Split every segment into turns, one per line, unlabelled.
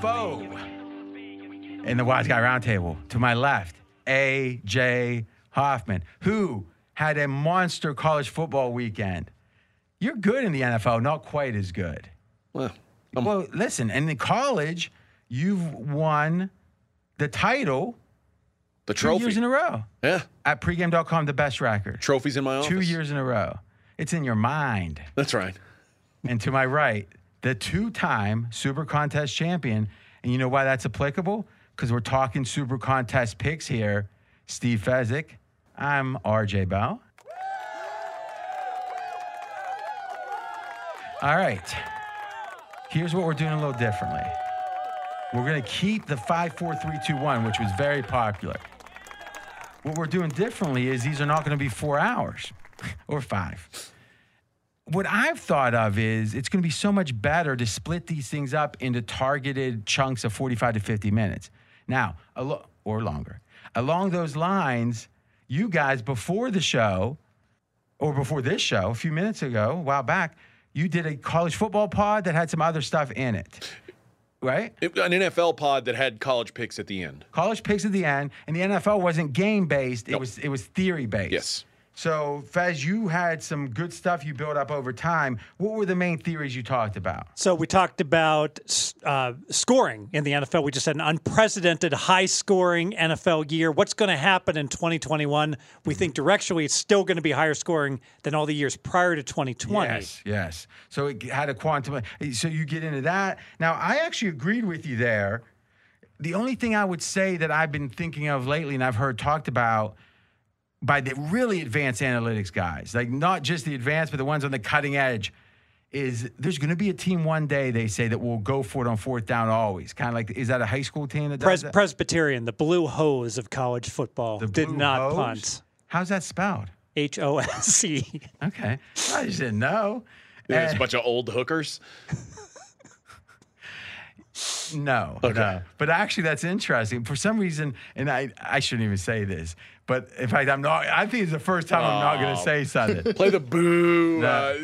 foe in the Wise Guy Roundtable. To my left, A.J. Hoffman, who had a monster college football weekend. You're good in the NFL, not quite as good.
Well, I'm-
Well, listen, in the college, you've won the title
the
two
trophy.
years in a row.
yeah,
At pregame.com, the best record.
trophies in my office.
Two years in a row. It's in your mind.
That's right.
And to my right, the two time Super Contest champion. And you know why that's applicable? Because we're talking Super Contest picks here. Steve Fezzik. I'm RJ Bow. All right. Here's what we're doing a little differently. We're going to keep the 54321, which was very popular. What we're doing differently is these are not going to be four hours or five what I've thought of is it's going to be so much better to split these things up into targeted chunks of 45 to 50 minutes. Now, alo- or longer. Along those lines, you guys before the show, or before this show, a few minutes ago, a while back, you did a college football pod that had some other stuff in it, right?
It, an NFL pod that had college picks at the end.
College picks at the end, and the NFL wasn't game based; it was it was theory based.
Yes.
So, Fez, you had some good stuff you built up over time. What were the main theories you talked about?
So we talked about uh, scoring in the NFL. We just had an unprecedented high-scoring NFL year. What's going to happen in 2021? We think directionally it's still going to be higher scoring than all the years prior to 2020.
Yes, yes. So it had a quantum. eh, So you get into that. Now, I actually agreed with you there. The only thing I would say that I've been thinking of lately and I've heard talked about by the really advanced analytics guys, like not just the advanced, but the ones on the cutting edge, is there's going to be a team one day, they say, that will go for it on fourth down always. Kind of like, is that a high school team that does
Pres-
that?
Presbyterian, the blue hose of college football,
The
did
Blue
not
Hose?
punt.
How's that spelled?
H O S E. C.
Okay. I just didn't know.
There's
Eh.
a bunch of old hookers.
No, no. But actually, that's interesting. For some reason, and I, I shouldn't even say this, but in fact, I'm not. I think it's the first time I'm not going to say something.
Play the boo. Uh,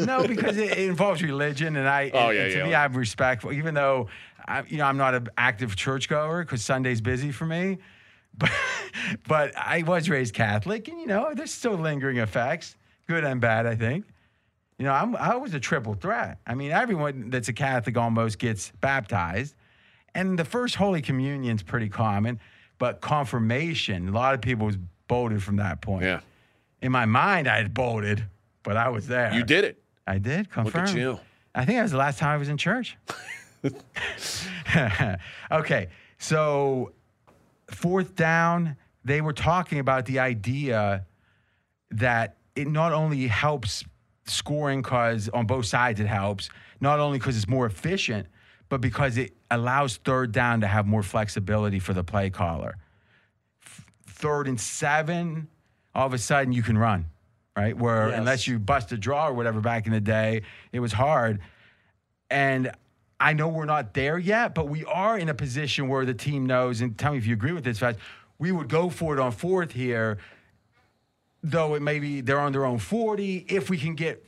no, because it, it involves religion, and I.
Oh,
and-
yeah,
and to
yeah.
me, I'm respectful, even though, I, you know, I'm not an active churchgoer because Sunday's busy for me. But, but I was raised Catholic, and you know, there's still lingering effects, good and bad, I think. You know, I'm, I was a triple threat. I mean, everyone that's a Catholic almost gets baptized. And the first Holy Communion's pretty common, but confirmation, a lot of people was bolted from that point.
yeah,
In my mind, I had bolted, but I was there.
you did it.
I did confirm.
at you.
I think that was the last time I was in church. okay, so fourth down, they were talking about the idea that it not only helps scoring because on both sides it helps, not only because it's more efficient, but because it allows third down to have more flexibility for the play caller. F- Third and seven, all of a sudden you can run, right? Where
Yes.
unless you bust a draw or whatever back in the day, it was hard. And I know we're not there yet, but we are in a position where the team knows, and tell me if you agree with this, Faz, we would go for it on fourth here though it may be they're on their own 40 if we can get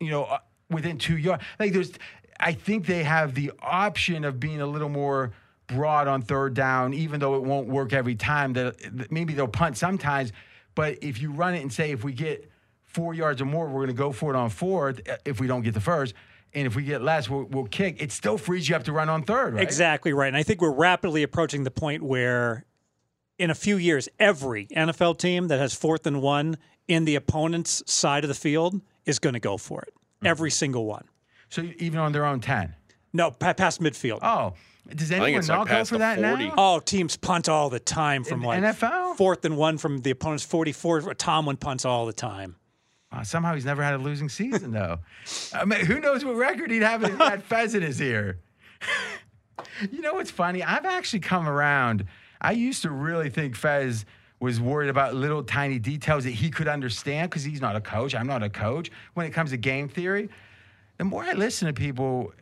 you know uh, within two yards like there's i think they have the option of being a little more broad on third down even though it won't work every time that that maybe they'll punt sometimes but if you run it and say if we get four yards or more we're going to go for it on fourth uh, if we don't get the first and if we get less we'll, we'll kick it still frees you up to run on third right
Exactly right. And I think we're rapidly approaching the point where in a few years, every NFL team that has fourth and one in the opponent's side of the field is going to go for it.
Mm-hmm.
Every single one.
so even on their own 10
No, pa- past midfield.
oh
Oh,
does anyone
it's like
not go
past
for
the
that
40.
now
teams punt all the time from
In
like
NFL?
fourth and one from the opponent's 44. Tomlin punts all the time.
Uh, somehow he's never had a losing season, though. I mean, who knows what record he'd have if that pheasant is here? you know what's funny? I've actually come around. I used to really think Fez was worried about little tiny details that he could understand because he's not a coach. I'm not a coach. When it comes to game theory, the more I listen to people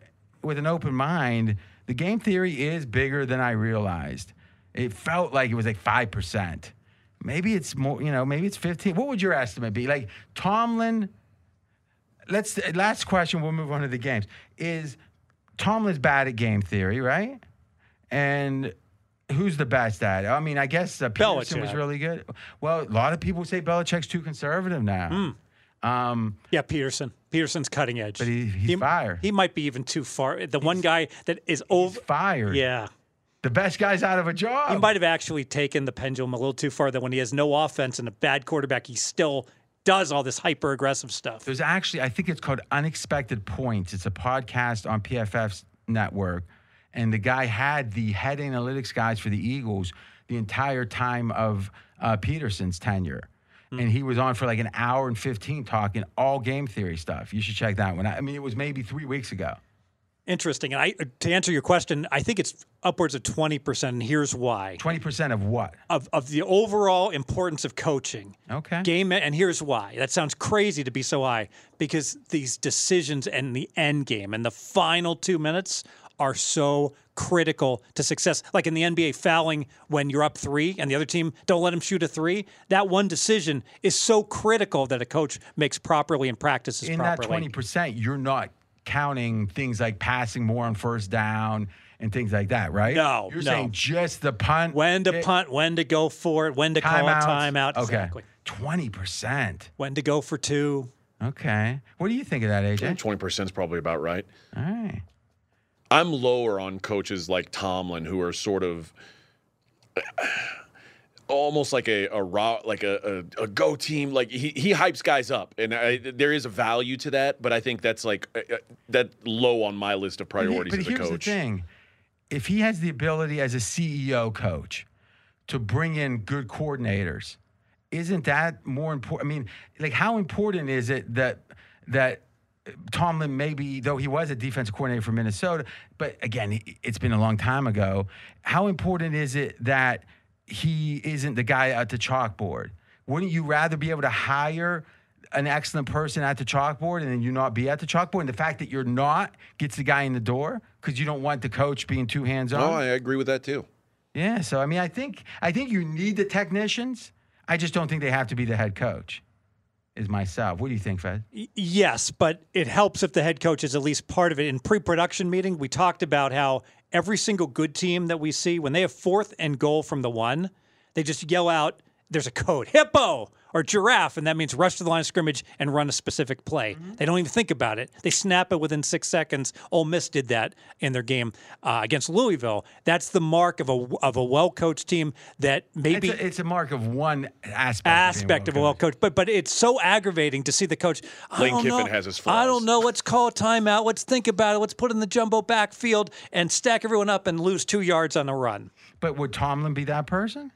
with an open mind, the game theory is bigger than I realized. It felt like it was like 5%. Maybe it's more, you know, maybe it's 15. What would your estimate be? Like Tomlin, let's, last question, we'll move on to the games. Is Tomlin's bad at game theory, right? And who's the best at it? I mean, I guess uh, Peterson was
Belichick.
really good. Well, a lot of people say Belichick's too conservative now.
Hmm.
Um,
Yeah, Peterson. Peterson's cutting edge. But
he- he's
he,
fire.
He might be even too far. The one guy that is over.
Fired.
Yeah.
The best guy's out of a job.
He might have actually taken the pendulum a little too far that when he has no offense and a bad quarterback, he still does all this hyper aggressive stuff.
There's actually, I think it's called Unexpected Points. It's a podcast on PFF's network. And the guy had the head analytics guys for the Eagles the entire time of uh, Peterson's tenure.
Hmm.
And he was on for like an hour and 15 talking all game theory stuff. You should check that one. out. I mean, it was maybe three weeks ago.
Interesting. And I, to answer your question, I think it's upwards of 20%. And here's why
20% of what?
of, of the overall importance of coaching.
Okay.
Game, and here's why. That sounds crazy to be so high because these decisions and the end game and the final two minutes are so critical to success. Like in the NBA, fouling when you're up three and the other team don't let him shoot a three. That one decision is so critical that a coach makes properly and practices
In that
properly.
20%, you're not counting things like passing more on first down and things like that, right?
No,
You're
no.
saying just the punt.
when to
kick,
punt, when to go for it, when to call
timeouts.
a timeout.
Okay.
Exactly.
20%.
When to go for two.
Okay. What do you think of that, AJ?
Twenty percent is probably about right.
All right.
I'm lower on coaches like Tomlin who are sort of almost like a a raw like a, a, a go team like he he hypes guys up and I, there is a value to that but I think that's like uh, uh, that low on my list of
But he-
priorities
but
as a
here's
coach.
the thing: if he has the ability as a CEO coach to bring in good coordinators, isn't that more important? I mean, like, how important is it that that Tomlin maybe, though he was a defensive coordinator for Minnesota, but again, he- it's been a long time ago. How important is it that he isn't the guy at the chalkboard? Wouldn't you rather be able to hire an excellent person at the chalkboard and then you not be at the chalkboard? And the fact that you're not gets the guy in the door because you don't want the coach being too hands on.
Oh, I agree with that too.
Yeah, so I mean, I think I think you need the technicians. I just don't think they have to be the head coach. Is myself. What do you think, Fed?
Y- Yes, but it helps if the head coach is at least part of it. In pre-production meeting, we talked about how every single good team that we see, when they have fourth and goal from the one, they just yell out, "There's a code, hippo or giraffe," and that means rush to the line of scrimmage and run a specific play.
Mm-hmm.
They don't even think about it. They snap it within six seconds. Ole Miss did that in their game uh, against Louisville. That's the mark of a of a well-coached team that
It's
maybe
a, it's a mark of one aspect.
aspect of a
being
well coach. But but it's so aggravating to see the coach. I
Lane
don't
Kiffin
know,
has his
I
flaws."
don't know. Let's call a timeout. Let's think about it. Let's put in the jumbo backfield and stack everyone up and lose two yards on a run.
But would Tomlin be that person?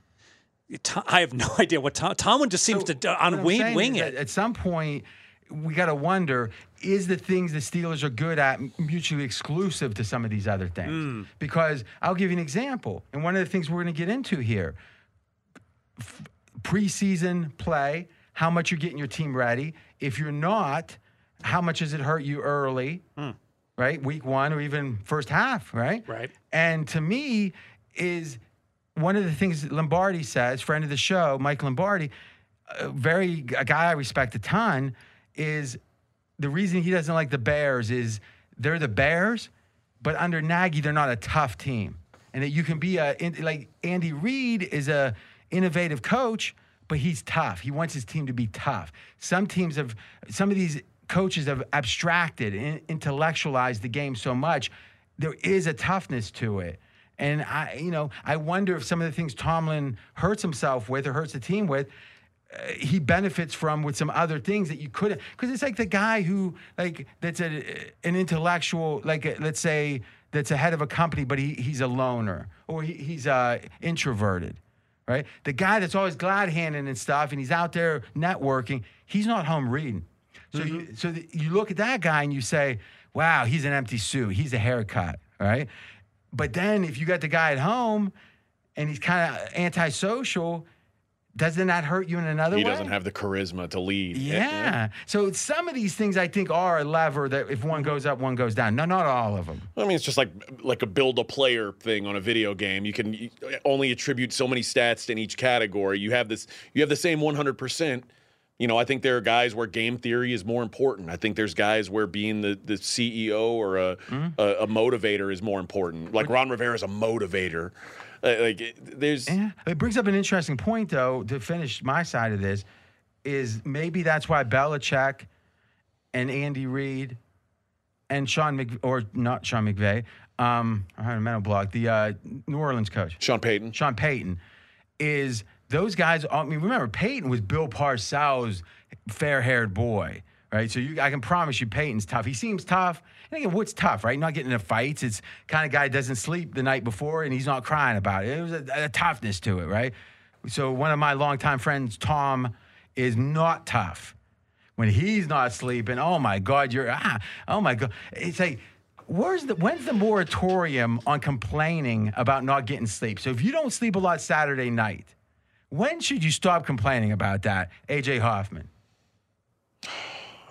Tom, I have no idea what Tom Tomlin just seems to on
What I'm
wing
saying
wing
is
it.
that At some point, we got to wonder: is the things the Steelers are good at mutually exclusive to some of these other things?
Mm.
Because I'll give you an example, and one of the things we're going to get into here: f- preseason play, how much you're getting your team ready. If you're not, how much does it hurt you early? Right, week one or even first half, right?
Right.
And to me, is one of the things that Lombardi says, friend of the show, Mike Lombardi, a very a guy I respect a ton, is the reason he doesn't like the Bears is they're the Bears, but under Nagy they're not a tough team, and that you can be a in- like Andy Reid is a innovative coach, but he's tough. He wants his team to be tough. Some teams have some of these coaches have abstracted and intellectualized the game so much there is a toughness to it. And I, you know, I wonder if some of the things Tomlin hurts himself with or hurts the team with, uh, he benefits from with some other things that you couldn't. Because it's like the guy who, like, that's a, an intellectual, like, uh, let's say, that's a head of a company, but he, he's a loner or he, he's uh, introverted, right? The guy that's always glad handing and stuff, and he's out there networking, he's not home reading. So you so th- you look at that guy and you say, "Wow, he's an empty suit. He's a haircut, right?" But then if you got the guy at home and he's kind of antisocial, doesn't that hurt you in another
He
way?
doesn't have the charisma to lead.
yeah. So some of these things I think are a lever that if one goes up, one goes down. No, not all of them.
I mean, it's just like like a build a player thing on a video game. You can you only attribute so many stats in each category. You have this, you have the same 100, percent You know, I think there are guys where game theory is more important. I think there's guys where being the, the CEO or a,
Mm-hmm.
a, a motivator is more important. Like Ron Rivera is a motivator. Uh, like it- there's
Yeah. It brings up an interesting point, though, to finish my side of this, is maybe that's why Belichick and Andy Reid and Sean Mc, or not Sean McVay, um, I had a mental block, the uh, New Orleans coach,
Sean Payton.
Sean Payton, is those guys. I mean, remember Payton was Bill Parcells' fair-haired boy. Right, so you, I can promise you, Peyton's tough. He seems tough. And again, what's tough, right? Not getting into fights. It's kind of guy doesn't sleep the night before, and he's not crying about it. It was a, a toughness to it, right? So one of my longtime friends, Tom, is not tough. When he's not sleeping, oh my God, you're ah, oh my God. It's like, where's the when's the moratorium on complaining about not getting sleep? So if you don't sleep a lot Saturday night, when should you stop complaining about that, AJ Hoffman?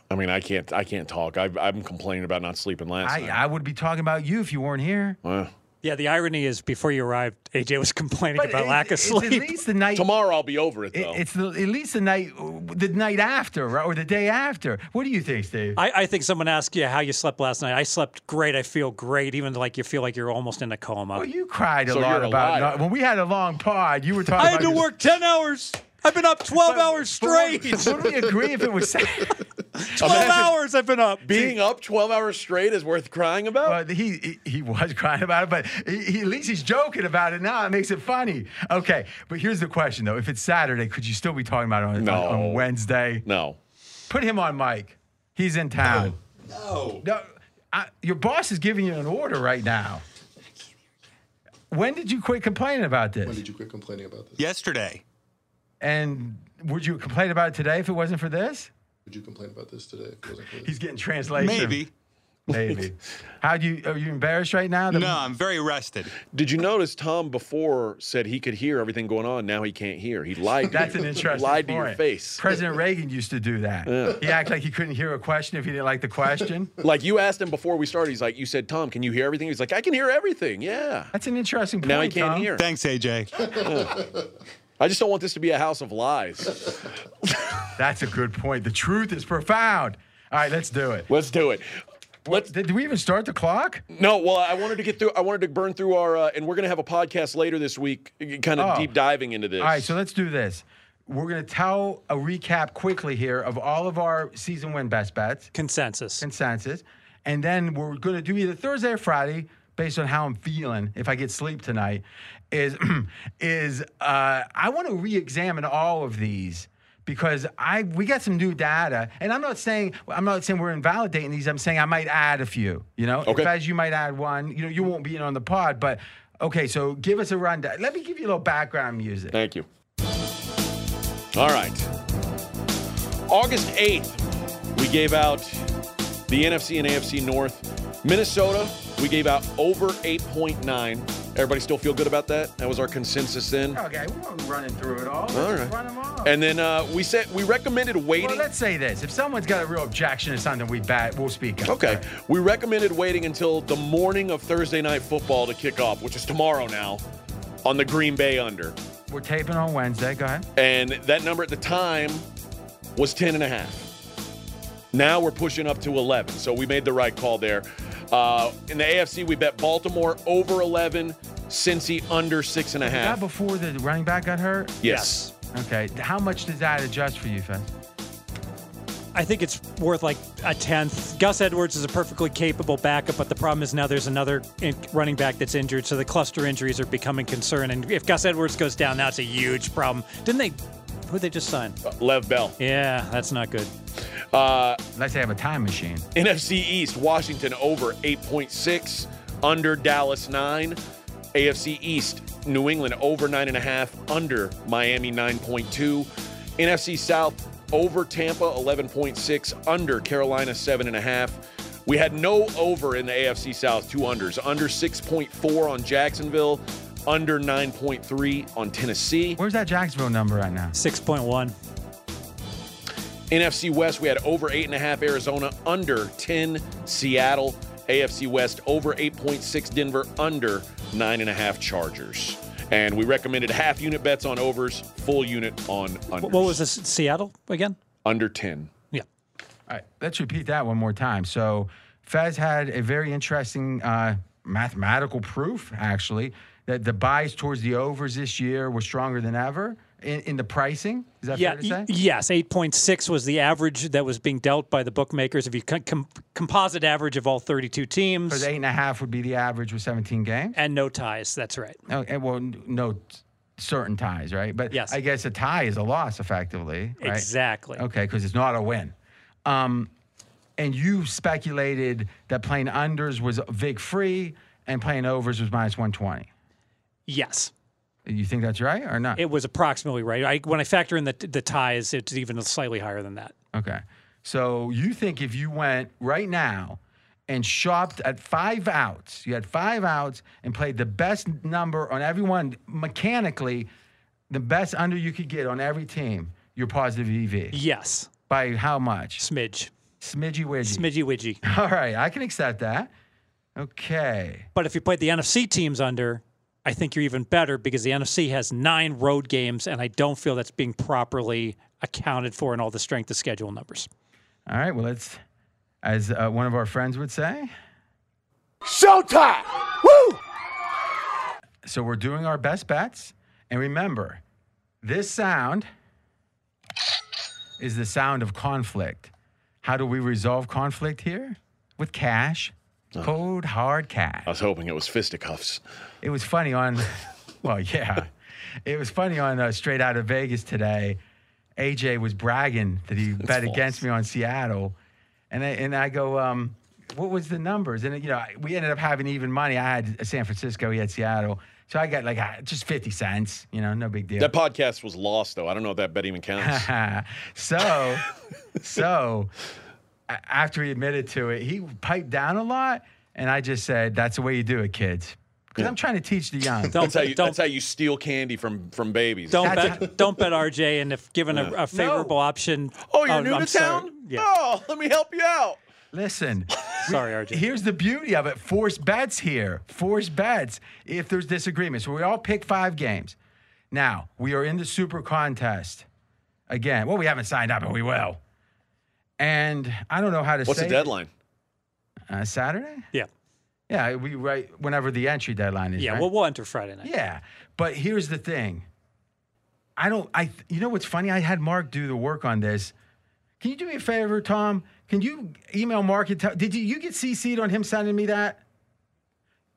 I mean, I can't I can't talk. I, I'm complaining about not sleeping last
I,
night.
I would be talking about you if you weren't here.
Well,
Yeah, the irony is before you arrived, AJ was complaining about
it-
lack of
it's
sleep.
at least the night.
tomorrow I'll be over it though.
It's the, at least the night, the night after, right, or the day after. What do you think, Steve?
I, I think someone asked you how you slept last night. I slept great. I feel great, even like you feel like you're almost in a coma.
well, Oh, you cried a
So
lot
you're a
about
liar.
not- when we had a long pod. You were talking.
I had
about
to
your-
work 10 hours. I've been up 12 hours straight.
Would we agree if it was? Sat-
12 hours I've been up.
Being up 12 hours straight is worth crying about.
Well, Uh, he, he he was crying about it, but he, he- at least he's joking about it now. It makes it funny. Okay, but here's the question though: If it's Saturday, could you still be talking about it on,
No.
on- on Wednesday?
no.
Put him on mic. He's in town.
No.
No, I, your boss is giving you an order right now. When did you quit complaining about
When
this?
did you quit complaining about this?
Yesterday.
And would you complain about it today if it wasn't for this?
Did you complain about this today? If it wasn't for this?
He's getting translation.
Maybe.
Maybe. How do you? Are you embarrassed right now? that-
No, I'm very rested.
Did you notice Tom before said he could hear everything going on? Now he can't hear. He lied.
That's
to
an
you.
interesting
Lied to your
point.
face.
President Reagan used to do that. He acted like he couldn't hear a question if he didn't like the question.
Like you asked him before we started. He's like, you said, Tom, can you hear everything? He's like, I can hear everything. Yeah.
That's an interesting point.
Now he can't
Tom.
hear.
Thanks, AJ.
I just don't want this to be a house of lies.
That's a good point. The truth is profound. All right, let's do it.
Let's do it. Let's.
Did we even start the clock?
No, well, I wanted to get through. I wanted to burn through our, uh, and we're gonna have a podcast later this week, kind of
Oh.
deep diving into this.
All right, so let's do this. We're going to tell a recap quickly here of all of our season win best bets,
Consensus.
consensus, and then we're going to do either Thursday or Friday based on how I'm feeling if I get sleep tonight is is uh, I want to re-examine all of these because I we got some new data and I'm not saying I'm not saying we're invalidating these I'm saying I might add a few you know
Okay.
if I as you might add one you know you won't be in on the pod but okay so give us a rundown let me give you a little background music
Thank you. All right. August 8th, we gave out the NFC and AFC North. Minnesota, we gave out over 8.9. Everybody still feel good about that? That was our consensus then.
Okay, we won't run it through it all. Let's
All
just
right.
run them off.
And then uh, we said we recommended
well,
waiting.
let's say this: if someone's got a real objection to something we bat, we'll speak up.
Okay. We recommended waiting until the morning of Thursday night football to kick off, which is tomorrow now, on the Green Bay under.
We're taping on Wednesday. Go ahead.
And that number at the time was 10 and a half. Now we're pushing up to 11. So we made the right call there. Uh, in the AFC, we bet Baltimore over 11, Cincy under six and a
Is that
half.
before the running back got hurt?
Yes.
Okay. How much does that adjust for you, Fez?
I think it's worth like a tenth. Gus Edwards is a perfectly capable backup, but the problem is now there's another in- running back that's injured, so the cluster injuries are becoming concern. And if Gus Edwards goes down, that's a huge problem. Didn't they? Who they just signed?
Lev Bell.
Yeah, that's not good.
Uh,
Let's say I have a time machine.
NFC East, Washington over 8.6, under Dallas 9. AFC East, New England over 9.5, under Miami 9.2. NFC South, over Tampa 11.6, under Carolina 7.5. We had no over in the AFC South, two unders, under 6.4 on Jacksonville, under 9.3 on Tennessee.
Where's that Jacksonville number right now?
Six point one.
NFC West, we had over 8.5 Arizona, under 10 Seattle. AFC West, over 8.6 Denver, under 9.5 Chargers. And we recommended half unit bets on overs, full unit on unders.
What was this? Seattle again?
under 10.
Yeah.
All right, let's repeat that one more time. So Fez had a very interesting uh, mathematical proof, actually, that the buys towards the overs this year were stronger than ever in, in the pricing. Is that
Yeah,
fair to say?
y- yes, 8.6 was the average that was being dealt by the bookmakers. If you com- com- composite average of all 32
Because
teams
eight and a half would be the average with 17 games.
and no ties, that's right.
No, eh, well, n- no t- certain ties, right? But
Yes.
I guess a tie is a loss, effectively. Right?
Exactly.
Okay, because it's not a win. Um, and you speculated that playing unders was vig free and playing overs was minus 120.
Yes.
You think that's right or not?
It was approximately right. I, when I factor in the, the ties, it's even slightly higher than that.
okay. So you think if you went right now and shopped at five outs, you had five outs and played the best number on everyone mechanically, the best under you could get on every team, your positive EV.
Yes.
By how much?
Smidge.
Smidgy widgy.
Smidgy widgy.
All right, I can accept that. Okay.
But if you played the NFC teams under, I think you're even better because the NFC has nine road games, and I don't feel that's being properly accounted for in all the strength of schedule numbers.
All right, well, let's, as uh, one of our friends would say,
Showtime! Woo!
so we're doing our best bets. And remember, this sound is the sound of conflict. How do we resolve conflict here? With cash, cold, hard cash.
I was hoping it was fisticuffs.
It was funny on, well, yeah, it was funny on uh, Straight Out of Vegas today. AJ was bragging that he bet
false.
against me on Seattle, and I, and I go, um, what was the numbers? And you know, I- we ended up having even money. I had San Francisco, he had Seattle, so I got like uh, just fifty cents. You know, no big deal.
That podcast was lost, though. I don't know if that bet even counts.
so, so a- after he admitted to it, he piped down a lot, and I just said, "That's the way you do it, kids." Because I'm trying to teach the young.
Don't
That's how you.
don't
That's how you steal candy from from babies.
don't
That's-
bet don't bet RJ, and if given a, a favorable option,
oh, you're new
I'm
to
sorry.
town.
Yeah,
Oh, let me help you out.
Listen,
sorry, RJ.
here's the beauty of it forced bets here. Forced bets if there's disagreements. So we all pick five games. Now, we are in the super contest again. Well, we haven't signed up, but we will. And I don't know how to
What's
say
the deadline?
Uh, Saturday?
yeah,
Yeah, we write whenever the entry deadline is.
yeah.
right?
Well, we'll enter Friday night.
Yeah, but here's the thing. I don't. I. You know what's funny? I had Mark do the work on this. Can you do me a favor, Tom? Can you email Mark? And tell, did you, you get CC'd on him sending me that?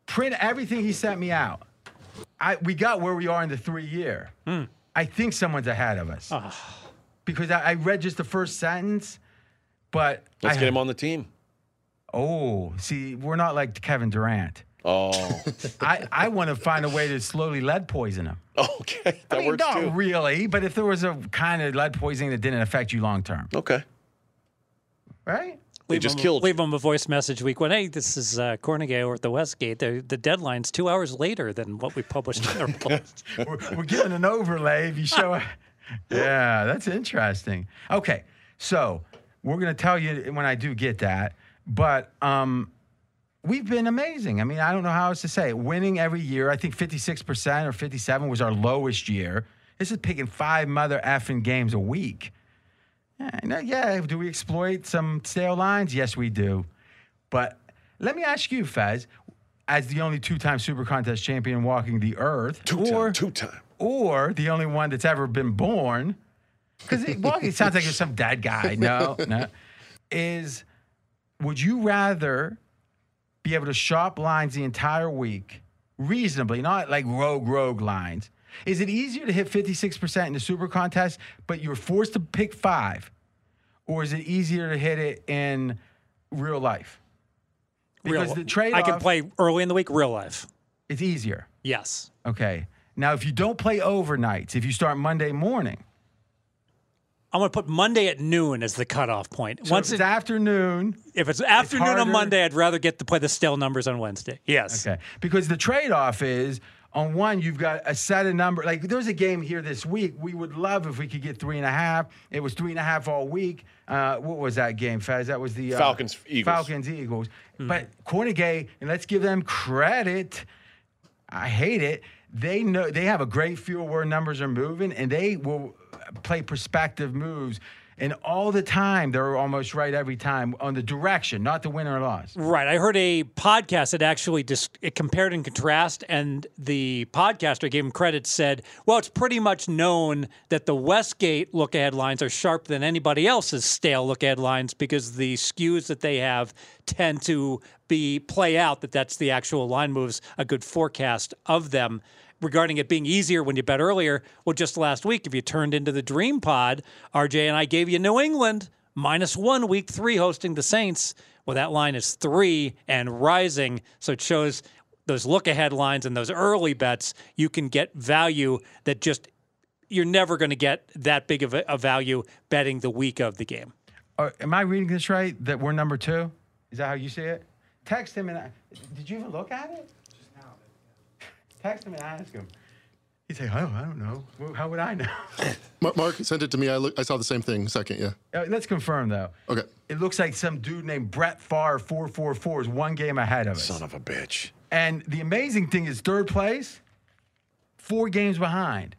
Print everything he sent me out. I we got where we are in the three year. I think someone's ahead of us because I, I read just the first sentence, but
Let's
I,
get him on the team.
Oh, see, we're not like Kevin Durant.
Oh,
I, I want to find a way to slowly lead poison him.
okay, that
I mean,
works
not
too.
really, but if there was a kind of lead poisoning that didn't affect you long term,
okay,
right?
they
Leave
just
him-
killed.
Leave him a voice message week one. Hey, this is uh, Cornegay over at the Westgate. The, the deadline's two hours later than what we published. in our post.
We're, we're giving an overlay if you show up. Yeah, that's interesting. Okay, so we're going to tell you when I do get that, but um, we've been amazing. I mean, I don't know how else to say it. Winning every year, I think 56% or 57 was our lowest year. This is picking five mother effing games a week. Yeah, no, yeah, do we exploit some stale lines? Yes, we do. But let me ask you, Fez, as the only two-time Super Contest champion walking the earth,
Two
or
time. Two time.
or the only one that's ever been born, because it, well, it sounds like it's some dead guy. No, no. Is would you rather be able to shop lines the entire week reasonably, not like rogue rogue lines? Is it easier to hit 56% in the super contest, but you're forced to pick five? Or is it easier to hit it in real life? Because
Real-
the trade
I can play early in the week, real life.
it's easier.
Yes.
Okay. Now, if you don't play overnights, if you start Monday morning,
I'm going to put Monday at noon as the cutoff point.
So
Once
if
it,
it's afternoon.
if it's afternoon on
harder-
Monday, I'd rather get to play the stale numbers on Wednesday. Yes.
Okay. Because the trade off is on one, you've got a set of number. Like there's a game here this week. We would love if we could get three and a half. It was three and a half all week. Uh, what was that game, Fez? That was the uh,
Falcons, Eagles.
Falcons Eagles. But Cornegay, and let's give them credit. I hate it. They know they have a great feel where numbers are moving, and they will play prospective moves. And all the time, they're almost right every time on the direction, not the win or loss.
Right. I heard a podcast that actually just it compared and contrast, and the podcaster gave him credit said, "Well, it's pretty much known that the Westgate look ahead lines are sharper than anybody else's stale look ahead lines because the skews that they have tend to be play out that that's the actual line moves a good forecast of them." regarding it being easier when you bet earlier. Well, just last week, if you turned into the Dream Pod, RJ and I gave you New England minus one week three hosting the Saints. Well, that line is three and rising. So it shows those look ahead lines and those early bets, you can get value that just you're never going to get that big of a, a value betting the week of the game.
Are, am I reading this right? That we're number two? Is that how you see it? Text him and I, did you even look at it? text him and ask him. He'd say, "Oh, I don't know. Well, How would I know?"
Ma- Mark sent it to me. I, look, I saw the same thing. Second, yeah.
Uh, Let's confirm though.
Okay.
It looks like some dude named Brett Favre four four four is one game ahead of us.
Son of a bitch.
And the amazing thing is third place, four games behind.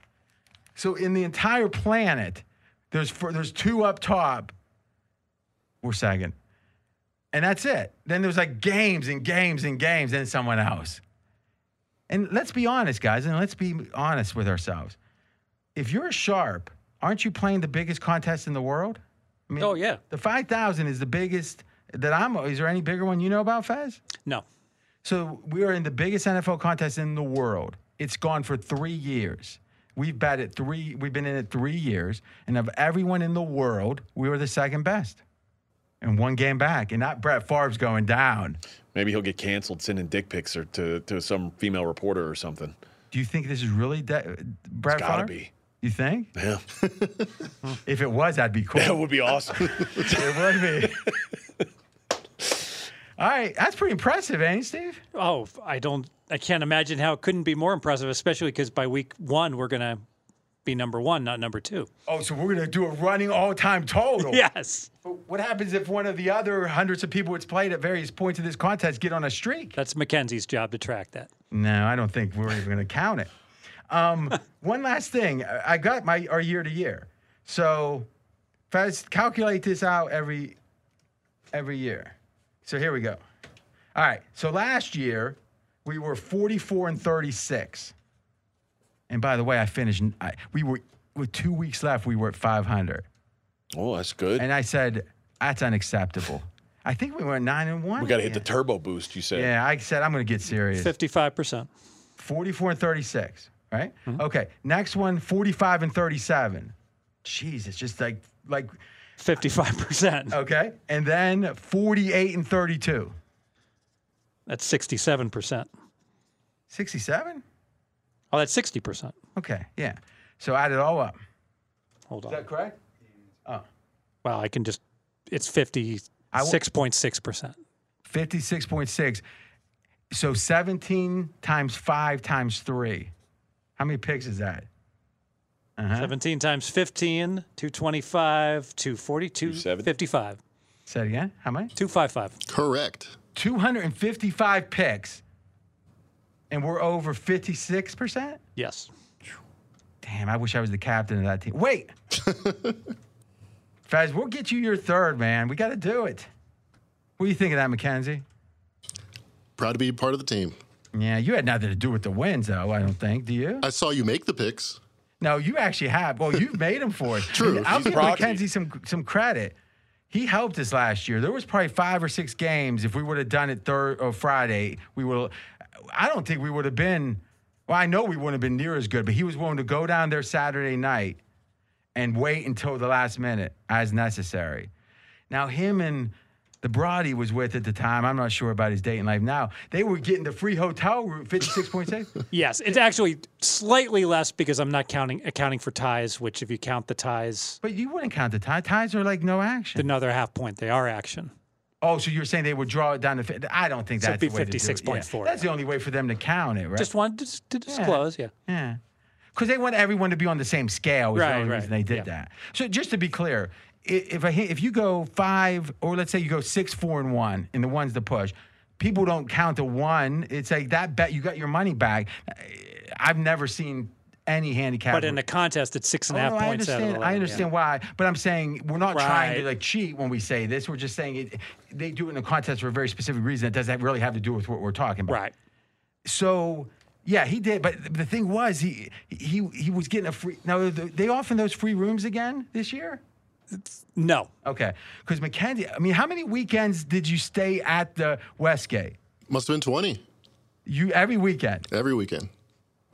So in the entire planet, there's four, there's two up top. We're second, and that's it. Then there's like games and games and games, and someone else. And let's be honest, guys, and let's be honest with ourselves. If you're sharp, aren't you playing the biggest contest in the world? I mean,
Oh, yeah.
the five thousand is the biggest that I'm. Is there any bigger one you know about, Fez?
No.
So we are in the biggest NFL contest in the world. It's gone for three years. We've bet it three. We've been in it three years, and of everyone in the world, we were the second best, and one game back. And that Brett Favre's going down.
Maybe he'll get canceled sending dick pics or to, to some female reporter or something.
Do you think this is really de- Brett
gotta
Favre?
be.
You think?
Yeah.
If it was, that'd be cool.
That would be awesome.
it would be. All right, that's pretty impressive, ain't it, Steve?
Oh, I don't. I can't imagine how it couldn't be more impressive, especially because by week one we're gonna be number one, not number two.
Oh, so we're gonna do a running all-time total.
Yes,
But what happens if one of the other hundreds of people that's played at various points of this contest get on a streak?
that's Mackenzie's job to track that.
No, I don't think we're even gonna count it. Um, one last thing, I- I got my our year to year. So, Fez, calculate this out every every year. So here we go. All right. So last year we were 44 and 36. And by the way, I finished. I, we were with two weeks left. We were at 500,
oh, that's good.
and I said that's unacceptable. I think we went nine and one.
We got to hit
again.
the turbo boost, you said.
Yeah, I said I'm going to get serious.
Fifty-five percent.
44 and 36, right? Okay. Next one, 45 and 37. Jeez, it's just like like
Fifty-five percent.
okay. And then 48 and 32.
That's sixty-seven percent.
67?
Oh, that's sixty percent.
Okay. Yeah. So add it all up.
Hold
Is that
on.
correct?
Wow, I can just. It's fifty-six point six percent.
56.6. So 17 times 5 times 3. How many picks is that? Uh-huh.
Seventeen times fifteen, two twenty-five, two forty-two,
270.
fifty-five,
Say it again. How many?
two five-five.
Correct.
255 picks. And we're over 56%?
Yes.
Damn, I wish I was the captain of that team. Wait. Faz, we'll get you your third, man. We got to do it. What do you think of that, McKenzie?
Proud to be part of the team.
Yeah, you had nothing to do with the wins, though, I don't think. Do you?
I saw you make the picks.
No, you actually have. Well, you've made him for it.
True,
And I'll
he's
give
proxy.
McKenzie some, some credit. He helped us last year. There was probably five or six games. If we would have done it third or Friday, we would. I don't think we would have been. Well, I know we wouldn't have been near as good, but he was willing to go down there Saturday night and wait until the last minute as necessary. Now, him and the broad he was with at the time, I'm not sure about his dating life now. They were getting the free hotel room, 56.6.
Yes, it's actually slightly less because I'm not counting accounting for ties, which if you count the ties,
but you wouldn't count the tie. Ties are like no action.
another half point. They are action.
Oh, so you're saying they would draw it down to? fi- I don't think
So
that's
it'd be
the way to do it.
56.4.
Yeah. That's the only way for them to count it, right?
Just wanted to, dis- to disclose. Yeah.
yeah, because they want everyone to be on the same scale. Is
Right,
the only
right,
reason they did
yeah.
that. So just to be clear, i- if I hit, if you go five or let's say you go six, four, and one, and the one's the push, people don't count the one. It's like that bet you got your money back. I've never seen any handicap.
But in a contest, it's six and a half
Oh, no, I
points. out of
understand.
the
I
line, yeah.
understand why, but I'm saying we're not trying to
Right.
like cheat when we say this. We're just saying it, they do it in a contest for a very specific reason. It doesn't really have to do with what we're talking about.
Right.
So yeah, he did. But the thing was, he he he was getting a free. Now th- they offer those free rooms again this year.
No.
Okay, because Mackenzie. I mean, how many weekends did you stay at the Westgate?
Must have been 20
You every weekend.
every weekend.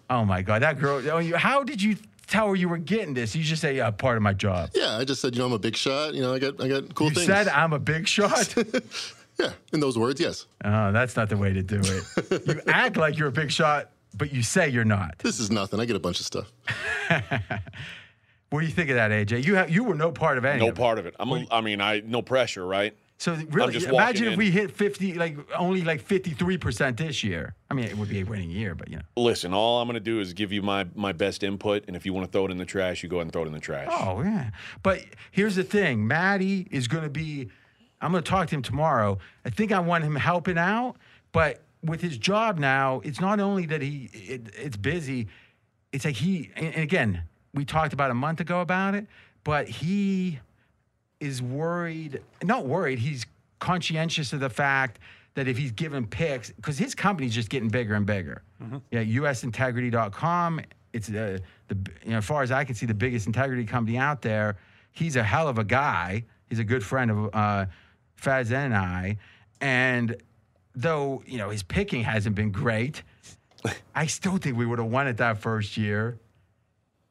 Oh my God, that girl. oh, you- How did you tell her you were getting this? You just say, "Yeah, part of my job."
Yeah, I just said, you know, I'm a big shot. You know, I got I got cool
You
things.
said, "I'm a big shot."
yeah, in those words, yes.
Oh, that's not the way to do it. you act like you're a big shot, but you say you're not.
This is nothing. I get a bunch of stuff.
What do you think of that, AJ? You have, you were no part of any.
No
of it.
part of it. I'm. A, I mean, I no pressure, right?
So th- really,
just walking
imagine if
in.
we hit fifty, like only like fifty-three percent this year. I mean, it would be a winning year, but you know.
Listen, all I'm going to do is give you my my best input, and if you want to throw it in the trash, you go ahead and throw it in the trash.
Oh yeah, but here's the thing: Maddie is going to be. I'm going to talk to him tomorrow. I think I want him helping out, but with his job now, it's not only that he it, it's busy. It's like he and and again we talked about a month ago about it, but he is worried. Not worried. He's conscientious of the fact that if he's given picks, because his company's just getting bigger and bigger. Yeah, usintegrity.com. It's uh, the b- you know, as far as I can see, the biggest integrity company out there. He's a hell of a guy. He's a good friend of uh, Faz and I, and though you know his picking hasn't been great, I still think we would have won it that first year.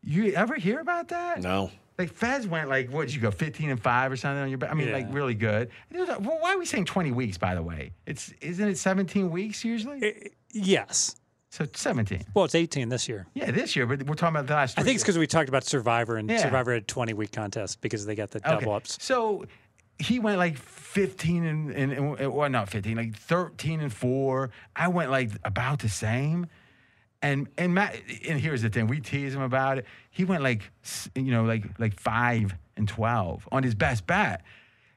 You ever hear about that?
No,
Like Fez went like what did you go fifteen and five or something on your back? I mean like
Yeah.
really good. And it was like, well, why are we saying twenty weeks by the way? It's isn't it seventeen weeks usually?
I- yes.
so seventeen.
Well, it's 18 this year.
Yeah, this year, but we're talking about the last.
I
three
think it's
years.
because we talked about Survivor and
Yeah.
Survivor had 20 week contest because they got the double ups.
So he went like fifteen and and, and well not fifteen like thirteen and four. I went like about the same. And and Matt and here's the thing we tease him about it. He went like s- you know like like five and twelve on his best bet.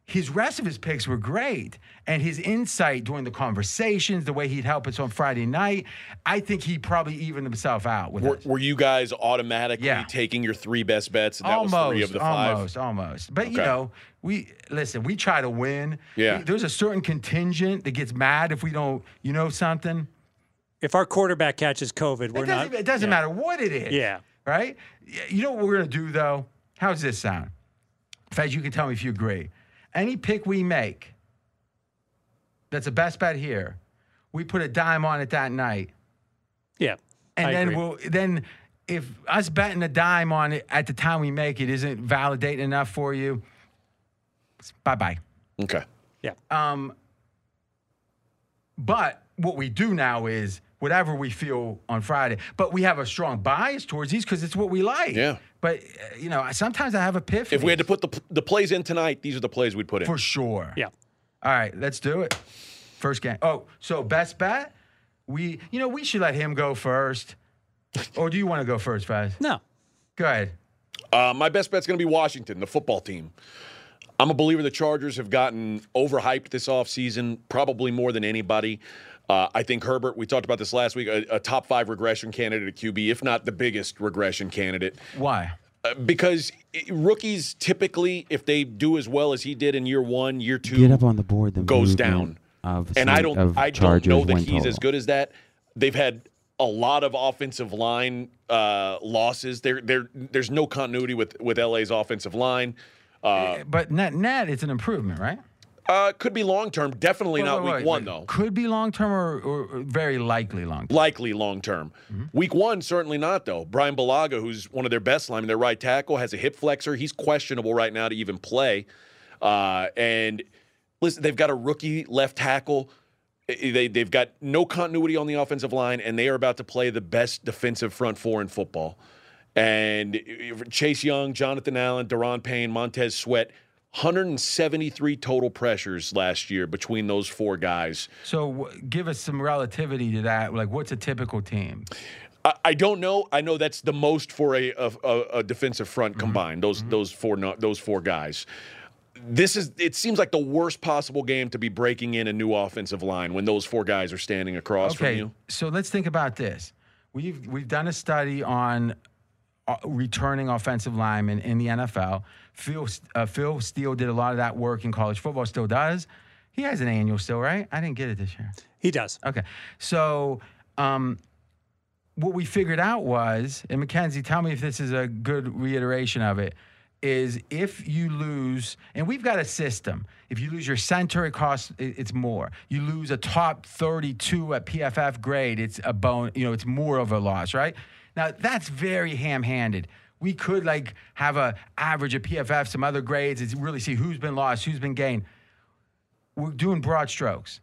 His rest of his picks were great, and his insight during the conversations, the way he'd help us on Friday night, I think he probably evened himself out with
were,
us.
were you guys automatically
Yeah.
taking your three best bets? And that
almost,
was three of the five.
almost, almost. But you
Okay.
know, we listen. We try to win.
Yeah.
We- there's a certain contingent that gets mad if we don't. You know something?
If our quarterback catches COVID, we're
it doesn't,
not.
it doesn't
yeah.
matter what it is.
Yeah.
Right. Y- You know what we're gonna do though? How's this sound? Fez, you can tell me if you agree. Any pick we make, that's the best bet here. We put a dime on it that night.
Yeah.
and
I
then
agree.
we'll then if us betting a dime on it at the time we make it isn't validating enough for you, bye bye.
Okay.
Yeah.
Um, but what we do now is whatever we feel on Friday, but we have a strong bias towards these because it's what we like.
Yeah.
But uh, you know, sometimes I have a piff
If we had to put the pl- the plays in tonight, these are the plays we'd put in.
for sure.
Yeah.
All right, let's do it. First game. Oh, so best bet. We, you know, we should let him go first. or do you want to go first, Faz?
No.
Go ahead.
Uh, my best bet's going to be Washington, the football team. I'm a believer the Chargers have gotten overhyped this offseason, probably more than anybody. Uh, I think Herbert, we talked about this last week, a, a top five regression candidate at QB, if not the biggest regression candidate.
Why?
Uh, because i- rookies typically, if they do as well as he did in year one, year two,
Get up on the board. The
goes
movement
down.
Of
and I
San-
don't
of
I don't
Chargers
know that
win
he's
total.
as good as that. They've had a lot of offensive line uh, losses. There there there's no continuity with with LA's offensive line. Uh,
But net net, it's an improvement, right?
uh, could be long term. Definitely not
Wait,
week
wait,
one
wait.
though.
Could be long term or, or or very likely long term.
Likely long term.
Mm-hmm.
Week one certainly not though. Brian Balaga, who's one of their best linemen, their right tackle, has a hip flexor. He's questionable right now to even play. Uh, and listen, they've got a rookie left tackle. I- They they've got no continuity on the offensive line, and they are about to play the best defensive front four in football. And Chase Young, Jonathan Allen, Deron Payne, Montez Sweat, 173 total pressures last year between those four guys.
So w- give us some relativity to that. Like, what's a typical team?
I, I don't know. I know that's the most for a a, a, a defensive front combined. Those those four no, those four guys. This is. It seems like the worst possible game to be breaking in a new offensive line when those four guys are standing across from
Okay,
you.
so let's think about this. We've we've done a study on uh, returning offensive linemen in the NFL. Phil uh, Phil Steele did a lot of that work in college football. Still does. He has an annual still, right? I didn't get it this year.
He does.
Okay. So um, what we figured out was, and Mackenzie, tell me if this is a good reiteration of it, is if you lose, and we've got a system. If you lose your center, it costs it- it's more. You lose a top 32 at PFF grade, it's a bone. You know, it's more of a loss, right? Now that's very ham-handed. We could like have a average of PFF, some other grades, and really see who's been lost, who's been gained. We're doing broad strokes.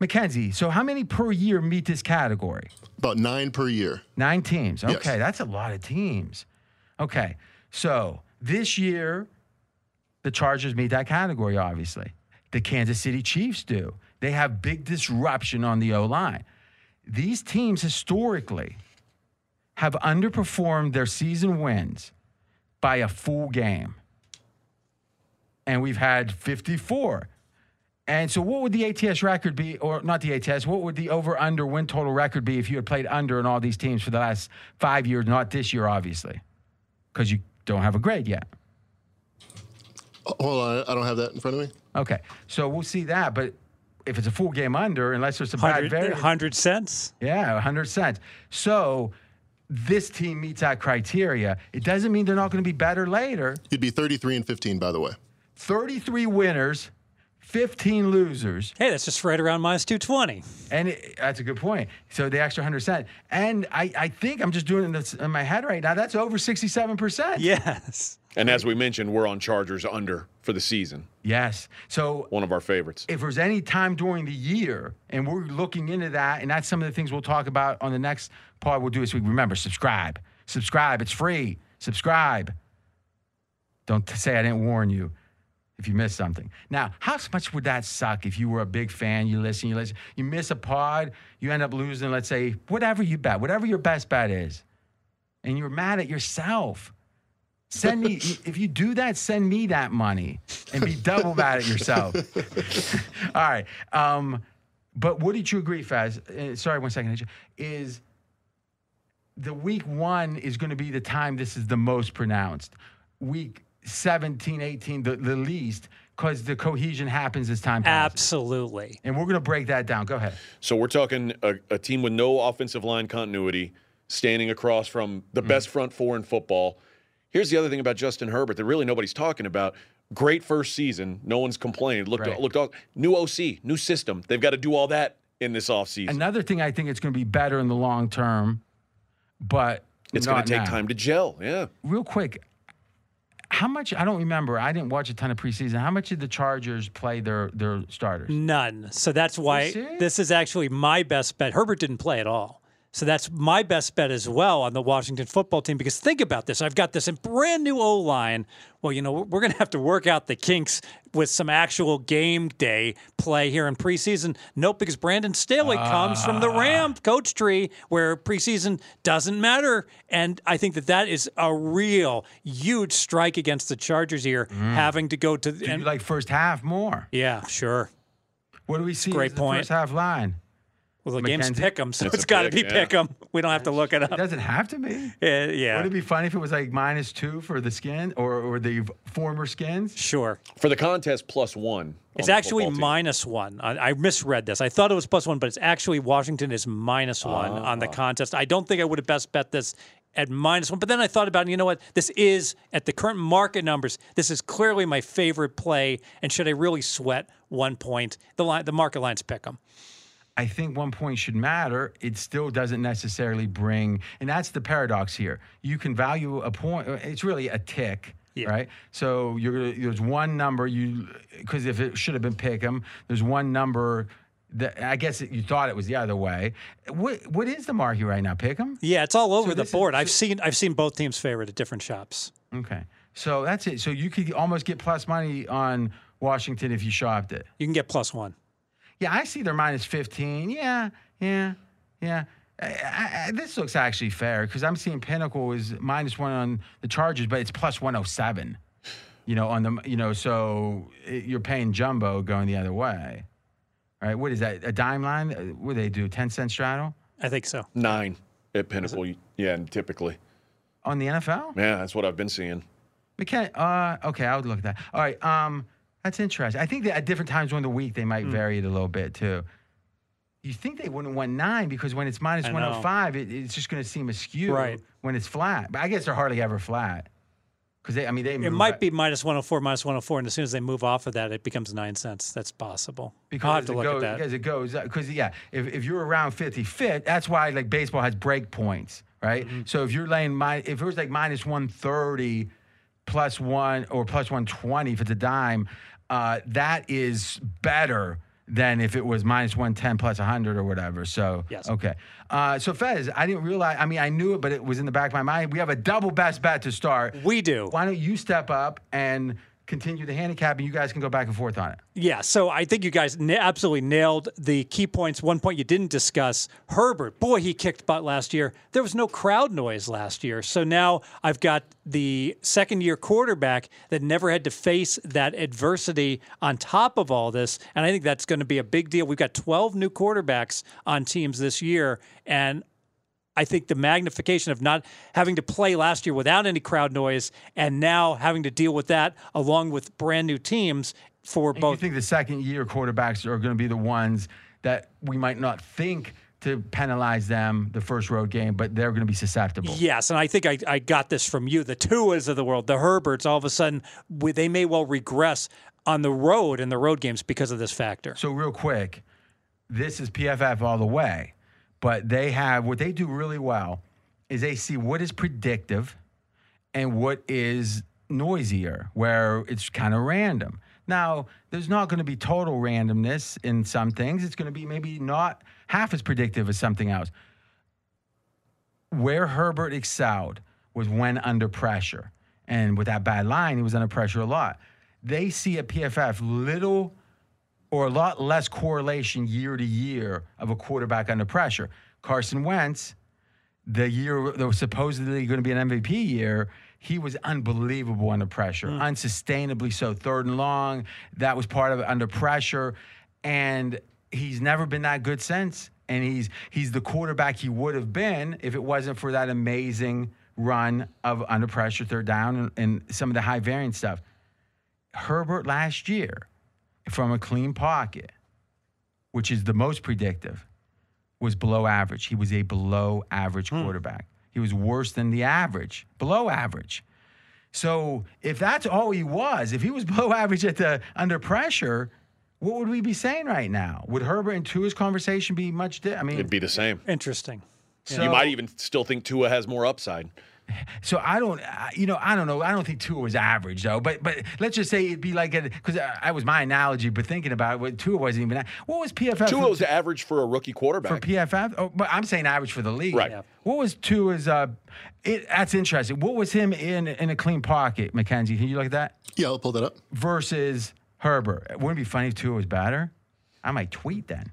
Mackenzie, so how many per year meet this category?
About nine per year.
Nine teams. Okay,
Yes.
that's a lot of teams. Okay, so this year, the Chargers meet that category, obviously. The Kansas City Chiefs do. They have big disruption on the O line. These teams historically have underperformed their season wins by a full game. And we've had 54. And so, what would the ATS record be, or not the ATS, what would the over under win total record be if you had played under in all these teams for the last five years, not this year, obviously, because you don't have a grade yet?
Oh, Hold on, I don't have that in front of me.
Okay. So, we'll see that. But if it's a full game under, unless there's some bad
100,
variance.
100 cents.
Yeah, 100 cents. So, this team meets that criteria. It doesn't mean they're not going to be better later.
You'd be 33 and 15, by the way.
33 winners, 15 losers.
Hey, that's just right around minus 220.
And it, that's a good point. So the extra 100%. And I, I think I'm just doing this in my head right now. That's over 67%.
Yes.
And as we mentioned, we're on Chargers under for the season.
Yes. So
One of our favorites.
if there's any time during the year, and we're looking into that, and that's some of the things we'll talk about on the next pod we'll do this week. Remember, subscribe. Subscribe. It's free. Subscribe. Don't t- say I didn't warn you if you miss something. Now, how much would that suck if you were a big fan, you listen, you listen, you miss a pod, you end up losing, let's say, whatever you bet, whatever your best bet is, and you're mad at yourself. Send me, if you do that, send me that money and be double mad at yourself. All right. Um, but wouldn't you agree, Faz? Uh, sorry, one second. Aisha, Is the week one is going to be the time this is the most pronounced. Week 17, 18, the, the least, because the cohesion happens as time passes.
Absolutely.
And we're going to break that down. Go ahead.
So we're talking a, a team with no offensive line continuity, standing across from the
Mm-hmm.
best front four in football. Here's the other thing about Justin Herbert that really nobody's talking about. Great first season. No one's complaining. Looked
Right.
looked all, new OC, new system. They've got to do all that in this offseason.
Another thing I think it's going to be better in the long term, but
it's going
not
to take
now.
time to gel. Yeah.
Real quick, how much? I don't remember. I didn't watch a ton of preseason. How much did the Chargers play their their starters?
Mm-hmm. None. So that's why
serious?
this is actually my best bet. Herbert didn't play at all. So that's my best bet as well on the Washington football team because think about this. I've got this brand new O line. Well, you know, we're going to have to work out the kinks with some actual game day play here in preseason. Nope, because Brandon Staley comes from
Ah.
the Ram coach tree where preseason doesn't matter. And I think that that is a real huge strike against the Chargers here, having to go to.
Mm. Do
and-
you like first half more?
yeah, sure.
What do we see?
Great
as the
point.
First half line.
Well, the game's
Mackenzie?
pick 'em, so it's
a
got to be
pick, yeah.
pick 'em. We don't have to look it
It
up.
doesn't have to be.
Yeah, yeah.
Would it be funny if it was like minus two for the skin or, or the former skins?
sure.
For the contest, plus one. on
It's
the
actually
football team.
minus one. I, I misread this. I thought it was plus one, but it's actually Washington is minus one on
Ah.
the contest. I don't think I would have best bet this at minus one. But then I thought about, it, you know what? This is at the current market numbers. This is clearly my favorite play. And should I really sweat one point? The line, the market lines pick 'em.
I think one point should matter. It still doesn't necessarily bring, and that's the paradox here. You can value a point. It's really a tick,
Yeah.
right? So you're gonna, there's one number you because if it should have been pick 'em, there's one number that I guess you thought it was the other way. What what is the market right now? Pick 'em.
Yeah, it's all over the
this is-
board. I've seen I've seen both teams favorite at different shops.
Okay. So that's it. So you could almost get plus money on Washington if you shopped it.
You can get plus one.
Yeah, I see they're minus 15. Yeah, yeah, yeah. I, I, I, this looks actually fair because I'm seeing Pinnacle is minus one on the Chargers, but it's plus 107. You know, on the you know, so it, you're paying jumbo going the other way, right? What is that? A dime line? Uh, What do they do? Ten cent straddle?
I think so.
Nine. at Pinnacle. Yeah, and typically.
on the NFL?
Yeah, that's what I've been seeing.
McKen- uh, okay, I would look at that. All right. Um, that's interesting. I think that at different times during the week they
Hmm.
might vary it a little bit too. You think they wouldn't want nine because when it's minus
I know.
105, it, it's just going to seem askew
Right.
when it's flat. But I guess they're hardly ever flat because they. I mean, they.
It might be minus 104, minus 104, and as soon as they move off of that, it becomes nine cents. That's possible.
Because
I'll have to
it
look
goes,
at that.
Because it goes, because yeah, if, if you're around 50 fit, that's why like baseball has break points, right?
Mm-hmm.
So if you're laying, my, if it was like minus 130, plus one or plus 120, if it's a dime, uh, that is better than if it was minus 110 plus 100 or whatever. So,
Yes.
okay. Uh, so Fez, I didn't realize, I mean, I knew it, but it was in the back of my mind. We have a double best bet to start.
We do.
Why don't you step up and continue the handicap and you guys can go back and forth on it?
Yeah, so I think you guys na- absolutely nailed the key points. One point you didn't discuss Herbert, boy, he kicked butt last year. There was no crowd noise last year. So now I've got the second year quarterback that never had to face that adversity on top of all this. And I think that's going to be a big deal. We've got 12 new quarterbacks on teams this year. And I think the magnification of not having to play last year without any crowd noise and now having to deal with that along with brand new teams for
And
both
You think the second year quarterbacks are going to be the ones that we might not think to penalize them the first road game, but they're going to be susceptible.
Yes, and I think I, I got this from you. The Tuas of the world, the Herberts, all of a sudden, we, they may well regress on the road in the road games because of this factor.
So real quick, this is PFF all the way, but they have what they do really well is they see what is predictive and what is noisier, where it's kind of random. Now, there's not going to be total randomness in some things. It's going to be maybe not half as predictive as something else. Where Herbert excelled was when under pressure. And with that bad line, he was under pressure a lot. They see at PFF little or a lot less correlation year to year of a quarterback under pressure. Carson Wentz, the year that was supposedly going to be an MVP year, he was unbelievable under pressure, unsustainably so. Third and long, that was part of it under pressure, and he's never been that good since. And he's he's the quarterback he would have been if it wasn't for that amazing run of under pressure, third down, and, and some of the high variance stuff. Herbert last year from a clean pocket, which is the most predictive, was below average. He was a below average
Hmm.
quarterback. He was worse than the average, below average. So if that's all he was, if he was below average at the under pressure, what would we be saying right now? Would Herbert and Tua's conversation be much different? I mean,
It'd be the same.
Interesting.
Mm. so,
you might even still think Tua has more upside.
So I don't, I- you know, I don't know. I don't think Tua was average though. But but let's just say it'd be like because that was my analogy. But thinking about it, what Tua wasn't even. What was PFF?
Tua was average for a rookie
for
quarterback.
PFF. Oh, but I'm saying average for the league.
Right. Yeah.
What was Tua's? Uh, it, that's interesting. What was him in in a clean pocket, Mackenzie? Can you look at that
Yeah, I'll pull that up.
versus Herbert? Wouldn't it be funny if Tua was better? I might tweet then.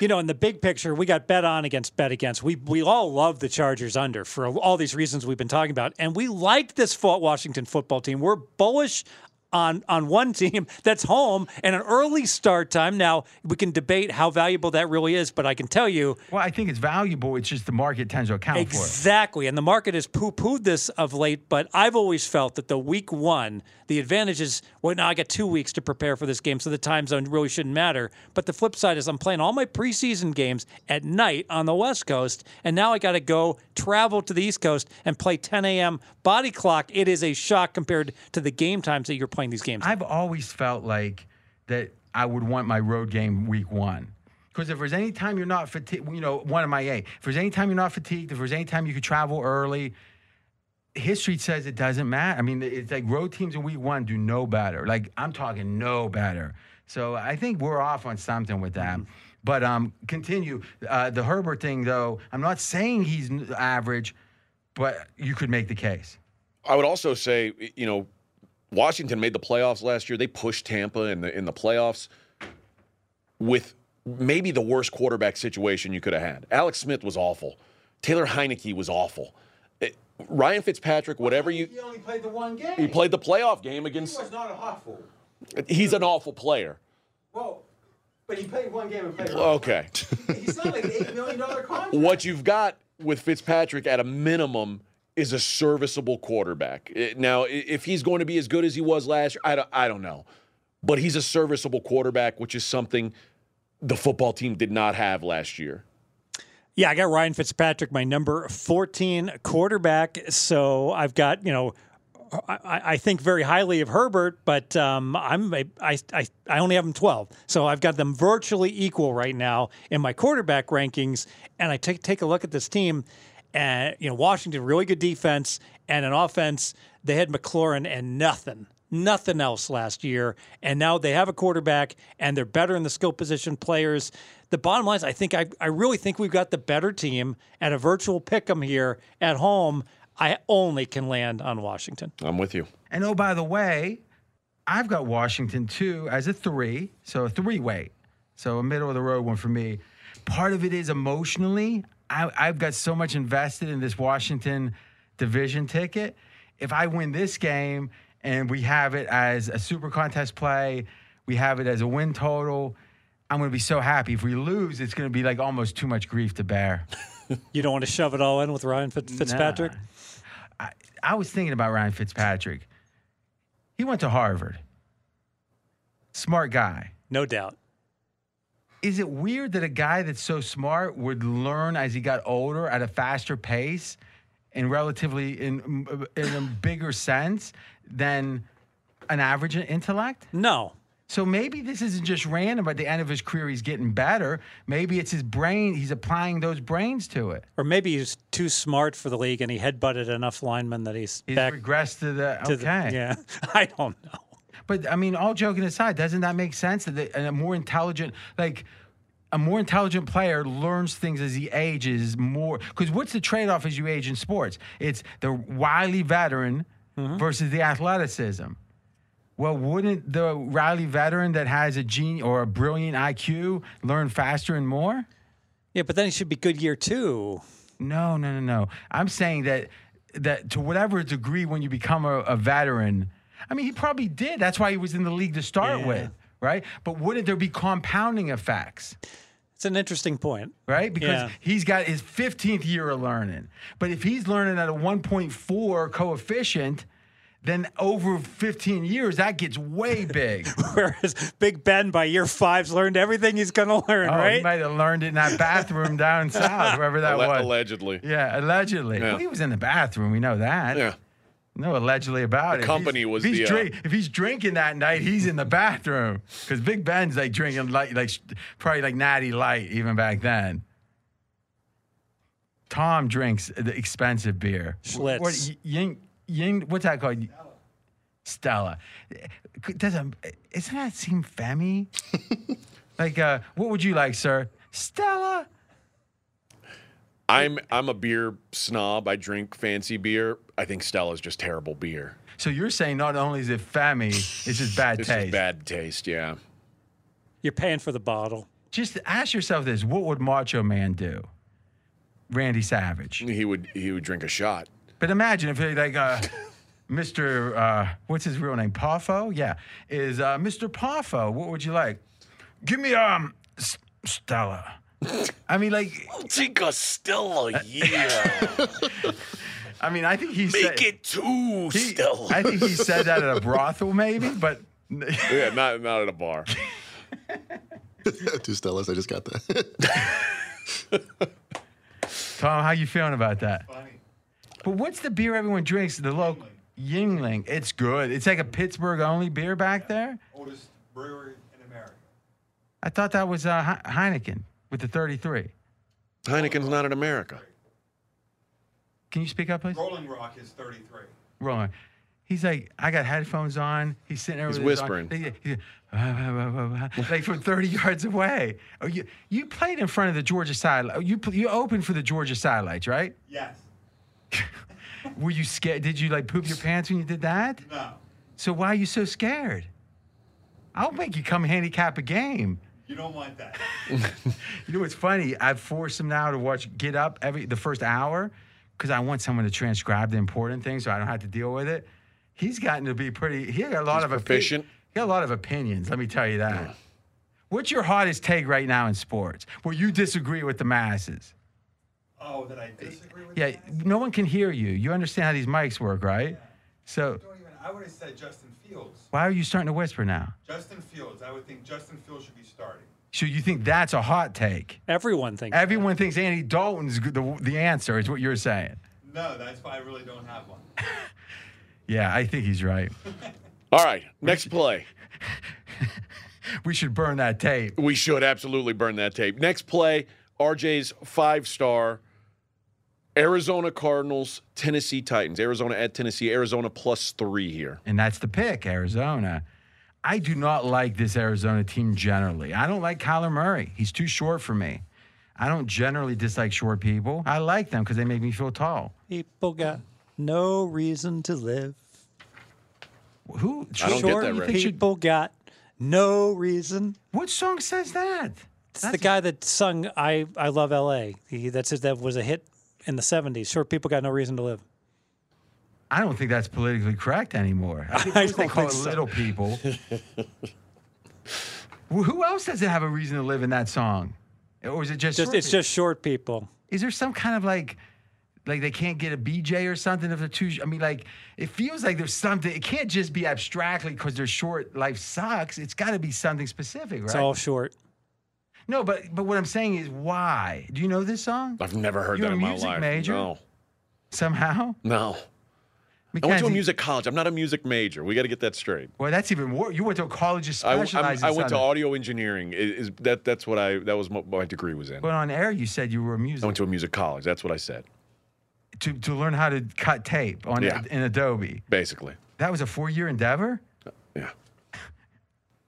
You know, in the big picture, we got bet on against bet against. We we all love the Chargers under for all these reasons we've been talking about, and we liked this fought Washington football team. We're bullish. On, on one team that's home and an early start time. Now, we can debate how valuable that really is, but I can tell you
Well, I think it's valuable. It's just the market tends to account for it.
Exactly. And the market has poo pooed this of late, but I've always felt that the week one, the advantage is, well, now I got two weeks to prepare for this game, so the time zone really shouldn't matter. But the flip side is I'm playing all my preseason games at night on the West Coast, and now I got to go travel to the East Coast and play 10 a.m. body clock. It is a shock compared to the game times that you're playing these games.
I've always felt like that I would want my road game week one. Because if there's any time you're not fatigued, you know, one of my eight, if there's any time you're not fatigued, if there's any time you could travel early, history says it doesn't matter. I mean, it's like road teams in week one do no better. Like, I'm talking no better. So I think we're off on something with that. But um, continue. Uh, the Herbert thing, though, I'm not saying he's n- average, but you could make the case.
I would also say, you know, Washington made the playoffs last year. They pushed Tampa in the in the playoffs with maybe the worst quarterback situation you could have had. Alex Smith was awful. Taylor Heineke was awful. It- Ryan Fitzpatrick, whatever you
only played the one game.
he played the playoff game against
not a awful.
he's an awful player.
Well, but he played one game and played.
Okay.
He signed like an eight million dollar contract.
What you've got with Fitzpatrick at a minimum is a serviceable quarterback. Eh, Now, i- if he's going to be as good as he was last year, I don't, I don't know. But he's a serviceable quarterback, which is something the football team did not have last year.
Yeah, I got Ryan Fitzpatrick, my number 14 quarterback. So I've got, you know, I, I- I think very highly of Herbert, but um, I'm a, I, I, I only have him 12. So I've got them virtually equal right now in my quarterback rankings. And I take, take a look at this team. And, you know, Washington, really good defense. And an offense, they had McLaurin and nothing nothing else last year. And now they have a quarterback and they're better in the skill position players. The bottom line is I think I, I really think we've got the better team at a virtual pick 'em here at home. I only can land on Washington.
I'm with you.
And oh, by the way, I've got Washington too as a three, so a three way. So a middle of the road one for me. Part of it is emotionally, I, I've got so much invested in this Washington division ticket. If I win this game and we have it as a super contest play, we have it as a win total. I'm going to be so happy. If we lose, it's going to be like almost too much grief to bear.
You don't want to shove it all in with Ryan Fitz- Fitzpatrick?
I, I was thinking about Ryan Fitzpatrick. He went to Harvard. Smart guy.
No doubt.
Is it weird that a guy that's so smart would learn as he got older at a faster pace and relatively in, in a bigger sense than an average intellect?
No.
So maybe this isn't just random. At the end of his career, he's getting better. Maybe it's his brain. He's applying those brains to it.
Or maybe he's too smart for the league and he headbutted enough linemen that he's,
He's
back
regressed to the
to
okay.
the. Yeah. I don't know.
But I mean, all joking aside, doesn't that make sense that the- and a more intelligent, like a more intelligent player learns things as he ages more? Because what's the trade off as you age in sports? It's the wily veteran versus the athleticism. Well, wouldn't the wily veteran that has a gene or a brilliant IQ learn faster and more?
Yeah, but then he should be good year two.
No, no, no, no. I'm saying that that to whatever degree when you become a, a veteran, I mean he probably did. That's why he was in the league to start
Yeah.
with, right? But wouldn't there be compounding effects,
It's an interesting point.
right? Because
Yeah.
he's got his 15th year of learning. But if he's learning at a 1.4 coefficient, then over 15 years that gets way big.
Whereas Big Ben by year five's learned everything he's going to learn,
Oh,
right?
he might have learned it in that bathroom down south, wherever that
Alle-
was.
allegedly.
yeah, allegedly.
Yeah.
Well, he was in the bathroom. We know that.
Yeah.
No, allegedly about it. If
company
he's-
was
if he's
the, uh,
drink- if he's drinking that night, he's in the bathroom because Big Ben's like drinking light, like sh- probably like natty light even back then. Tom drinks the expensive beer. Wh-
Schlitz.
What, y- yin, yin, what's that called? Stella. Stella. Doesn't isn't that seem femmy? like, uh, what would you like, sir? Stella.
I'm I'm a beer snob. I drink fancy beer. I think Stella's just terrible beer.
So you're saying not only is it femmy, it's just bad
It's
taste.
just bad taste, yeah.
You're paying for the bottle.
just ask yourself this what would macho man do randy savage
He would he would drink a shot.
but imagine if he like uh mr uh what's his real name poffo yeah is uh mr poffo what would you like give me um S- stella i mean like
Take a Stella, yeah.
i mean i think he said
Make it two
he-
Stella.
i think he said that at a brothel maybe but
Yeah, not not at a bar.
Two Stellas, I just got that.
tom how you feeling about that but what's the beer everyone drinks the local yingling it's good it's like a pittsburgh only beer back there
oldest brewery in America.
I thought that was uh, Hei- Heineken with the 33.
Heineken's not in America.
Can you speak up, please?
Rolling Rock is 33.
Rolling. He's like, I got headphones on. He's sitting there.
He's
with his ar-
whispering.
He- he- like from 30 yards away. Oh, you you played in front of the Georgia side. You pl- you opened for the Georgia sidelights, right?
Yes.
Were you scared? Did you like poop your pants when you did that?
No.
So why are you so scared? I'll make you come handicap a game.
You don't want that.
You know what's funny? I've forced him now to watch Get Up every the first hour because I want someone to transcribe the important things so I don't have to deal with it. He's gotten to be pretty. He got a lot
He's
of opi-
proficient.
he got a lot of opinions. Let me tell you that. What's your hottest take right now in sports? Where you disagree with the masses?
Oh, that I disagree with.
Yeah,
you guys?
no one can hear you. You understand how these mics work, right? So
Don't even. I would have said Justin Fields.
why are you starting to whisper now?
Justin Fields. I would think Justin Fields should be starting.
So you think that's a hot take?
Everyone thinks.
Everyone thinks Andy Dalton's g- the, the answer. Is what you're saying?
No, that's why I really don't have one.
Yeah, I think he's right.
All right, next play.
We should burn that tape.
We should absolutely burn that tape. Next play, RJ's five star Arizona Cardinals, Tennessee Titans. Arizona at Tennessee, Arizona plus three here.
And that's the pick, Arizona. I do not like this Arizona team generally. I don't like Kyler Murray. He's too short for me. I don't generally dislike short people. I like them because they make me feel tall.
people got no reason to live.
Who?
I don't get
short?
that
You
right.
think should-
People got no reason.
what song says that?
It's the guy that sung "I I Love L.A." He, that's his, that was a hit in the '70s. Short people got no reason to live.
I don't think that's politically correct anymore. I think
I
they
don't
call it
think so.
little people. Well, Who else doesn't have a reason to live in that song? Or is it just,
Just
short
it's
people?
just short people.
is there some kind of like like they can't get a BJ or something if they're too I mean like it feels like there's something it can't just be abstractly because they're short life sucks. It's gotta be something specific, right?
It's all short.
no, but but what I'm saying is why? Do you know this song?
I've never heard
You're
that
a
in my
music
life.
major?
No,
Somehow?
no. I went to a
Mackenzie-
music college. I'm not a music major. We got to get that straight.
Well, that's even worse. You went to a college that
I, I'm-
specializes
I went to
something.
audio engineering. I- Is, that that's what I that was what my degree was in.
But on air, you said you were a music
I went to a music college. That's what I said,
to, to learn how to cut tape on
Yeah.
in Adobe.
basically.
That was a four year endeavor.
Yeah,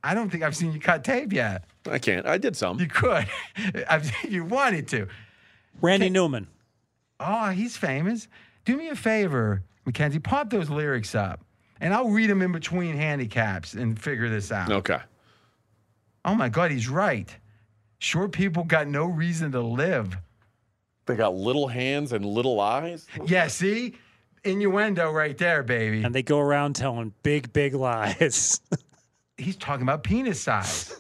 I don't think I've seen you cut tape yet.
I can't. I did some.
You could, I've seen you wanted to.
Randy Newman.
Oh, he's famous. Do me a favor, Mackenzie, pop those lyrics up, and I'll read them in between handicaps and figure this out.
Okay.
Oh my God, he's right. Short people got no reason to live.
They got little hands and little eyes.
Yeah, see, innuendo right there, baby.
and they go around telling big, big lies.
he's talking about penis size.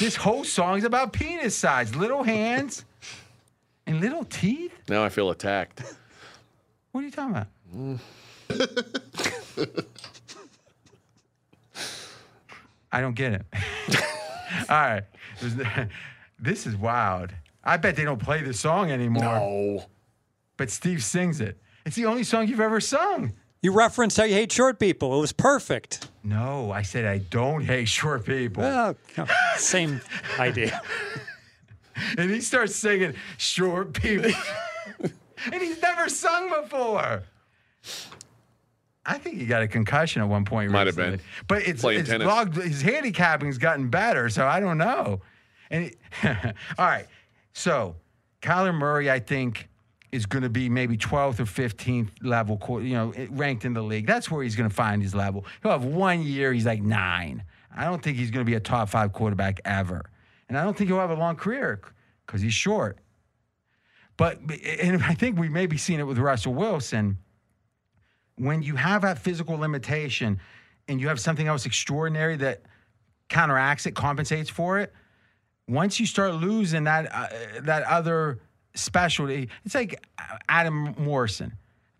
this whole song's about penis size, little hands and little teeth.
Now I feel attacked.
What are you talking about? I don't get it. All right, There's- this is wild. I bet they don't play this song anymore.
No.
But Steve sings it. It's the only song you've ever sung.
you referenced how you hate short people. It was perfect.
No, I said I don't hate short people.
Oh, same idea.
and he starts singing short people and he's never sung before I think he got a concussion at one point.
Might have
recently.
been.
but it's,
Playing
it's
tennis.
logged. His handicapping's gotten better, so I don't know. And it, all right, so Kyler Murray, I think, is going to be maybe 12th or 15th level, qu- you know, it- ranked in the league. That's where he's going to find his level. He'll have one year. He's like nine. I don't think he's going to be a top five quarterback ever, and I don't think he'll have a long career because he's short. But and I think we may be seeing it with Russell Wilson. When you have that physical limitation and you have something else extraordinary that counteracts it, compensates for it, once you start losing that uh, that other specialty, it's like uh, Adam Morrison.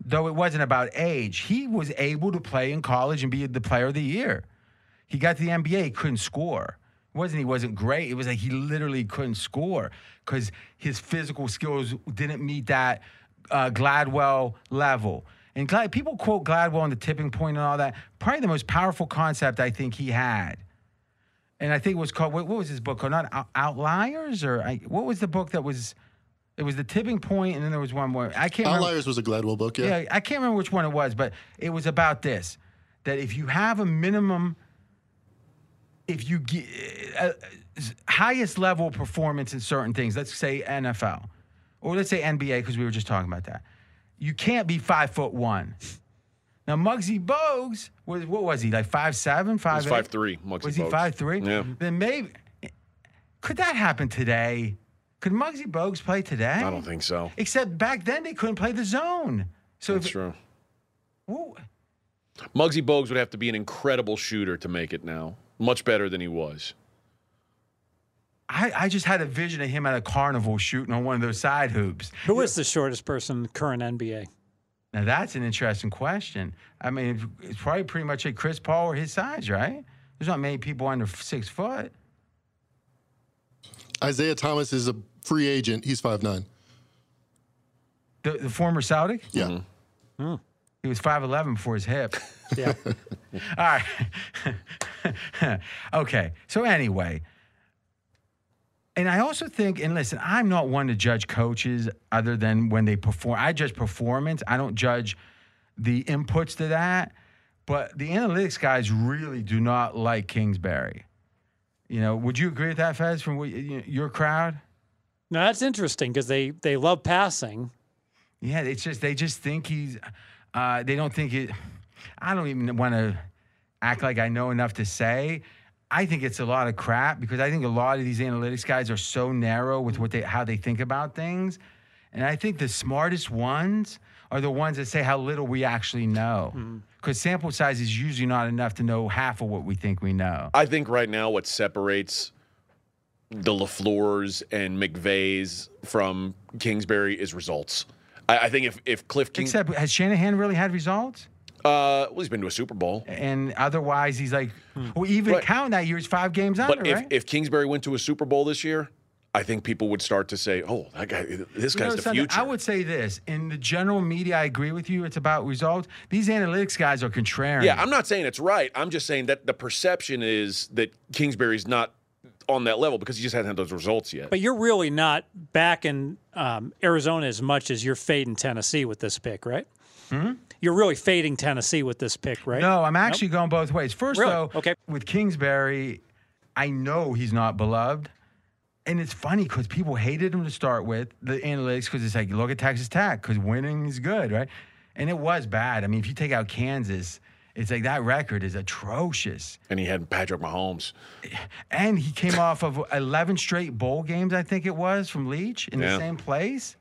Though it wasn't about age, he was able to play in college and be the player of the year. He got to the NBA, he couldn't score. It wasn't he wasn't great. It was like he literally couldn't score because his physical skills didn't meet that uh, Gladwell level. And Glad, people quote Gladwell and the tipping point and all that. Probably the most powerful concept I think he had and I think it was called what, what was his book called? Not Out- Outliers or I, what was the book that was? It was the tipping point, and then there was one more. I can't remember.
Outliers was a Gladwell book, yeah.
Yeah, I can't remember which one it was, but it was about this: that if you have a minimum, if you get uh, highest level performance in certain things, let's say NFL, or let's say NBA, because we were just talking about that, you can't be five foot one. Now Muggsy Bogues was what was he like five seven, five
He's five three. Muggsy
was he
Bogues.
five three?
Yeah.
Then maybe could that happen today? Could Muggsy Bogues play today?
I don't think so.
Except back then they couldn't play the zone. So
That's
if,
true.
Woo-
Muggsy Bogues would have to be an incredible shooter to make it now. Much better than he was.
I, I just had a vision of him at a carnival shooting on one of those side hoops.
Who is the shortest person current NBA?
Now that's an interesting question. I mean, it's probably pretty much a Chris Paul or his size, right? There's not many people under six foot.
Isaiah Thomas is a free agent. He's five nine.
The, the former Saudi,
Yeah.
he was 5'11 before his hip.
Yeah.
All right. okay. So anyway, and I also think, and listen, I'm not one to judge coaches other than when they perform. I judge performance. I don't judge the inputs to that. But the analytics guys really do not like Kingsbury. You know, would you agree with that, Fez, from what, y- y- your crowd?
now that's interesting because they they love passing.
Yeah, it's just they just think he's. Uh, they don't think it. I don't even want to act like I know enough to say. I think it's a lot of crap because I think a lot of these analytics guys are so narrow with what they how they think about things, and I think the smartest ones are the ones that say how little we actually know.
Hmm.
Because sample size is usually not enough to know half of what we think we know.
I think right now what separates the LaFleurs and McVays from Kingsbury is results. I, I think if, if Cliff King,
Except, has Shanahan really had results?
uh, well, he's been to a Super Bowl.
And otherwise, he's like, well, even
Right.
count that year is five games under,
Hmm. But if,
right?
if Kingsbury went to a Super Bowl this year, I think people would start to say, "Oh, that guy, this
You
guy's
know
the
something?
future."
I would say this in the general media. I agree with you. It's about results. These analytics guys are contrarian.
yeah, I'm not saying it's right. I'm just saying that the perception is that Kingsbury's not on that level because he just hasn't had those results yet.
But you're really not back in um, Arizona as much as you're fading Tennessee with this pick, right?
Hmm?
You're really fading Tennessee with this pick, right?
no, I'm actually going both ways. First,
Really?
though,
Okay.
with Kingsbury, I know he's not beloved. And it's funny because people hated him to start with the analytics because it's like, look at Texas Tech because winning is good, right? And it was bad. I mean, if you take out Kansas, it's like that record is atrocious.
and he had Patrick Mahomes.
And he came off of 11 straight bowl games, I think it was, from Leach in
Yeah.
the same place.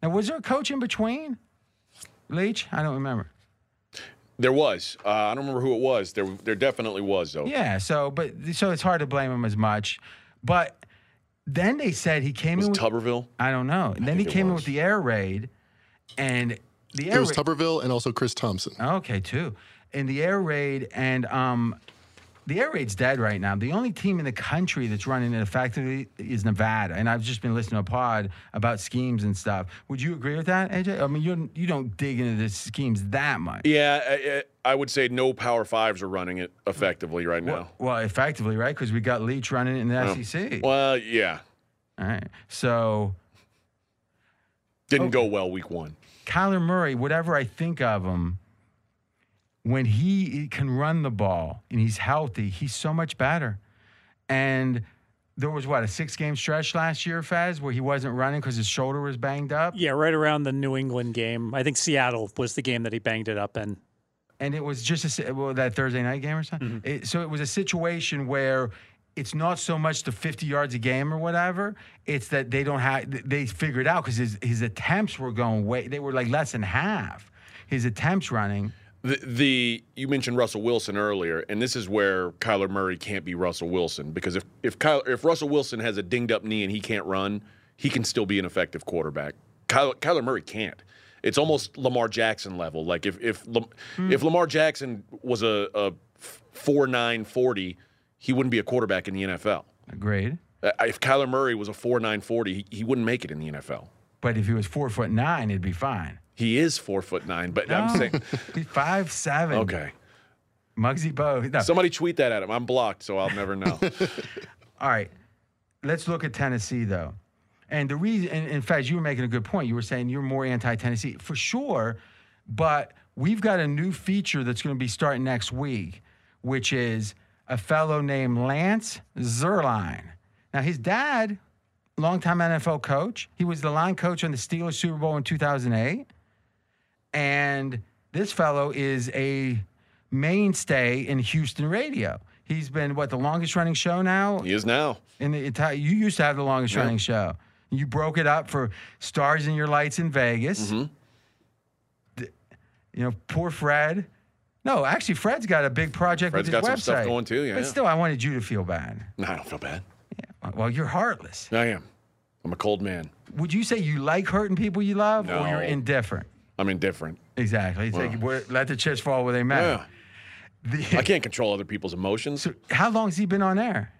Now, was there a coach in between? Leach? I don't remember.
There was. Uh, I don't remember who it was. There, there definitely was though.
Yeah, so but so it's hard to blame him as much. But then they said he came
Was
in
it
with
Tuberville?
I don't know. And then he
think it
came in
was.
with the air raid and the
It
air
was
raid.
Tuberville and also Chris Thompson.
Okay, too. In the air raid and um the air raid's dead right now. The only team in the country that's running it effectively is Nevada. And I've just been listening to a pod about schemes and stuff. Would you agree with that, AJ? I mean, you you don't dig into the schemes that much.
Yeah, I, I I would say no Power Fives are running it effectively right now.
Well, effectively, right? Because we got Leach running it in the SEC.
Well, yeah,
All right. So
didn't go well week one.
Kyler Murray, whatever I think of him, when he can run the ball and he's healthy, he's so much better. And there was what a six game stretch last year, Faz, where he wasn't running because his shoulder was banged up,
Yeah, right around the New England game. I think Seattle was the game that he banged it up in.
and it was just a, si- well, that Thursday night game or something. It- so it was a situation where it's not so much the 50 yards a game or whatever; it's that they don't have th- they figured out because his his attempts were going way they were like less than half his attempts running.
The, the you mentioned Russell Wilson earlier, and this is where Kyler Murray can't be Russell Wilson because if if Kyler, if Russell Wilson has a dinged up knee and he can't run, he can still be an effective quarterback. Kyler, Kyler Murray can't. It's almost Lamar Jackson level. Like if if Lam- if Lamar Jackson was a, a four nine forty, he wouldn't be a quarterback in the NFL.
Agreed.
Uh, if Kyler Murray was a four nine forty, he, he wouldn't make it in the NFL.
But if he was four foot nine, it'd be fine.
He is four foot nine, but I'm
No.
saying
He's five seven.
okay.
Muggsy Bogues. No.
Somebody tweet that at him. I'm blocked, so I'll never know.
All right. Let's look at Tennessee though. And the reason and in fact you were making a good point. You were saying you're more anti Tennessee. For sure, but we've got a new feature that's gonna be starting next week, which is a fellow named Lance Zerline. Now his dad, longtime NFL coach, he was the line coach on the Steelers Super Bowl in 2008. and this fellow is a mainstay in Houston radio. He's been what the longest running show now
he is now.
in the entire. You used to have the longest running show. You broke it up for Stars in Your Lights in Vegas.
Mm-hmm.
Th- You know, poor Fred. No, actually, Fred's got a big project
Fred's
with his
got some
website.
stuff going too, yeah.
But still, I wanted you to feel bad.
No, I don't feel bad.
Well, you're heartless.
I am. I'm a cold man.
Would you say you like hurting people you love, or you're
No.
indifferent?
I'm indifferent.
Exactly. It's like, where- let the chips fall where they may.
Yeah.
Uh, The-
I can't control other people's emotions.
how long's he been on air?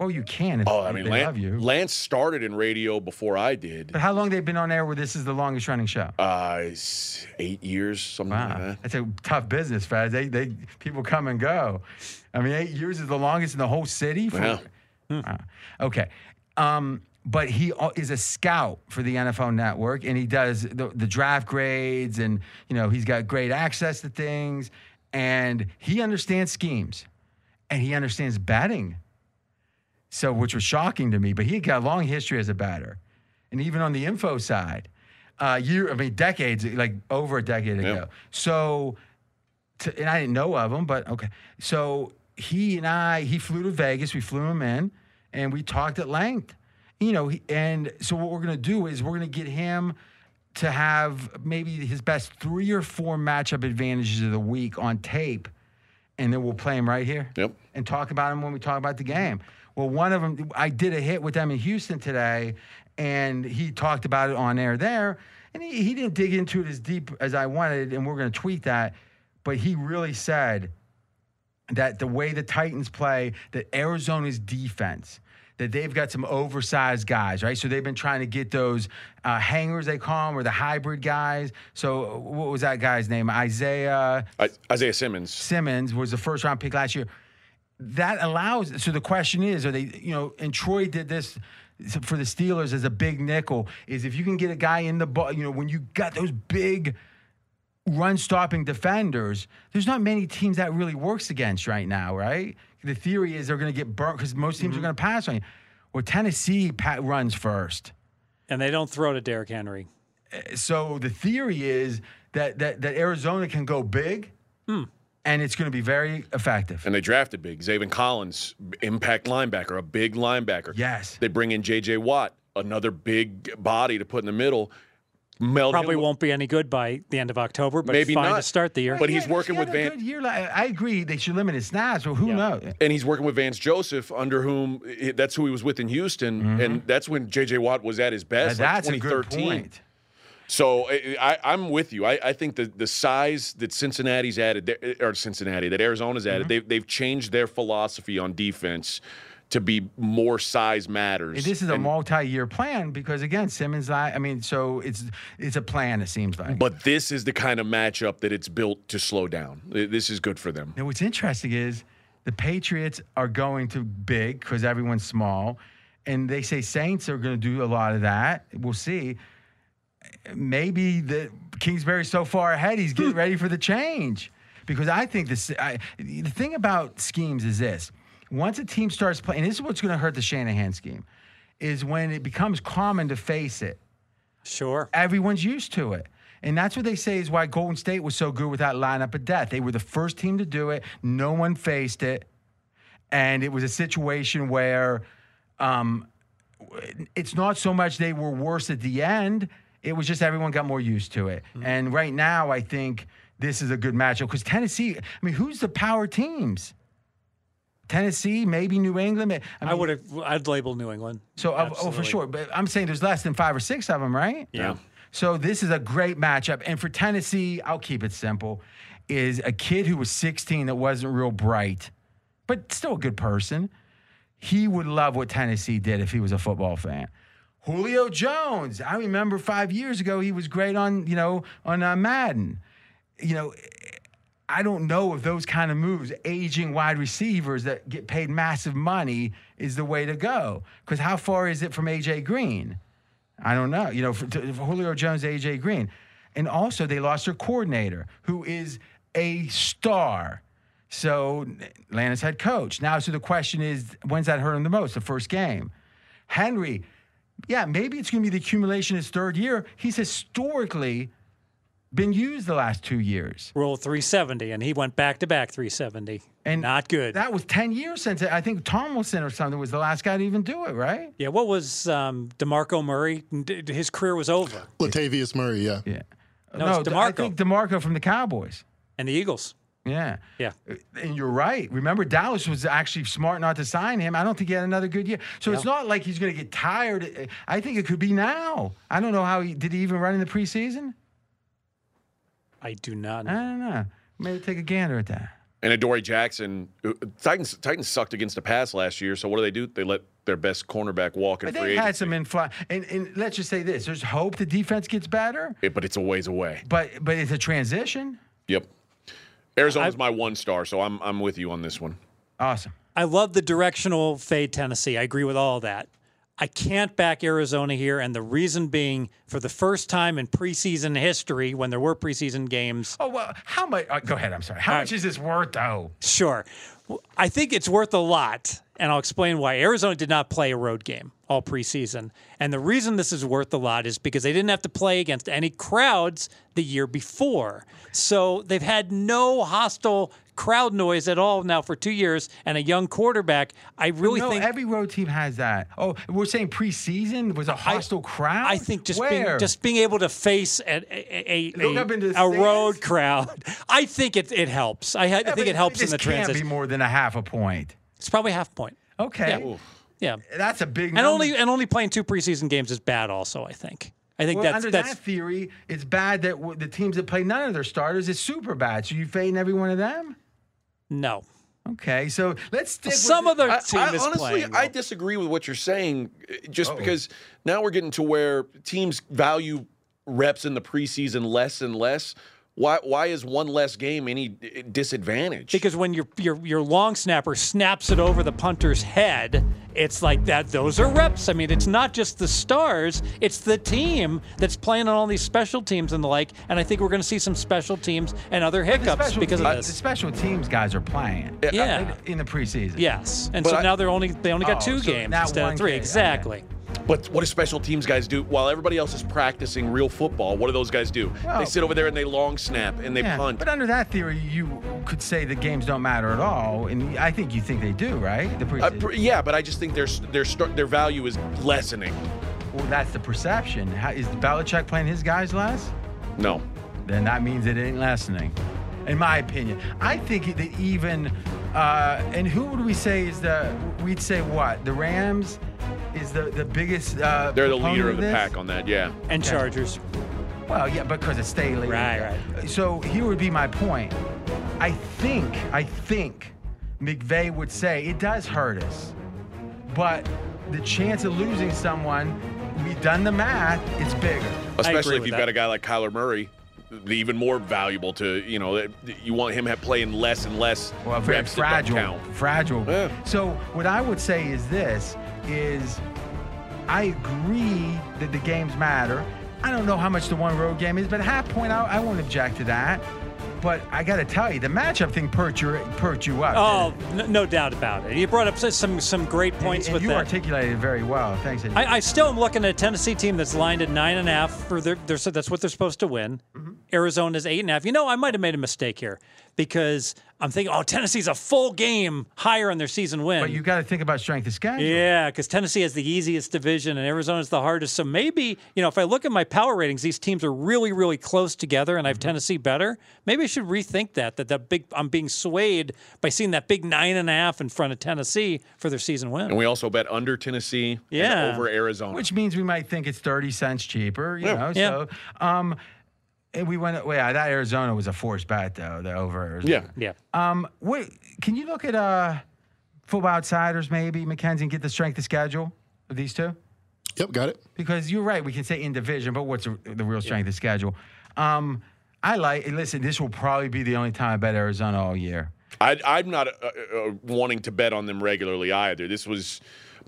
Oh, you can. If
Oh, I mean,
they
Lance,
love you. Uh.
Lance started in radio before I did.
but how long they've been on air? Where this is the longest running show.
Uh, s- eight years, something like
Wow,
that.
that's a tough business, Faz. They, they people come and go. I mean, eight years is the longest in the whole city. For,
Yeah.
Wow. Okay, um, but he al- is a scout for the NFL Network, and he does the, the draft grades, and you know he's got great access to things, and he understands schemes, and he understands batting. So, which was shocking to me, but he had got a long history as a batter, and even on the info side, uh, year I mean decades, like over a decade ago. So, to, and I didn't know of him, but okay. So he and I, he flew to Vegas. We flew him in, and we talked at length. You know, he, and so what we're gonna do is we're gonna get him to have maybe his best three or four matchup advantages of the week on tape, and then we'll play him right here
Yep.
and talk about them when we talk about the game. Well, one of them, I did a hit with them in Houston today, and he talked about it on air there. And he, he didn't dig into it as deep as I wanted, and we're going to tweet that. But he really said that the way the Titans play, that Arizona's defense, that they've got some oversized guys, right? So they've been trying to get those uh, hangers, they call them, or the hybrid guys. So uh, what was that guy's name? Isaiah.
I, Isaiah Simmons.
Simmons was the first round pick last year. That allows. So the question is, are they? You know, and Troy did this for the Steelers as a big nickel. Is if you can get a guy in the ball, you know, when you got those big run stopping defenders, there's not many teams that really works against right now, right? The theory is they're going to get burnt because most teams are going to pass on you. Well, Tennessee pat runs first.
And they don't throw to Derrick Henry.
So the theory is that that, that Arizona can go big, and it's going to be very effective.
And they drafted big. Zayvon Collins, impact linebacker, a big linebacker.
Yes.
They bring in J.J. Watt, another big body to put in the middle. Melvin,
Probably won't be any good by the end of October, but
Maybe
fine
not,
to start the year.
but he's working
got
with
a
Van-
Good year. Like, I agree they should limit his snaps, but who knows?
and he's working with Vance Joseph, under whom eh, that's who he was with in Houston, and that's when J.J. Watt was at his best. like
Mm-hmm. that's a good
2013.
point.
So I, I, I'm with you. I, I think the the size that Cincinnati's added, there- or Cincinnati that Arizona's
Mm-hmm.
added, they've they've changed their philosophy on defense to be more size matters.
This is a multi-year plan because again, Simmons. I, I mean, so it's it's a plan. It seems like.
But this is the kind of matchup that it's built to slow down. Th- This is good for them.
Now, what's interesting is the Patriots are going to big because everyone's small, and they say Saints are going to do a lot of that. We'll see. Maybe the Kingsbury's so far ahead, he's getting ready for the change. Because I think this, I, the thing about schemes is this: once a team starts playing, and this is what's going to hurt the Shanahan scheme, is when it becomes common to face it
sure.
everyone's used to it. And that's what they say is why Golden State was so good with that lineup of death. They were the first team to do it. No one faced it. And it was a situation where um, it's not so much they were worse at the end. It was just everyone got more used to it. And right now, I think this is a good matchup because Tennessee, I mean, who's the power teams? Tennessee, maybe New England. I,
I would have. I'd label New England.
So, oh, oh, for
Absolutely.
sure. But I'm saying there's less than five or six of them, right?
Yeah.
So this is a great matchup. And for Tennessee, I'll keep it simple, is a kid who was 16 that wasn't real bright, but still a good person. He would love what Tennessee did if he was a football fan. Julio Jones, I remember five years ago he was great on, you know, on uh, Madden. You know, I don't know if those kind of moves, aging wide receivers that get paid massive money, is the way to go. Because how far is it from AJ Green? I don't know. You know, for, to, for Julio Jones, AJ Green, and also they lost their coordinator, who is a star. So Atlanta's head coach now. So the question is, when's that hurt him the most? The first game, Henry. Yeah, maybe it's going to be the accumulation his third year. He's historically been used the last two years.
Roll 370, and he went back to back 370.
And
not good.
That was 10 years since I think Tomlinson or something was the last guy to even do it, right?
yeah. What was um, Demarco Murray? D- his career was over,
Latavius Murray, yeah.
Yeah.
No, it's
I
DeMarco.
think DeMarco from the Cowboys.
and the Eagles.
Yeah.
Yeah.
And you're right. Remember, Dallas was actually smart not to sign him. I don't think he had another good year. So it's not like he's going to get tired. I think it could be now. I don't know how he did. He even run in the preseason?
I do not.
I don't know. Maybe take a gander at that.
And Adoree Jackson, who- Titans Titans sucked against the pass last year. So what do they do? They let their best cornerback walk in
But
free
they had
agency.
some in fly. And, and let's just say this: there's hope the defense gets better,
It- but it's a ways away.
but but it's a transition.
Yep. Arizona's my one star, so I'm I'm with you on this one.
Awesome.
I love the directional fade Tennessee. I agree with all of that. I can't back Arizona here, and the reason being, for the first time in preseason history, when there were preseason games,
Oh well, how much? Uh, go ahead. I'm sorry. How much is this worth, though?
Sure. Well, I think it's worth a lot, and I'll explain why. Arizona did not play a road game all preseason. And the reason this is worth a lot is because they didn't have to play against any crowds the year before. So they've had no hostile crowd noise at all now for two years and a young quarterback. I really
No,
think
every road team has that. Oh, we're saying preseason was a hostile crowd.
I think just
Where?
being just being able to face a a, a,
Look up into
a,
the
a road
stands?
crowd. I think it, it helps. I, ha- I
Yeah,
think
but
it helps in
this
the
can't
transition.
Be more than a half a point.
It's probably half point.
Okay,
Yeah.
that's a big.
and
number.
only and only playing two preseason games is bad. Also, I think. I think
Well,
that's
under
that's
that theory, it's bad that w- the teams that play none of their starters is super bad. So you fading every one of them?
no.
Okay, so let's stick.
Some
with
other
the-
team is
honestly,
playing.
I
well.
disagree with what you're saying, uh, just because now we're getting to where teams value reps in the preseason less and less. Why? Why is one less game any uh, disadvantage?
because when your your your long snapper snaps it over the punter's head, it's like that. Those are reps. I mean, it's not just the stars; it's the team that's playing on all these special teams and the like. And I think we're going to see some special teams and other
the
hiccups
special
because of
teams-
this.
The special teams guys are playing.
yeah.
In the preseason.
Yes, and
But
so
I-
now they're only they only got
Oh,
two
so
games
not
instead
one
of three.
game.
Exactly.
But what do special teams guys do while everybody else is practicing real football? What do those guys do? they
Well-
sit over there and they long snap and they
Yeah,
punt.
But under that theory, you could say the games don't matter at all, and I think you think they do, right? The
Uh,
preseason.
pr- yeah, but I just think their s- their start, their value is lessening.
well, that's the perception. How, is Belichick playing his guys less?
No,
Then that means it ain't lessening, in my opinion. I think that even, uh, and who would we say is the? We'd say what? The Rams is the the biggest. Uh,
they're the
proponent
leader of the
this?
pack on that. Yeah,
And Chargers.
Well, yeah, because it's Staley.
Right, right.
So here would be my point. I think, I think McVeigh would say it does hurt us, but the chance of losing someone, we've done the math, it's bigger.
especially if
with
you've
that.
got a guy like Kyler Murray, th- even more valuable to you know that- that you want him ha- playing less and less
Well, very
reps that don't
fragile.
count.
Fragile.
Yeah.
So what I would say is this is I agree that the games matter. I don't know how much the one road game is, but half point I, I won't object to that. But I gotta tell you, the matchup thing perked you, perked you up.
Oh, no, no doubt about it. You brought up some some great points
and
with
you
that.
articulated it very well. Thanks. Eddie.
I, I still am looking at a Tennessee team that's lined at nine and a half for their, their so that's what they're supposed to win.
Mm-hmm.
Arizona's eight and a half. You know, I might have made a mistake here because I'm thinking, oh, Tennessee's a full game higher on their season win.
but you got to think about strength of schedule.
yeah, because Tennessee has the easiest division and Arizona's the hardest. So maybe, you know, if I look at my power ratings, these teams are really, really close together and I have
Mm-hmm.
Tennessee better. Maybe I should rethink that, that that big I'm being swayed by seeing that big nine and a half in front of Tennessee for their season win.
And we also bet under Tennessee
Yeah.
and over Arizona.
Which means we might think it's 30 cents cheaper, you know?
Yeah.
So, um, and we went, well, yeah, that Arizona was a forced bet, though, the over Arizona.
yeah,
yeah.
Um, what, can you look at uh, Football Outsiders, maybe, McKenzie, and get the strength of schedule of these two?
Yep, got it.
Because you're right, we can say in division, but what's the the real strength of schedule? Um, I like, and listen, this will probably be the only time I bet Arizona all year.
I, I'm not uh, uh, wanting to bet on them regularly either. This was,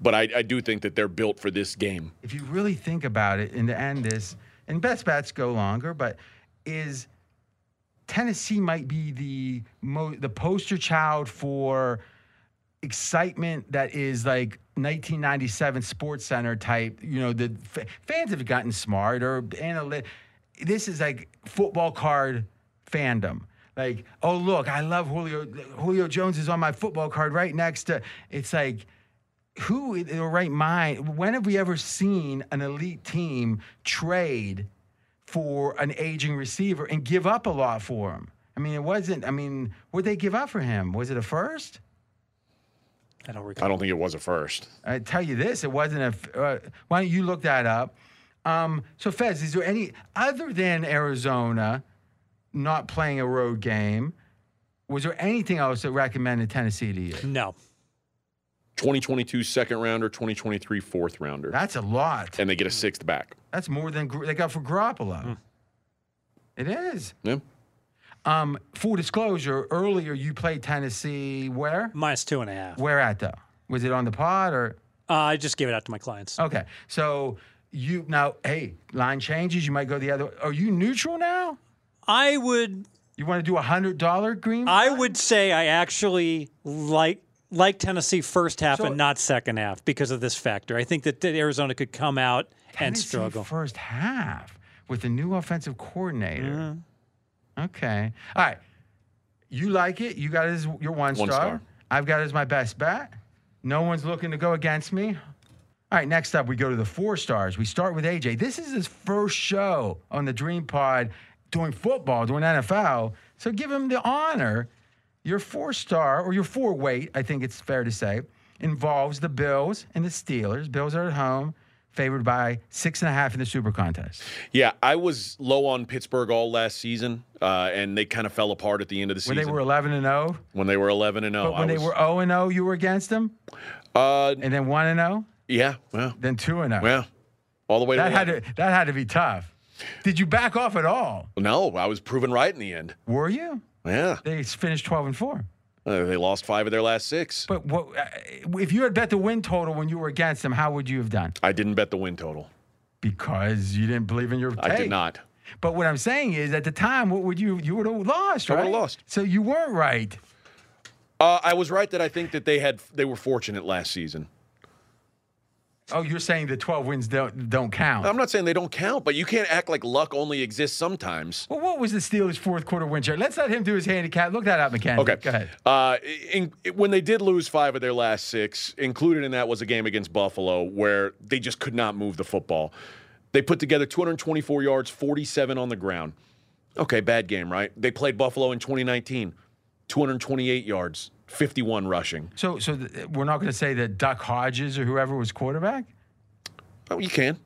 but I, I do think that they're built for this game.
if you really think about it, and to end this, and best bets go longer, but is Tennessee might be the mo- the poster child for excitement that is like 1997 Sports Center type. You know, the f- fans have gotten smart or analytic. This is like football card fandom. Like, oh look, I love Julio. Julio Jones is on my football card right next to. It's like who in their right mind, when have we ever seen an elite team trade for an aging receiver and give up a lot for him? I mean, it wasn't. I mean, what they give up for him? Was it a first?
I don't recall.
I don't think it was a first.
I tell you this, it wasn't a. f- Uh, why don't you look that up? Um, so Fez, is there any other than Arizona not playing a road game? Was there anything else that recommended Tennessee to you?
No.
2022 second rounder, 2023 fourth rounder,
That's a lot.
and they get a sixth back.
That's more than Gar- they got for Garoppolo. It is.
Yeah.
Um, full disclosure: earlier you played Tennessee. Where?
Minus two and a half.
Where at though? Was it on the pod or?
Uh, I just gave it out to my clients.
Oh.
Okay, so you now, hey, line changes. You might go the other. Are you neutral now?
I would
You want to do a hundred dollar green?
I would say I actually like like Tennessee first half
So-
and not second half because of this factor. I think that, that Arizona could come out and
Tennessee
struggle.
first half with the new offensive coordinator. Okay, all right. You like it? You got it as your one,
One
star.
star.
I've got it as my best bet. No one's looking to go against me. All right, next up, we go to the four stars. We start with AJ. This is his first show on the Dream Pod doing football, doing NFL. So give him the honor. Your four star, or your four weight, I think it's fair to say, involves the Bills and the Steelers. Bills are at home, favored by six and a half in the Super Contest.
Yeah, I was low on Pittsburgh all last season, uh, and they kind of fell apart at the end of the
When
season
they were 11 and oh, 0,
when they were 11 and 0.
but when
Oh, I
they
was,
were 0 and 0, you were against them,
uh,
and then 1 and 0,
yeah, well,
then 2 and 0.
well, all the way
that
to,
had
11.
to that had to be tough. Did you back off at all?
No, I was proven right in the end.
Were you?
Yeah,
They finished 12 and 4.
Uh, they lost five of their last six.
But what, uh, if you had bet the win total when you were against them, how would you have done?
I didn't bet the win total.
Because you didn't believe in your take.
I did not.
But what I'm saying is, at the time, what would you you would have lost?
I would
right?
have lost.
So you weren't right.
Uh, I was right that I think that they had they were fortunate last season.
Oh, you're saying the 12 wins don't don't count.
I'm not saying they don't count, but you can't act like luck only exists sometimes.
well, what was the Steelers' fourth quarter win share? Let's let him do his handicap. Look that up, McKenzie.
Okay.
go ahead.
Uh, in, in- when they did lose five of their last six, included in that was a game against Buffalo where they just could not move the football. They put together 224 yards, 47 on the ground. Okay, bad game, right? They played Buffalo in 2019, 228 yards, 51 rushing.
So so th- we're not going to say that Duck Hodges or whoever was quarterback,
Oh, you can.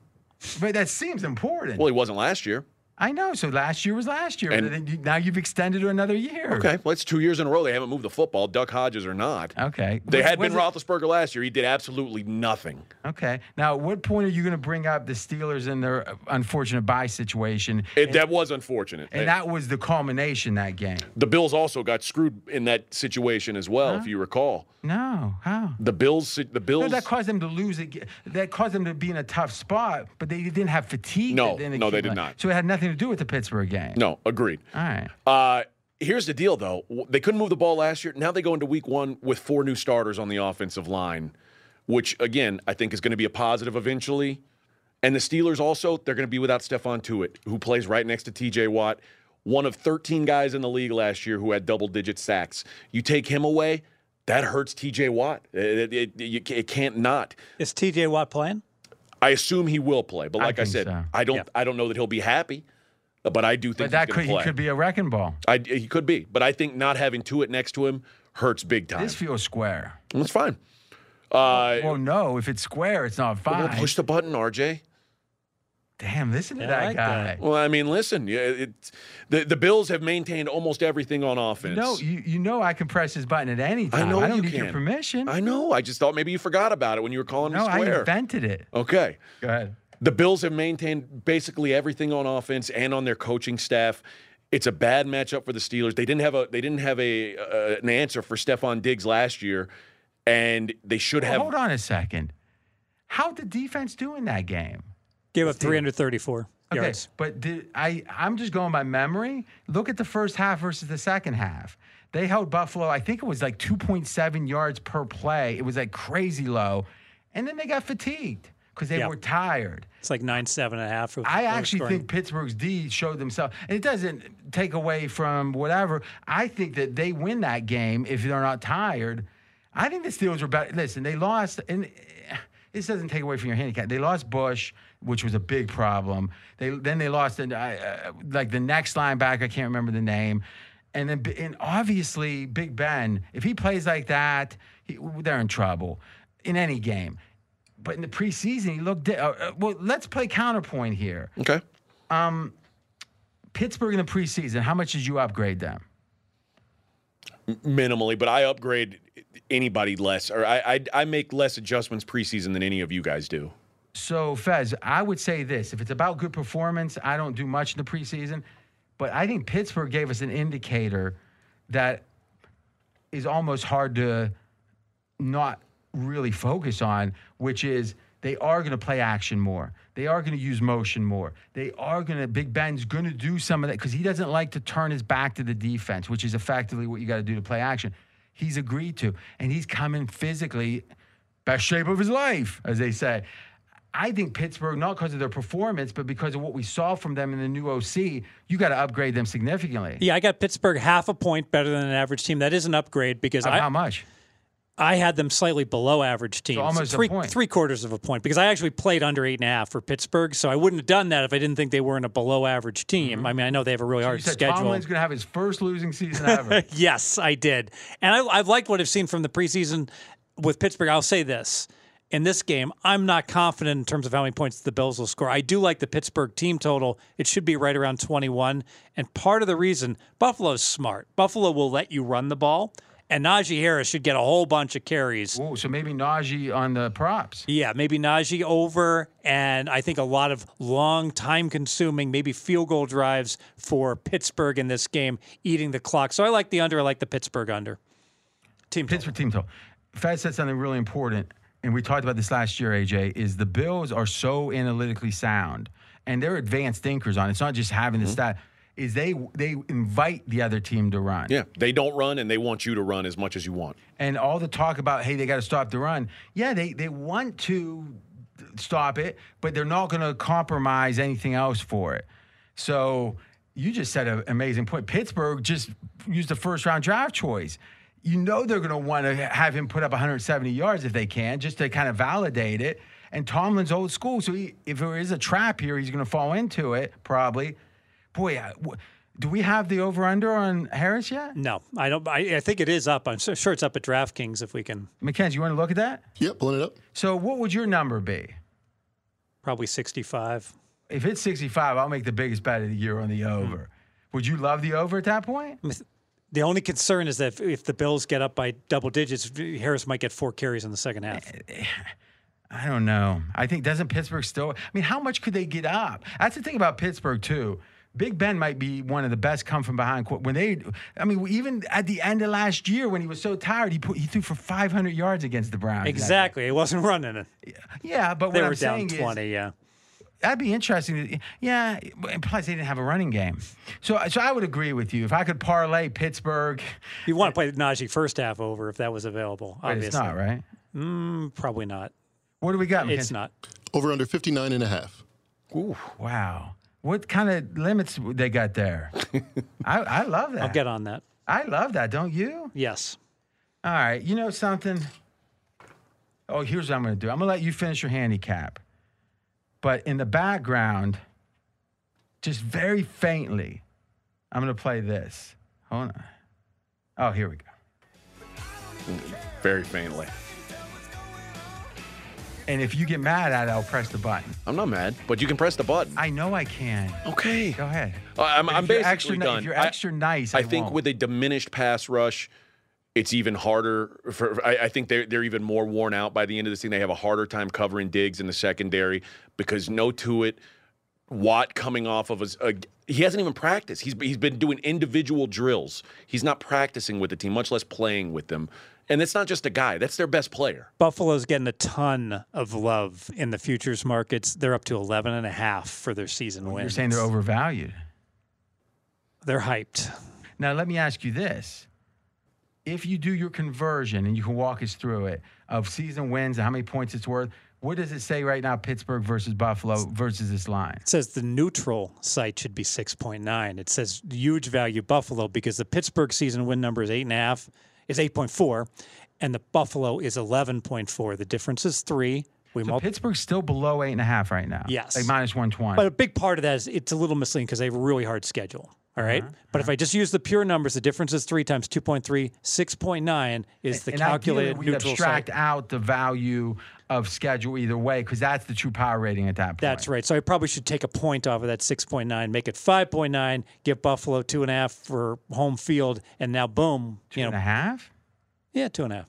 but that seems important.
Well, he wasn't last year.
I know. So last year was last year,
And-
but then you, now you've extended to another year.
Okay, well, it's two years in a row they haven't moved the football, Duck Hodges or not.
Okay.
They
Was-
had
was
been
it-
Roethlisberger last year. He did absolutely nothing.
Okay. Now, at what point are you going to bring up the Steelers and their unfortunate bye situation?
It, that was unfortunate.
And that was the culmination that game.
the Bills also got screwed in that situation as well, if you recall.
No, how?
The Bills, the
No,
Bills,
that caused them to lose. ag- That caused them to be in a tough spot, but they didn't have fatigue. that
No,
then
no, they did
accumulated.
not.
So it had nothing to do with the Pittsburgh game.
no, agreed.
All right.
Uh, here's the deal, though. W- They couldn't move the ball last year. Now they go into Week One with four new starters on the offensive line, which again I think is going to be a positive eventually. And the Steelers also they're going to be without Stephon Tuitt, who plays right next to T.J. Watt, one of 13 guys in the league last year who had double-digit sacks. You take him away. That hurts T.J. Watt. It, it- it- you ca- it can't not.
Is TJ Watt playing?
I assume he will play, but like I,
think
said,
so.
I don't.
Yeah.
I don't know that he'll be happy, but I do think
But that
he's
could
gonna
he
play.
could be a wrecking ball.
I, he could be, but I think not having Tuitt next to him hurts big time.
This feels square.
That's fine. Uh,
Well, Oh, no, if it's square, it's not
well,
fine.
push the button, RJ.
Damn, listen to
Yeah, I
that
like
guy.
that.
Well, I mean, listen, yeah, it's, the the Bills have maintained almost everything on offense.
No, you, you know I can press his button at any
I
time.
know
I don't
you
need your
can.
permission.
I know. I just thought maybe you forgot about it when you were calling
no,
me
I
square.
invented it.
okay.
Go ahead.
The Bills have maintained basically everything on offense and on their coaching staff. It's a bad matchup for the Steelers. They didn't have a they didn't have a uh, an answer for Stephon Diggs last year, and they should
Well,
have.
hold on a second. How'd the defense do in that game?
Gave up 334
Okay,
yards.
but did, I I'm just going by memory. Look at the first half versus the second half. They held Buffalo. I think it was like 2.7 yards per play. It was like crazy low, and then they got fatigued because they
Yeah.
were tired.
It's like nine, seven and a half.
I actually think Pittsburgh's D showed themselves, and it doesn't take away from whatever. I think that they win that game if they're not tired. I think the Steelers were better. Listen, they lost, and eh, this doesn't take away from your handicap. They lost Bush, which was a big problem. They then they lost, uh, uh, like the next linebacker, I can't remember the name, And then, and obviously, Big Ben, if he plays like that, he, they're in trouble in any game. But in the preseason, he looked. Di- uh, uh, well, let's play counterpoint here.
Okay.
Pittsburgh in the preseason, how much did you upgrade them?
Minimally, but I upgrade anybody less, or I, I I make less adjustments preseason than any of you guys do.
So, Fez, I would say this if it's about good performance, I don't do much in the preseason, but I think Pittsburgh gave us an indicator that is almost hard to not really focus on, which is they are going to play action more. They are going to use motion more. They are going to, Big Ben's going to do some of that because he doesn't like to turn his back to the defense, which is effectively what you got to do to play action. He's agreed to, and he's coming physically, best shape of his life, as they say. I think Pittsburgh, not because of their performance, but because of what we saw from them in the new OC, you got to upgrade them significantly.
Yeah, I got Pittsburgh half a point better than an average team. That is an upgrade because
Of
I,
how much?
I had them slightly below average teams.
almost a
three,
point.
three quarters of a point because I actually played under eight and a half for Pittsburgh, so I wouldn't have done that if I didn't think they weren't a below average team. I mean, I know they have a really
Mm-hmm. You
hard
said
schedule.
Tomlin's going to have his first losing season ever.
Yes, I did. And I, I've liked what I've seen from the preseason with Pittsburgh. I'll say this. In this game, I'm not confident in terms of how many points the Bills will score. I do like the Pittsburgh team total. It should be right around 21. And part of the reason Buffalo's smart. Buffalo will let you run the ball, and Najee Harris should get a whole bunch of carries.
Ooh, so maybe Najee on the props.
Yeah, maybe Najee over, and I think a lot of long, time consuming, maybe field goal drives for Pittsburgh in this game, eating the clock. So I like the under. I like the Pittsburgh under. Team Pittsburgh.
Pittsburgh team total. Fed said something really important, and we talked about this last year, AJ, is the Bills are so analytically sound and they're advanced thinkers on it. It's not just having the stat, is they they invite the other team to run.
Yeah, they don't run, and they want you to run as much as you want.
and all the talk about hey they got to stop the run yeah they they want to stop it but they're not going to compromise anything else for it so you just said an amazing point pittsburgh just used a first round draft choice you know they're going to want to have him put up 170 yards if they can just to kind of validate it and tomlin's old school so he, if there is a trap here he's going to fall into it probably boy I- w- do we have the over under on harris yet
No, I don't. I, I think it is up. I'm so- sure it's up at DraftKings if we can.
mckenzie you want to look at that
Yep, pulling it up.
So what would your number be?
Probably 65.
If it's 65, I'll make the biggest bet of the year on the over. Would you love the over at that point?
The only concern is that if, if the Bills get up by double digits, Harris might get four carries in the second half.
Eh, I don't know. I think doesn't Pittsburgh still I mean, how much could they get up? That's the thing about Pittsburgh too. Big Ben might be one of the best come from behind qu- when they I mean, even at the end of last year when he was so tired, he put he threw for 500 yards against the Browns.
Exactly. It wasn't running it.
Yeah, but
They
what
were
I'm
down
saying is
20. yeah.
That'd be interesting. Yeah, and plus they didn't have a running game, so so I would agree with you. If I could parlay Pittsburgh,
You want to play Najee first half over if that was available.
but
Obviously.
it's not right.
Probably not.
What do we got?
It's
McKenzie?
not.
Over under 59 and a half.
Wow, what kind of limits they got there? I, I love that.
I'll get on that.
I love that. Don't you?
Yes.
All right. You know something? Oh, here's what I'm going to do. I'm going to let you finish your handicap, but in the background, just very faintly, I'm going to play this. Hold on. Oh, here we go.
Very faintly.
And if you get mad at it, I'll press the button.
I'm not mad, but you can press the button.
I know I can.
Okay.
Go ahead.
Uh, I'm,
If
I'm
you're
basically
extra, ni-
done.
If you're
I-
extra nice, I,
I think
won't.
with a diminished pass rush, it's even harder. For I, I think they're they're even more worn out by the end of this thing. They have a harder time covering digs in the secondary because no to it. Watt coming off of his, uh, he hasn't even practiced. He's he's been doing individual drills. He's not practicing with the team, much less playing with them. And that's not just a guy. That's their best player.
Buffalo's getting a ton of love in the futures markets. They're up to 11 and a half for their season wins.
you're saying they're overvalued.
They're hyped.
Now, let me ask you this. If you do your conversion and you can walk us through it of season wins and how many points it's worth, what does it say right now, Pittsburgh versus Buffalo versus this line?
It says the neutral site should be 6.9. It says huge value Buffalo because the Pittsburgh season win number is 8.5, is 8.4, and the Buffalo is 11.4. The difference is three. We multiply.
Pittsburgh's still below eight and a half right now.
Yes.
Like minus 120.
But a big part of that is it's a little misleading because they have a really hard schedule. All right?
Mm-hmm.
But if I just use the pure numbers, the difference is three times 2.3, 6.9 is the
and
calculated
ideally, we'd
neutral
abstract
site.
out the value of schedule either way because that's the true power rating at that point.
That's right. So I probably should take a point off of that 6.9, make it 5.9, give Buffalo two and a half for home field, and now boom,
two
you know,
and a half.
yeah, two and a half.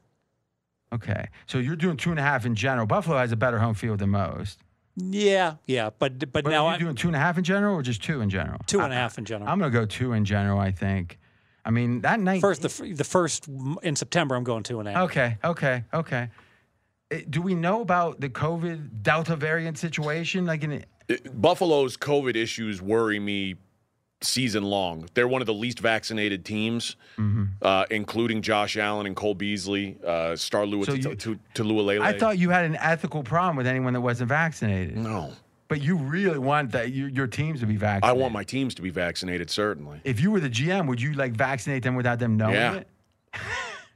Okay, so you're doing two and a half in general. Buffalo has a better home field than most.
Yeah, yeah, but but,
But
now
are you
I,
doing two and a half in general or just two in general?
two and a half in general.
I'm gonna go two in general. I think. I mean that night.
first, the f- the first m- in September, I'm going two and a half.
Okay. Okay. Okay. Eh, Do we know about the COVID Delta variant situation? Like in
Buffalo's COVID issues worry me season long. They're one of the least vaccinated teams,
Mm-hmm.
uh, including Josh Allen and Cole Beasley, uh, Star Lua
So
to,
you-
to, to Lualele.
I thought you had an ethical problem with anyone that wasn't vaccinated,
no,
but you really want that your, your teams to be
I
vaccinated.
want my teams to be vaccinated, certainly.
If you were the GM, would you like vaccinate them without them knowing
Yeah.
it?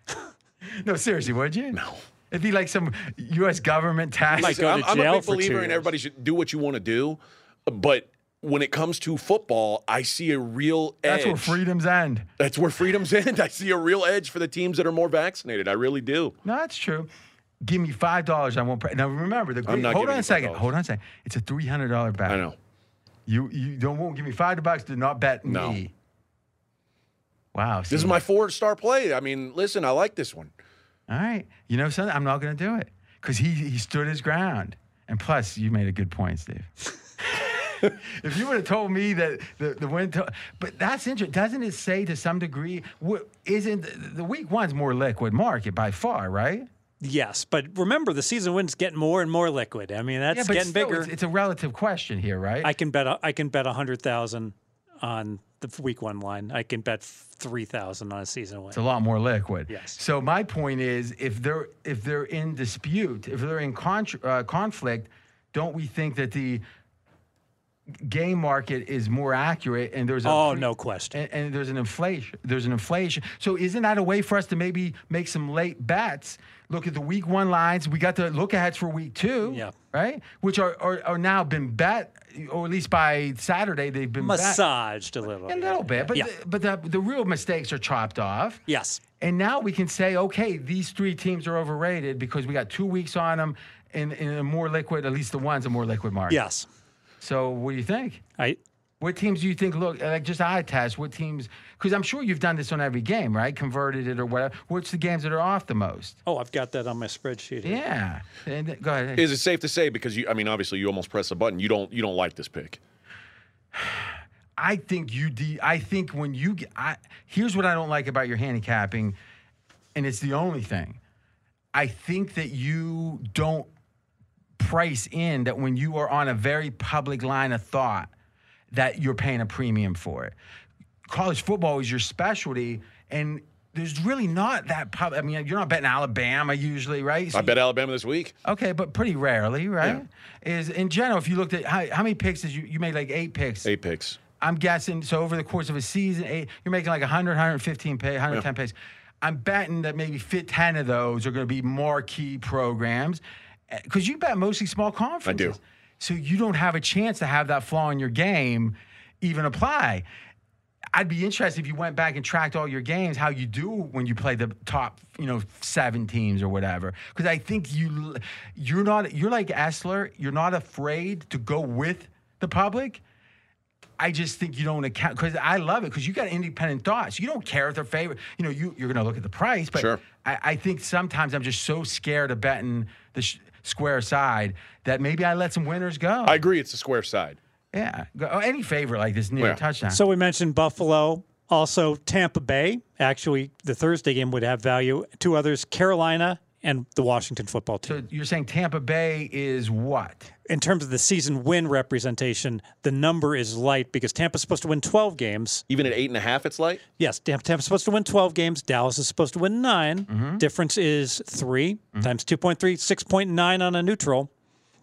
no, seriously, would you?
No.
It'd be like some U.S. government task.
Like,
Listen,
go to
I'm, I'm
jail
a big
for two
believer in
years.
everybody should do what you want to do, but when it comes to football, I see a real edge.
That's where freedoms end.
That's where freedoms end. I see a real edge for the teams that are more vaccinated. I really do.
No, that's true. Give me five dollars. I won't. Pre- now remember the. Great-
not
hold
giving
on
you
a second.
$5.
Hold on a second. It's a three hundred dollar bet.
I know.
You you don't won't give me five bucks to not bet
No.
me. Wow.
This is my four-star play. I mean, listen, I like this one.
All right. You know something? I'm not going to do it because he he stood his ground. And plus, you made a good point, Steve. if you would have told me that the the win, to- but that's interesting. Doesn't it say to some degree? What isn't the week one's more liquid market by far, right?
Yes, but remember the season wins getting more and more liquid. I mean, that's
but
getting
still,
bigger.
It's, it's a relative question here, right?
I can bet a- I can bet a hundred thousand on the f- week one line. I can bet three thousand on a season win.
It's a lot more liquid.
Yes.
So my point is, if they're if they're in dispute, if they're in contr uh, conflict, don't we think that the game market is more accurate and there's a
oh,
pre-
no question.
and, and there's an inflation there's an inflation so isn't that a way for us to maybe make some late bets look at the week one lines we got the look aheads for week two
Yeah.
right which are, are are now been bet or at least by saturday they've been bet.
Massaged a little.
a little bit but
Yeah.
the, but the, the real mistakes are chopped off
Yes.
and now we can say, okay, these three teams are overrated because we got two weeks on them in, in a more liquid, at least the one's a more liquid market.
Yes.
So what do you think?
I
What teams do you think look like just eye test? What teams? Because I'm sure you've done this on every game, right? Converted it or whatever. What's the games that are off the most?
oh, I've got that on my spreadsheet. here.
Yeah. And th- go ahead.
Is it safe to say because you? I mean, obviously, you almost press the button. You don't. You don't like this pick.
I think you de- I think when you get, I here's what I don't like about your handicapping, and it's the only thing. I think that you don't price in that when you are on a very public line of thought that you're paying a premium for it. College football is your specialty and there's really not that pub. I mean, you're not betting Alabama usually, right? So
I bet Alabama this week.
Okay, but pretty rarely, right? Is in general, if you looked at how, how many picks did you you made like eight picks?
Eight picks.
I'm guessing, so over the course of a season, eight, you're making like 100, 115 pay, 110 pays. I'm betting that maybe fit 10 of those are going to be marquee programs because you bet mostly small conferences. So you don't have a chance to have that flaw in your game even apply. I'd be interested if you went back and tracked all your games, how you do when you play the top, you know, seven teams or whatever. Because I think you, you're not, you're like Essler, you're not afraid to go with the public. I just think you don't account because I love it because you got independent thoughts. You don't care if they're favorite. You know, you you're gonna look at the price, but
Sure.
I, I think sometimes I'm just so scared of betting the sh- square side that maybe I let some winners go.
I agree. It's the square side.
yeah, go, oh, any favorite like this near
Yeah.
touchdown.
So we mentioned Buffalo. Also, Tampa Bay. Actually, the Thursday game would have value. Two others: Carolina and the Washington Football Team.
so you're saying Tampa Bay is what?
in terms of the season win representation, the number is light because Tampa's supposed to win 12 games.
Even at eight and a half, it's light.
Yes, Tam- Tampa's supposed to win 12 games. Dallas is supposed to win 9
Mm-hmm.
Difference is 3 times 2.3, 6.9 on a neutral.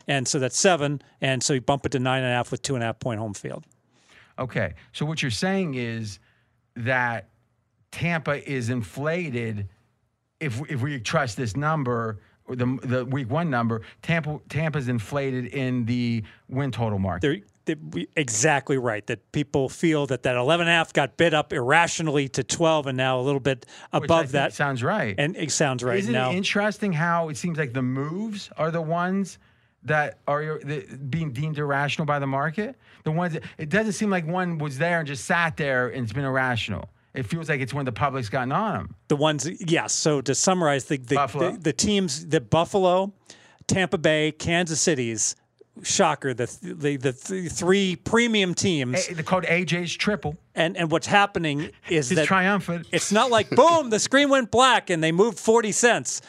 And so that's seven. And so you bump it to nine and a half with two and a half point home field.
Okay. So what you're saying is that Tampa is inflated if if we trust this number or the the week one number, Tampa Tampa's inflated in the win total mark.
They're, they we- exactly right that people feel that that 11 and a half got bid up irrationally to 12 and now a little bit
which I
above
think
that.
sounds right.
and it sounds right
Isn't
now.
it interesting how it seems like the moves are the ones that are ir- the- being deemed irrational by the market? The ones that, it doesn't seem like one was there and just sat there and it's been irrational. It feels like it's when the public's gotten on them.
The ones, yes. So to summarize, the the,
Buffalo.
the, the teams that Buffalo, Tampa Bay, Kansas City's shocker, the th- the, the th- three premium teams,
They're called AJ's triple.
and and what's happening is
He's
that
triumphant.
it's not like boom, the screen went black and they moved forty cents.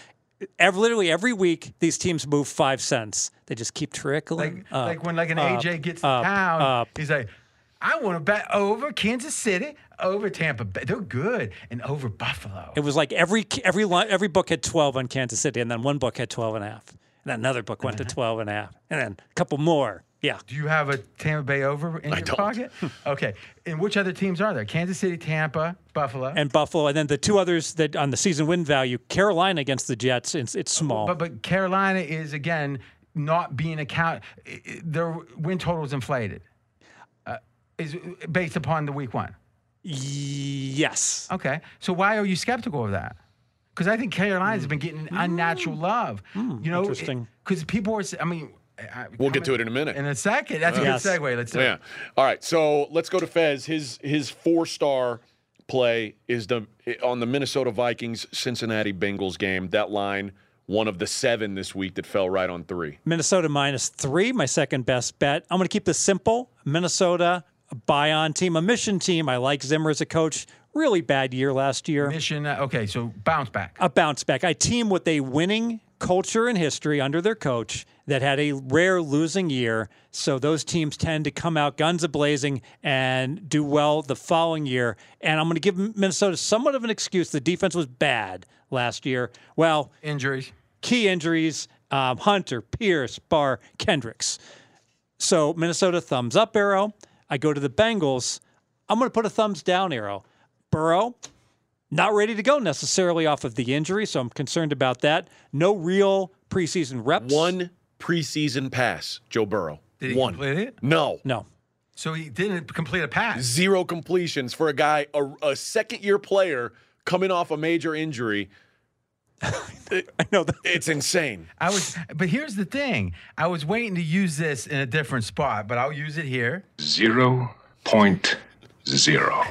Every, literally every week, these teams move five cents. They just keep trickling.
like,
up,
like when like an
up,
AJ gets
up,
to town,
up.
he's like, I want to bet over Kansas City, over Tampa. Bay. They're good, and over Buffalo.
It was like every every li- every book had 12 on Kansas City, and then one book had 12 and a half. And then another book went to
Uh-huh.
12 and a half, and then a couple more. Yeah.
Do you have a Tampa Bay over in your
don't.
pocket? Okay. And which other teams are there? Kansas City, Tampa, Buffalo.
And Buffalo, and then the two others that on the season win value, Carolina against the Jets, it's, it's small.
but but Carolina is again not being account. i- i- Their win total is inflated. Uh, is based upon the week one.
yes.
Okay. So why are you skeptical of that? Because I think
Mm.
Carolina's been getting unnatural love. you know,
interesting.
Because people are. s- I mean, I,
We'll get to it in a minute.
In a second. That's a
Yes.
good segue. Let's do
Yeah.
it.
All right. So let's go to Fez. His his four star play is the on the Minnesota Vikings Cincinnati Bengals game. That line, one of the seven this week that fell right on three.
Minnesota minus three, my second best bet. I'm going to keep this simple. Minnesota, a buy on team, a mission team. I like Zimmer as a coach. Really bad year last year.
Mission. uh, Okay. So bounce back.
a bounce back. I team with a winning culture and history under their coach that had a rare losing year. So those teams tend to come out guns a blazing and do well the following year. And I'm going to give Minnesota somewhat of an excuse. The defense was bad last year. Well,
Injuries.
key injuries um, Hunter, Pierce, Barr, Kendricks. So Minnesota thumbs up arrow. I go to the Bengals. I'm going to put a thumbs down arrow. Burrow, not ready to go necessarily off of the injury, so I'm concerned about that. No real preseason reps.
One preseason pass, Joe Burrow.
Did he
one.
complete it?
No.
No.
So he didn't complete a pass.
Zero completions for a guy, a, a second year player coming off a major injury.
I know that.
It's insane.
I was, but here's the thing. I was waiting to use this in a different spot, but I'll use it here.
Zero point zero.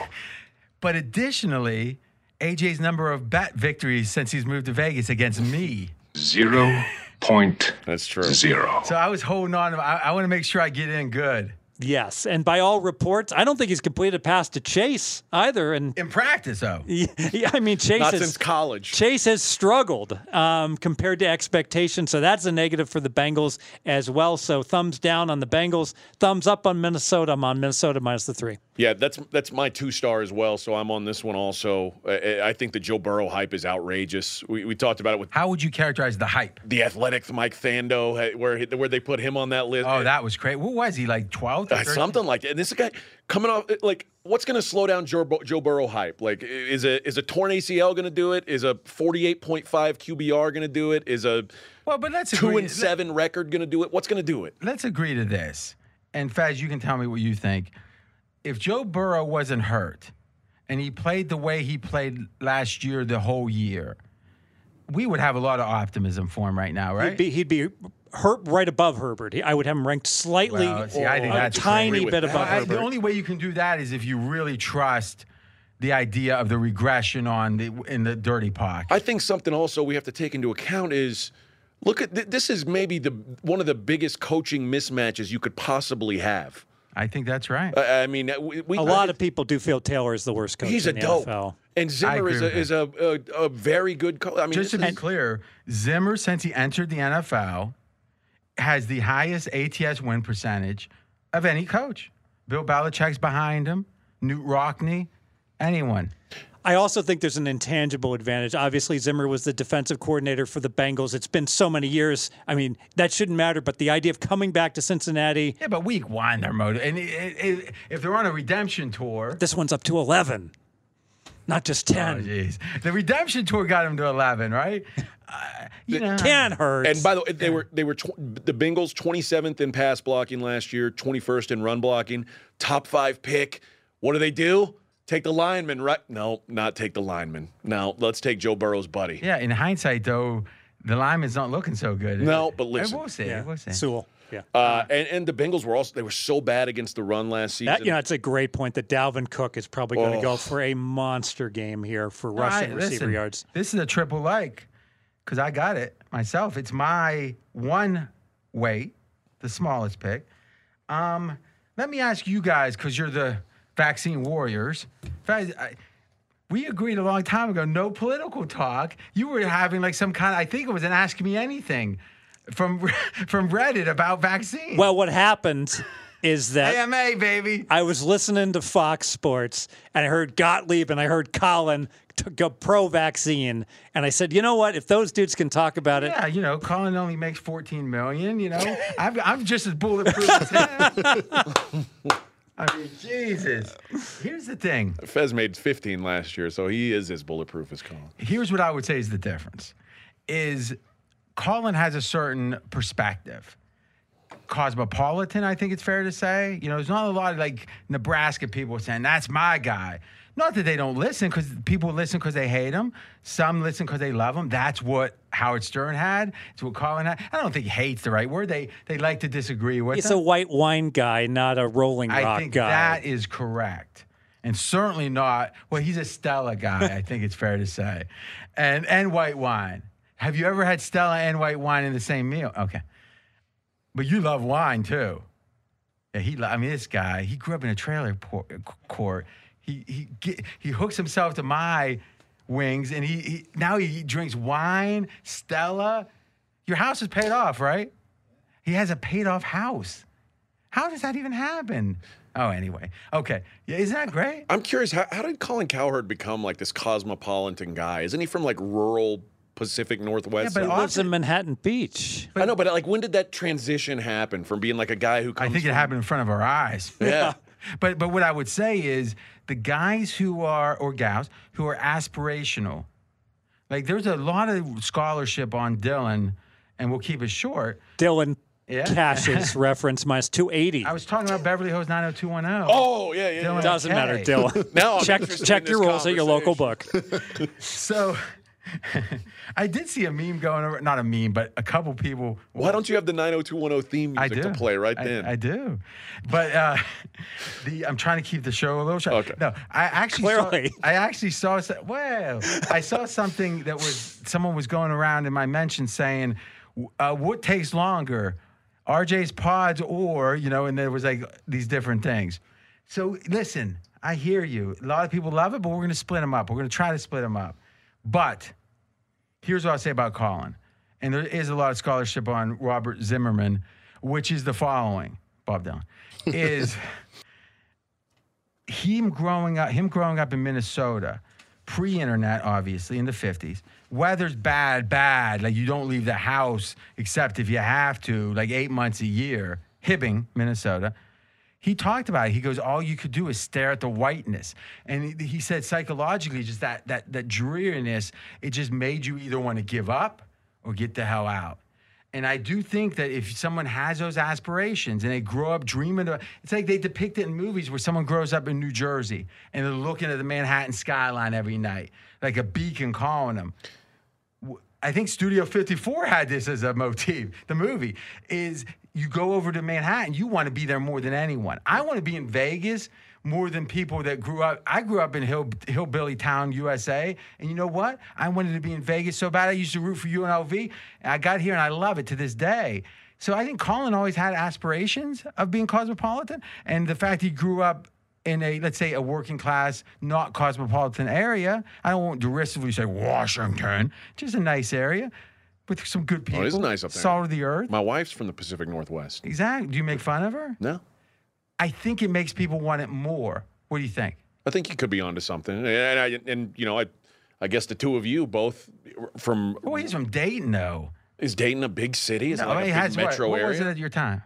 But additionally, AJ's number of bat victories since he's moved to Vegas against me.
Zero point
That's true.
zero.
So I was holding on. I, I want to make sure I get in good
Yes. And by all reports, I don't think he's completed a pass to Chase either. And
in practice, though.
yeah, I mean, Chase
Not
is.
since college.
Chase has struggled um, compared to expectations, so that's a negative for the Bengals as well. So thumbs down on the Bengals, thumbs up on Minnesota. I'm on Minnesota minus the three.
Yeah, that's that's my two star as well. So I'm on this one also. I, I think the Joe Burrow hype is outrageous. We, we talked about it with
How would you characterize the hype?
the athletic Mike Thando, uh, where he- where they put him on that list.
Oh, that was great. What was he like? Twelve?
Uh, something like that. And this guy coming off uh, like what's going to slow down Joe, Bu- Joe Burrow hype? Like i- is a is a torn ACL going to do it? Is a 48.5 QBR going to do it? Is a
Well, but let's
2
agree.
and 7 record going to do it? What's going to do it?
Let's agree to this. And Faz, you can tell me what you think. If Joe Burrow wasn't hurt and he played the way he played last year, the whole year, we would have a lot of optimism for him right now, right?
He'd be, he'd be Her- right above Herbert. He- I would have him ranked slightly,
Well, see, I think
a
that's
tiny
crazy.
bit above
I-
Herbert.
the only way you can do that is if you really trust the idea of the regression on the in the dirty pocket.
I think something also we have to take into account is look at th- this is maybe the one of the biggest coaching mismatches you could possibly have.
I think that's right.
I, I mean, we, we
a lot of people do feel Taylor is the worst coach
he's a
in the
dope,
NFL.
and Zimmer
agree
is a,
with
is a, a a very good coach. I mean,
Just to
this
be
is-
clear, Zimmer, since he entered the NFL, has the highest ATS win percentage of any coach. Bill Belichick's behind him, Newt Rockney, anyone.
I also think there's an intangible advantage. Obviously, Zimmer was the defensive coordinator for the Bengals. It's been so many years. I mean, that shouldn't matter, but the idea of coming back to Cincinnati,
Yeah, but week one, they're motivated. And i i i if they're on a redemption tour,
this one's up to 11. not just
Oh,
10.
jeez. The redemption tour got him to 11, right? Uh, you know.
Can hurt.
And by the way, they were they were tw- the Bengals 27th in pass blocking last year, 21st in run blocking, top five pick. What do they do? Take the lineman, right? No, not take the lineman. No, let's take Joe Burrow's buddy.
Yeah, in hindsight, though, the lineman's not looking so good.
No, but
Eh,
listen.
We'll see.
yeah.
We'll see.
Sewell. Yeah.
Uh, and and the Bengals were also they were so bad against the run last season.
That, you know, it's a great point that Dalvin Cook is probably going to go for a monster game here for
All right,
rushing receiver
listen,
yards.
This is a triple like because I got it myself. It's my one weight, the smallest pick. Um, let me ask you guys because you're the vaccine warriors. In fact, I- we agreed a long time ago, no political talk. You were having like some kind. I think it was an Ask Me Anything from from Reddit about vaccines.
Well, what happened is that
AMA baby.
I was listening to Fox Sports and I heard Gottlieb and I heard Colin to go pro vaccine. And I said, you know what? If those dudes can talk about it,
Yeah, you know, Colin only makes 14 million. You know, I've, I'm just as bulletproof as him. I mean, Jesus. Here's the thing.
Fez made 15 last year, so he is as bulletproof as Colin.
Here's what I would say is the difference: is Colin has a certain perspective. Cosmopolitan, I think it's fair to say. You know, there's not a lot of like Nebraska people saying that's my guy. Not that they don't listen, because people listen because they hate him. Some listen because they love him. That's what Howard Stern had. It's what Colin had. I don't think hate's the right word. They they like to disagree with.
it's
him.
a white wine guy, not a rolling rock
I think
guy.
that is correct. And certainly not. Well, he's a Stella guy. I think it's fair to say, and and white wine. Have you ever had Stella and white wine in the same meal? Okay, but you love wine too. Yeah, he. lo- I mean, this guy. He grew up in a trailer por- court. He he ge- he hooks himself to my wings, and he, he now he drinks wine. Stella, your house is paid off, right? He has a paid off house. How does that even happen? Oh, anyway. Okay. Yeah, isn't that great?
I'm curious, how, how did Colin Cowherd become like this cosmopolitan guy? Isn't he from like rural Pacific Northwest?
Yeah, but
Lives
Austin-
in Manhattan Beach.
I know, but like, when did that transition happen from being like a guy who
I
comes?
think it happened in front of our eyes.
Yeah.
But but what I would say is the guys who are or gals who are aspirational. Like there's a lot of scholarship on Dylan, and we'll keep it short.
Dylan
Yeah.
Cash's reference minus 280.
I was talking about Beverly Hills 90210.
Oh yeah, yeah. yeah.
Dylan-
Doesn't matter,
okay.
Dylan.
Now I'm
check
interested in
check
this
your rules at your local
conversation.
book.
So I did see a meme going over not a meme, but a couple people
Why don't you have the 90210 theme music to play right
I-
then?
I, do, but uh, the I'm trying to keep the show a little short.
Okay.
No, I actually saw-
Clearly.
I actually saw so- well, I saw something that was someone was going around in my mention saying, w- uh, "What takes longer, RJ's pods or you know?" And there was like these different things. So listen, I hear you. A lot of people love it, but we're going to split them up. We're going to try to split them up, but here's what I'll say about Colin. And there is a lot of scholarship on Robert Zimmerman, which is the following, Bob Dylan, is him growing up, him growing up in Minnesota, pre-internet, obviously, in the 50s. Weather's bad, bad. Like you don't leave the house except if you have to, like eight months a year. Hibbing, Minnesota he talked about it. He goes, all you could do is stare at the whiteness, and he, he said psychologically, just that that that dreariness, it just made you either want to give up or get the hell out. And I do think that if someone has those aspirations and they grow up dreaming, of, it's like they depict it in movies where someone grows up in New Jersey and they're looking at the Manhattan skyline every night, like a beacon calling them. I think Studio 54 had this as a motif. The movie is you go over to Manhattan, you want to be there more than anyone. I want to be in Vegas more than people that grew up. I grew up in Hill, Hillbilly Town, USA. And you know what? I wanted to be in Vegas so bad. I used to root for UNLV. And I got here and I love it to this day. So I think Colin always had aspirations of being cosmopolitan. And the fact he grew up in a let's say a working class, not cosmopolitan area. I don't want derisively say Washington, just a nice area with some good people.
Oh, it is nice up there.
Salt of the earth.
My wife's from the Pacific Northwest.
exactly. Do you make fun of her?
No,
I think it makes people want it more. What do you think?
I think you could be onto something. And, and I and you know I, I guess the two of you both from
Oh, he's from Dayton, though.
is Dayton a big city? Is it
No,
like a
he
big
has what-
metro
what,
area?
was it at your time?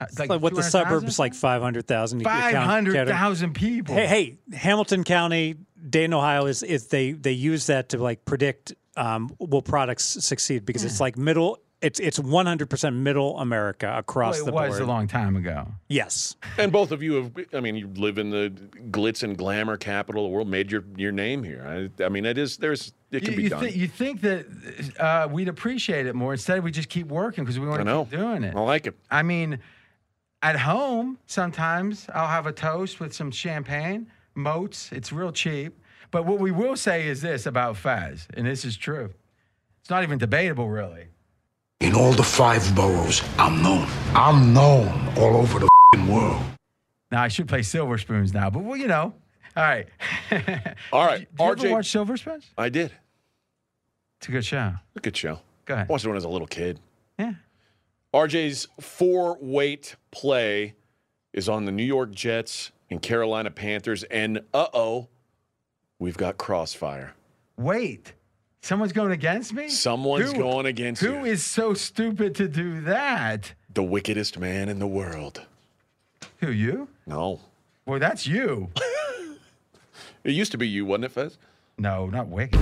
Uh,
Like what
200,000?
the suburbs like 500,000. you count- count it.
500,000 people.
Hey, hey, Hamilton County, Dayton, Ohio is is they they use that to like predict um, will products succeed because
Hmm.
it's like middle. It's it's 100 percent middle America across
Well,
the
it was
board.
a long time ago.
yes,
And both of you have, I mean, you live in the glitz and glamour capital of the world, made your, your name here. I, I mean, it is, there's, it can
you,
be
you
done.
thi- you think that uh, we'd appreciate it more. Instead, we just keep working because we want
I
to
know.
keep doing it.
I like it.
I mean, at home, sometimes I'll have a toast with some champagne, moats. It's real cheap. But what we will say is this about Faz, and this is true. It's not even debatable, really.
In all the five boroughs, I'm known. I'm known all over the fing world.
Now, I should play Silver Spoons now, but well, you know. All right.
All right.
Did you
RJ,
ever watch Silver Spoons?
I did.
It's a good show.
Look at show.
Go
I
ahead.
watched it when I was a little kid.
Yeah.
RJ's four weight play is on the New York Jets and Carolina Panthers. And uh oh, we've got crossfire.
Wait, someone's going against me?
Someone's
Who-
going against you.
Who is so stupid to do that?
the wickedest man in the world.
Who, you?
No.
Well, that's you.
It used to be you, wasn't it, Fez?
No, not wicked.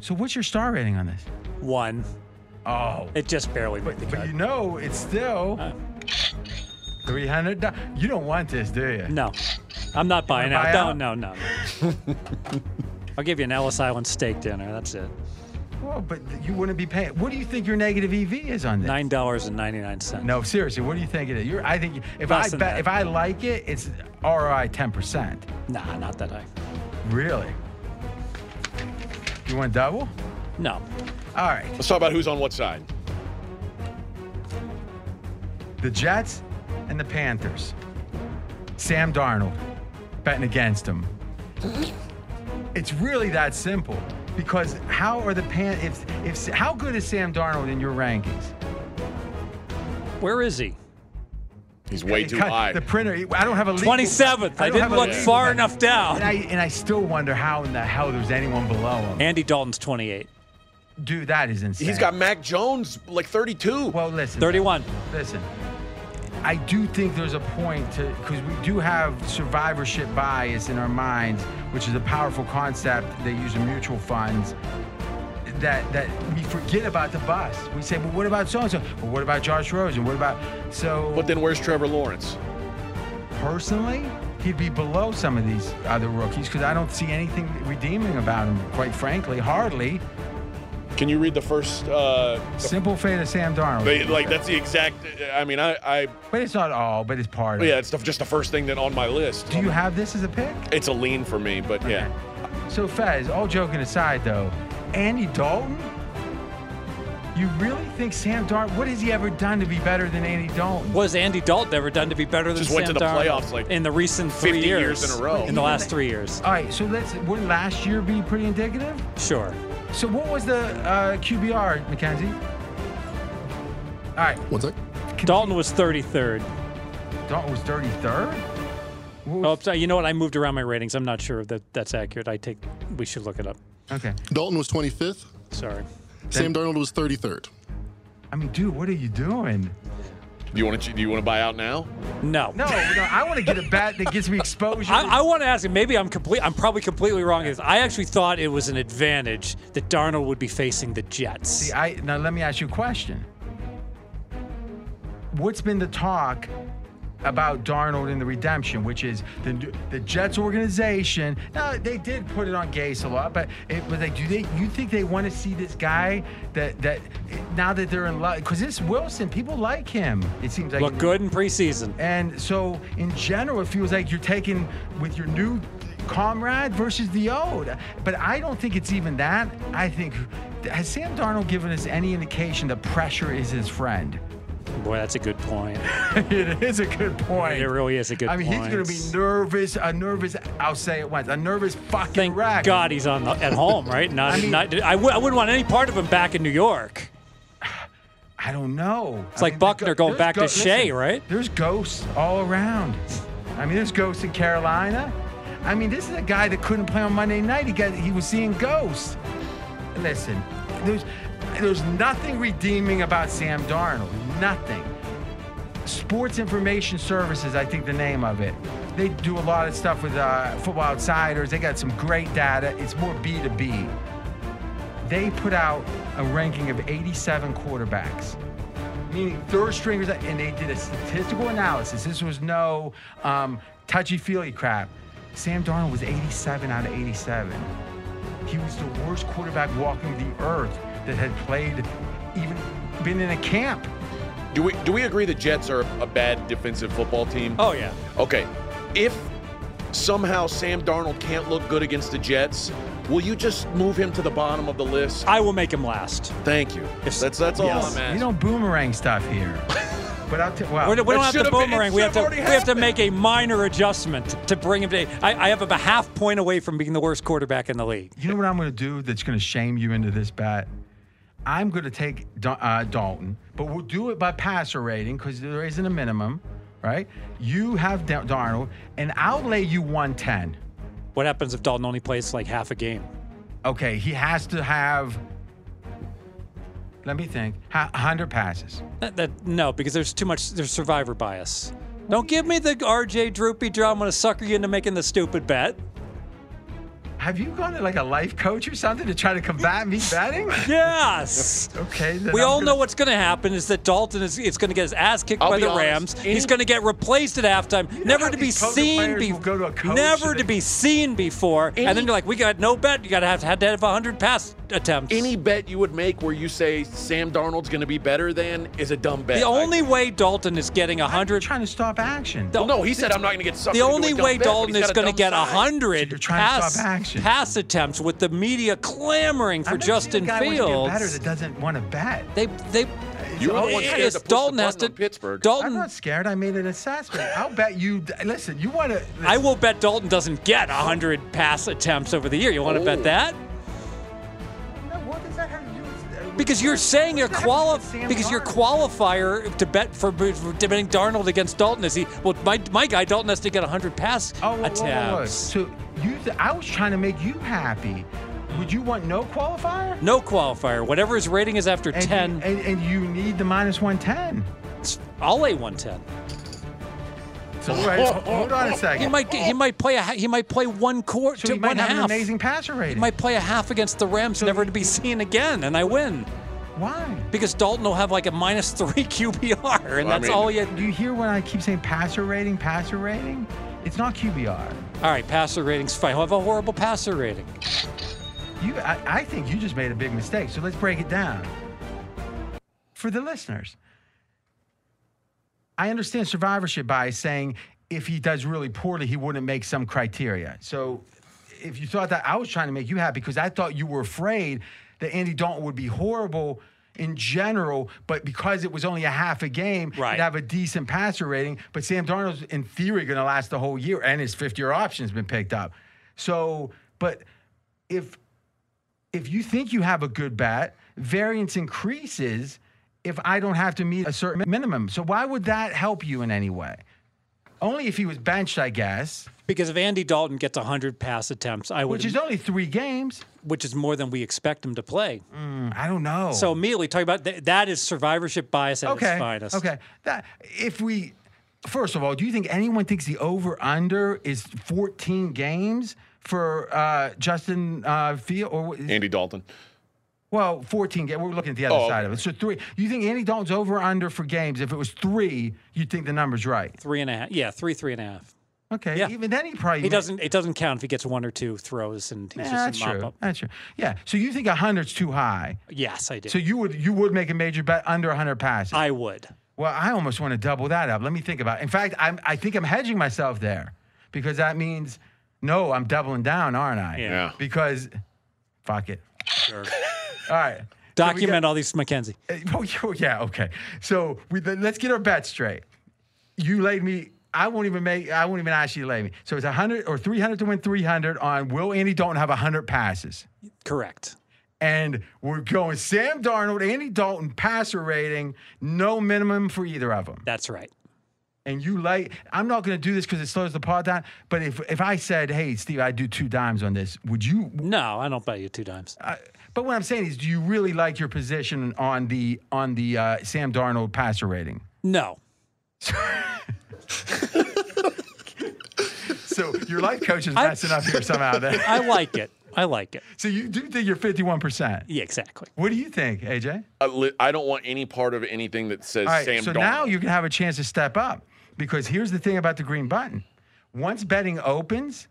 So, what's your star rating on this?
one.
Oh,
It just barely made the
but
cut.
you know, it's still three hundred. You don't want this, do you?
No, I'm not buying out.
buy
No,
out?
no, no. no. I'll give you an Ellis Island steak dinner. That's it.
Well, but you wouldn't be paying. What do you think your negative EV is on this?
Nine dollars and ninety nine cents.
No, seriously, what do you think it is? You're, I think if
Less
I
than
bet,
that.
if I like it, it's ROI ten percent.
nah, not that high.
Really? You want double?
No,
All right.
Let's talk about who's on what side.
the Jets and the Panthers. Sam Darnold betting against him. It's really that simple because how are the Pan if if how good is Sam Darnold in your rankings?
where is he?
He's way too
Cut-
high.
The printer. I don't have a legal-
Twenty seventh. I
don't
didn't
have a
look
legal-
far enough down.
And I and I still wonder how in the hell there's anyone below him.
Andy Dalton's 28.
Dude, that is insane.
He's got Mac Jones like 32.
well. Listen,
31.
Listen, I do think there's a point to because we do have survivorship bias in our minds, which is a powerful concept they use in mutual funds. That that we forget about the bus. We say, well, what about so and so? Well, what about Josh Rosen? What about so?
but then where's Trevor Lawrence?
personally, he'd be below some of these other rookies because I don't see anything redeeming about him. Quite frankly, hardly.
Can you read the first? Uh,
Simple fate of Sam Darnold.
they, like that's the exact. I mean, I, I
but it's not all, but it's part of
yeah,
it.
it's the, just the first thing that on my list.
Do you have this as a pick?
It's a lean for me, but yeah.
So Fez, all joking aside though, Andy Dalton? You really think Sam Darnold, what has he ever done to be better than Andy Dalton?
What has Andy Dalton ever done to be better than
Just
Sam
went to the
Darnold
playoffs, like,
in the recent three
50 years in a row.
In the last three years,
All right, so let's, wouldn't last year be pretty indicative?
sure.
So what was the uh, QBR, Mackenzie? All right,
One sec.
Dalton was 33rd.
Dalton was 33rd? What
Oh,
was-
I'm sorry. You know what? I moved around my ratings. I'm not sure that that's accurate. I take. We should look it up.
Okay.
Dalton was 25th.
Sorry.
Sam Darnold was 33rd.
I mean, dude, what are you doing?
Do you want to? Do you want to buy out now?
No.
No, no I want to get a bat that gets me exposure.
I, I want to ask him. Maybe I'm complete. I'm probably completely wrong. in this. I actually thought it was an advantage that Darnold would be facing the Jets.
I now let me ask you a question. What's been the talk about Darnold and the redemption, which is the the Jets organization? Now they did put it on Gase a lot, but it was like, do they? You think they want to see this guy that that now that they're in love? Because this Wilson, people like him. It seems like
Look good in preseason.
and so, in general, it feels like you're taking with your new comrade versus the old. But I don't think it's even that. I think has Sam Darnold given us any indication that pressure is his friend?
Boy, that's a good point.
it is a good point.
It really is a good
I mean, he's going to
point.
be nervous. A nervous. I'll say it once. A nervous fucking
Thank
wreck.
God he's on the, at home, right? Not,
I mean-
not. I, w- I wouldn't want any part of him back in New York.
I don't know. It's
like Buckner going back to Shea, right?
There's ghosts all around. I mean, there's ghosts in Carolina. I mean, this is a guy that couldn't play on Monday night. He got he was seeing ghosts. Listen, there's there's nothing redeeming about Sam Darnold. Nothing. Sports Information Services, I think the name of it. They do a lot of stuff with uh, Football Outsiders. They got some great data. It's more B2B. They put out a ranking of 87 quarterbacks, meaning third stringers, and they did a statistical analysis. This was no um, touchy feely crap. Sam Darnold was 87 out of 87. He was the worst quarterback walking the earth that had played, even been in a camp.
Do we do we agree the Jets are a bad defensive football team?
Oh yeah.
Okay. If somehow Sam Darnold can't look good against the Jets, will you just move him to the bottom of the list?
I will make him last.
Thank you.
Yes.
That's that's all I'm
Yes.
You
asking.
don't boomerang stuff here. but I'll tell well,
We're- we
It
don't have to
should've been- it
boomerang. We have to
should've
we
already
have to
happened.
make a minor adjustment to bring him to. I, I have a half point away from being the worst quarterback in the league.
you know what I'm going to do that's going to shame you into this bat? I'm going to take Da- uh, Dalton, but we'll do it by passer rating because there isn't a minimum, right? You have Da- Darnold, and I'll lay you 110.
What happens if Dalton only plays like half a game?
Okay, he has to have, let me think, ha- 100 passes.
That, that- no, because there's too much. There's survivor bias. Don't give me the RJ droopy draw. I'm gonna sucker you into making the stupid bet.
Have you gone to like a life coach or something to try to combat me betting?
Yes.
Okay. Then
We
I'm
all
gonna-
know what's going to happen is that Dalton is it's going to get his ass kicked
I'll
by
be
the
honest,
Rams.
any-
He's going to get replaced at halftime, never
how
to be
these coaching
seen
players
be,
will go to a coach
never
and
to
they-
be seen before. and then you're like, we got no bet. You got to have had to have 100 pass attempts.
Any bet you would make where you say Sam Darnold's going to be better than is a dumb bet.
the only
I,
way Dalton is getting
I'm
100
trying to stop action.
well, no, he said I'm not going to get sucked.
the
into a
only
dumb
way
bet, but
Dalton
he's got
is
a
going to
dumb
get
side.
So
100
you're trying to
pass,
stop action.
pass attempts with the media clamoring for
I'm not seeing
Justin
a guy wants to get better
Fields.
that doesn't want to bet.
They they
You were the
Oh,
one
it-
scared
it's
to push the
Dalton has
button
to
on Pittsburgh.
I'm
Dalton
not scared. I made an assessment. I'll bet you. Listen, you want to.
I will bet Dalton doesn't get 100 pass attempts over the year. You want to
Oh.
bet that?
No, what does that have to do with? uh, with-
Because you're saying your
What does that have
quali-
to do with Sam
because your
Darnold?
qualifier to bet for, for debating Darnold against Dalton is he well my my guy Dalton has to get 100 pass
Oh, whoa, whoa,
attempts.
whoa, whoa. So you, th- I was trying to make you happy. Would you want no qualifier?
No qualifier. Whatever his rating is after
And you-
10,
and, and you need the minus one ten.
I'll lay 110.
So right, hold on a second.
He might get- he might play a ha- he might play one quarter
so he might
one
have
half.
an amazing passer rating.
He might play a half against the Rams, never to be seen again, and I win
Why?
because Dalton will have like a minus three QBR, and
Well, I
that's
mean-
all you.
Do you hear when I keep saying passer rating, passer rating? It's not QBR.
All right, passer ratings fine. He'll have a horrible passer rating.
You, I, I think you just made a big mistake. So let's break it down for the listeners. I understand survivorship bias saying if he does really poorly, he wouldn't make some criteria. So if you thought that, I was trying to make you happy because I thought you were afraid that Andy Dalton would be horrible in general, but because it was only a half a game,
Right.
he'd have a decent passer rating. But Sam Darnold's in theory going to last the whole year, and his fifth year option's been picked up. So, but if if you think you have a good bat, variance increases if I don't have to meet a certain minimum. So why would that help you in any way? Only if he was benched, I guess,
Because if Andy Dalton gets 100 pass attempts, I would,
which is only three games.
which is more than we expect him to play.
I don't know.
So immediately talking about th- that is survivorship bias at
okay,
its finest.
okay. That if we, first of all, do you think anyone thinks the over under is 14 games for uh, Justin uh, Field or
Andy Dalton.
Well, 14 games. We're looking at the other
Oh,
side
okay.
of it. So three. You think Andy Dalton's over or under for games? If it was three, you'd think the number's right.
Three and a half. Yeah, three, three and a half.
Okay.
Yeah.
Even then, he probably
It doesn't. It doesn't count if he gets one or two throws and he's
Yeah,
just
that's
a mop
true.
up.
That's true. Yeah. So you think 100's too high?
Yes, I do.
So you would you would make a major bet under 100 passes?
I would.
well, I almost want to double that up. Let me think about. It. In fact, I'm, I think I'm hedging myself there because that means no, I'm doubling down, aren't I?
Yeah.
Yeah.
Because, fuck it.
Sure.
All right.
Document all these, Mackenzie.
Uh, Oh, yeah, yeah, okay. So we, then let's get our bet straight. You laid me. I won't even make. I won't even ask you to lay me. So it's hundred or three hundred to win three hundred on will Andy Dalton have hundred passes,
Correct.
and we're going Sam Darnold, Andy Dalton passer rating, no minimum for either of them.
That's right.
And you lay. I'm not going to do this because it slows the pod down. But if if I said, hey Steve, I do two dimes on this, would you?
No, I don't bet you two times.
I, but what I'm saying is, do you really like your position on the on the uh, Sam Darnold passer rating?
No.
So your life coach is
I-
messing up here somehow. Then.
I like it. I like it.
So you do think you're 51%.
Yeah, exactly.
What do you think, AJ?
I li- I don't want any part of anything that says
All right,
Sam
so
Darnold.
now you can have a chance to step up because here's the thing about the green button. Once betting opens,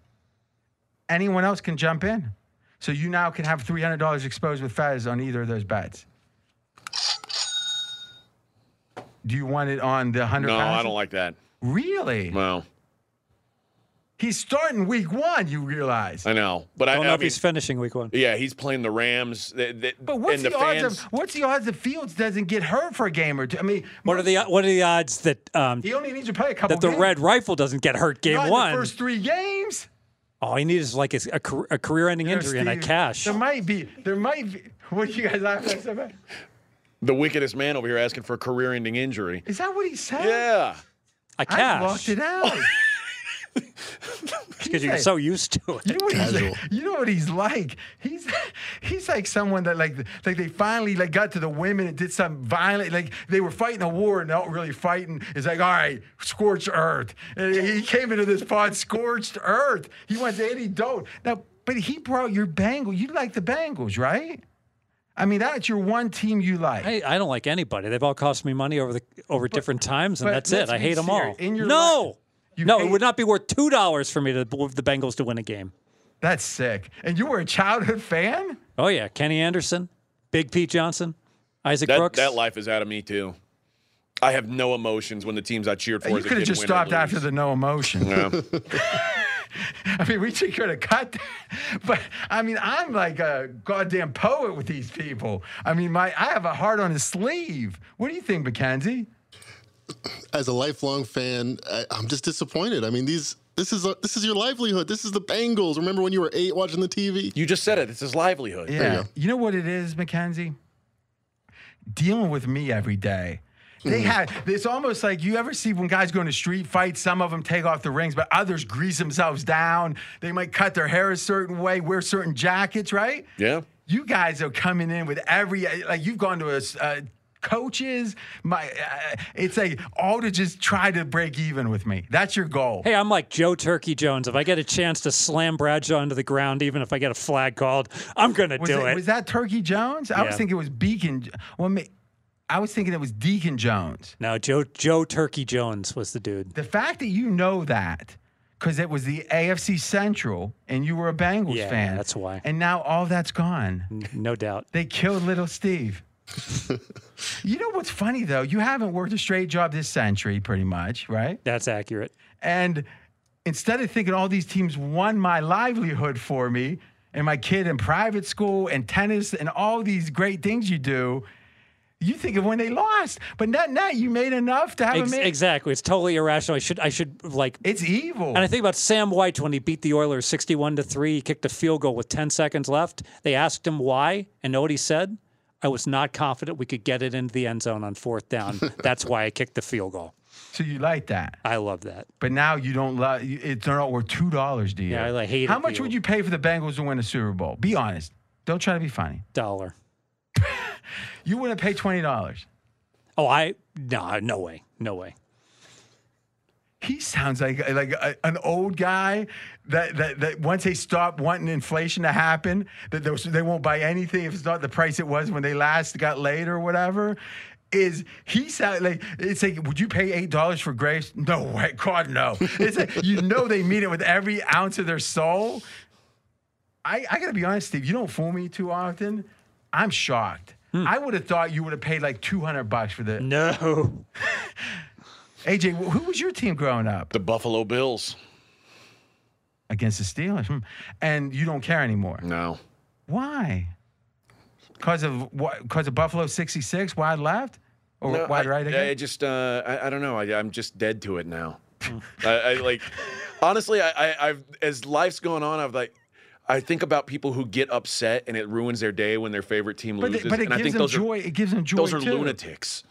anyone else can jump in. So you now can have $300 exposed with Fez on either of those bets. Do you want it on the 100
no, I
pounds?
don't like that.
Really?
Well,
He's starting week one, you realize.
I know, but I,
I don't
I
know if
mean,
he's finishing week one.
yeah, he's playing the Rams. Th- th-
But what's
and
the,
the,
odds
fans,
of what's the odds of Fields doesn't get hurt for a game or two? I mean,
What are the What are the odds that um,
he only needs to play a couple
that the
games.
Red Rifle doesn't get hurt game
Not in
one?
The first three games.
All he needs is like a, a, car- a career-ending
There,
injury and a
Steve,
cash.
There might be. There might be. What are you guys laughing at? so bad?
the wickedest man over here asking for a career-ending injury.
Is that what he said?
Yeah,
A
I
cash.
blocked it out.
Because you're so used to it.
You know, what he's
Casual.
like, you know what he's like? He's he's like someone that like like they finally like got to the women and did something violent. Like they were fighting a war and not really fighting. It's like all right, scorched earth. And he came into this pod scorched earth. He wants Andy Dalton now, but he brought your Bengals. You like the Bengals, right? I mean, that's your one team you like.
I, I don't like anybody. They've all cost me money over the over different times, and
but
that's
let's
it. I
be
hate them all.
serious. In your life,
no,
you
no,
hate-
it would not be worth two dollars for me to the Bengals to win a game.
That's sick. And you were a childhood fan?
Oh yeah, Kenny Anderson, Big Pete Johnson, Isaac
that
Brooks.
that life is out of me too. I have no emotions when the teams I cheered for.
You
as a
could have
kid
just
win or
stopped after
lose.
the no emotion.
Yeah.
I mean, we could have cut that. But I mean, I'm like a goddamn poet with these people. I mean, my I have a heart on a sleeve. What do you think, Mackenzie?
As a lifelong fan, I, I'm just disappointed. I mean, these this is a, this is your livelihood. This is the Bengals. Remember when you were eight watching the TV?
You just said it. It's his livelihood.
Yeah.
you go.
Uh, You know what it is, Mackenzie? Dealing with me every day. They
Mm.
had it's almost like you ever see when guys go into street fights, some of them take off the rings, but others grease themselves down. They might cut their hair a certain way, wear certain jackets, right?
Yeah.
you guys are coming in with every like you've gone to a s- uh, coaches my uh, it's like all to just try to break even with me that's your goal
Hey, I'm like Joe Turkey Jones. If I get a chance to slam Bradshaw into the ground, even if I get a flag called, I'm gonna
was,
do
it-
it.
was that turkey jones i was
Yeah.
thinking it was beacon well ma- i was thinking it was deacon jones
no, Joe Joe Turkey Jones was the dude.
the fact that you know that because it was the afc central and you were a bengals
Yeah,
fan
that's why. Mm.
and now all that's gone
N- No doubt.
They killed little Steve. you know what's funny though? You haven't worked a straight job this century, pretty much, right?
That's accurate.
And instead of thinking all these teams won my livelihood for me and my kid in private school and tennis and all these great things you do, you think of when they lost. But not now you made enough to have
Ex-
a man.
exactly. It's totally irrational. I should I should like
it's evil.
And I think about Sam White when he beat the Oilers 61 to 3. He kicked a field goal with 10 seconds left. They asked him why, and know what he said? I was not confident we could get it into the end zone on fourth down. That's why I kicked the field goal.
so you like that.
I love that.
But now you don't love it's not worth two dollars, do you?
Yeah, I like hate
How
it,
much
you-
would you pay for the Bengals to win a Super Bowl? Be honest. Don't try to be funny.
Dollar.
You wouldn't pay twenty dollars.
Oh, I no, no way. No way.
He sounds like like a, an old guy that, that that once they stop wanting inflation to happen, that those, they won't buy anything if it's not the price it was when they last got laid or whatever. Is he sound like it's like? Would you pay eight dollars for grapes? No way, God no. It's like you know they mean it with every ounce of their soul. I, I gotta be honest, Steve. You don't fool me too often. I'm shocked. I would have thought you would have paid like two hundred bucks for the
No.
AJ, wh- who was your team growing up?
The Buffalo Bills.
Against the Steelers. hmm. And you don't care anymore.
No.
Why? Because of what? Because of Buffalo 66 wide left or
No,
wide
I,
right
I,
again?
just, uh, I, I don't know. I, I'm just dead to it now.
Hmm.
I, I like, honestly, I, I, I've as life's gone on, I've like, I think about people who get upset and it ruins their day when their favorite team
but,
loses.
it, but it
and I
gives
think
them
those
joy.
Are,
it gives them joy.
those are
too.
lunatics.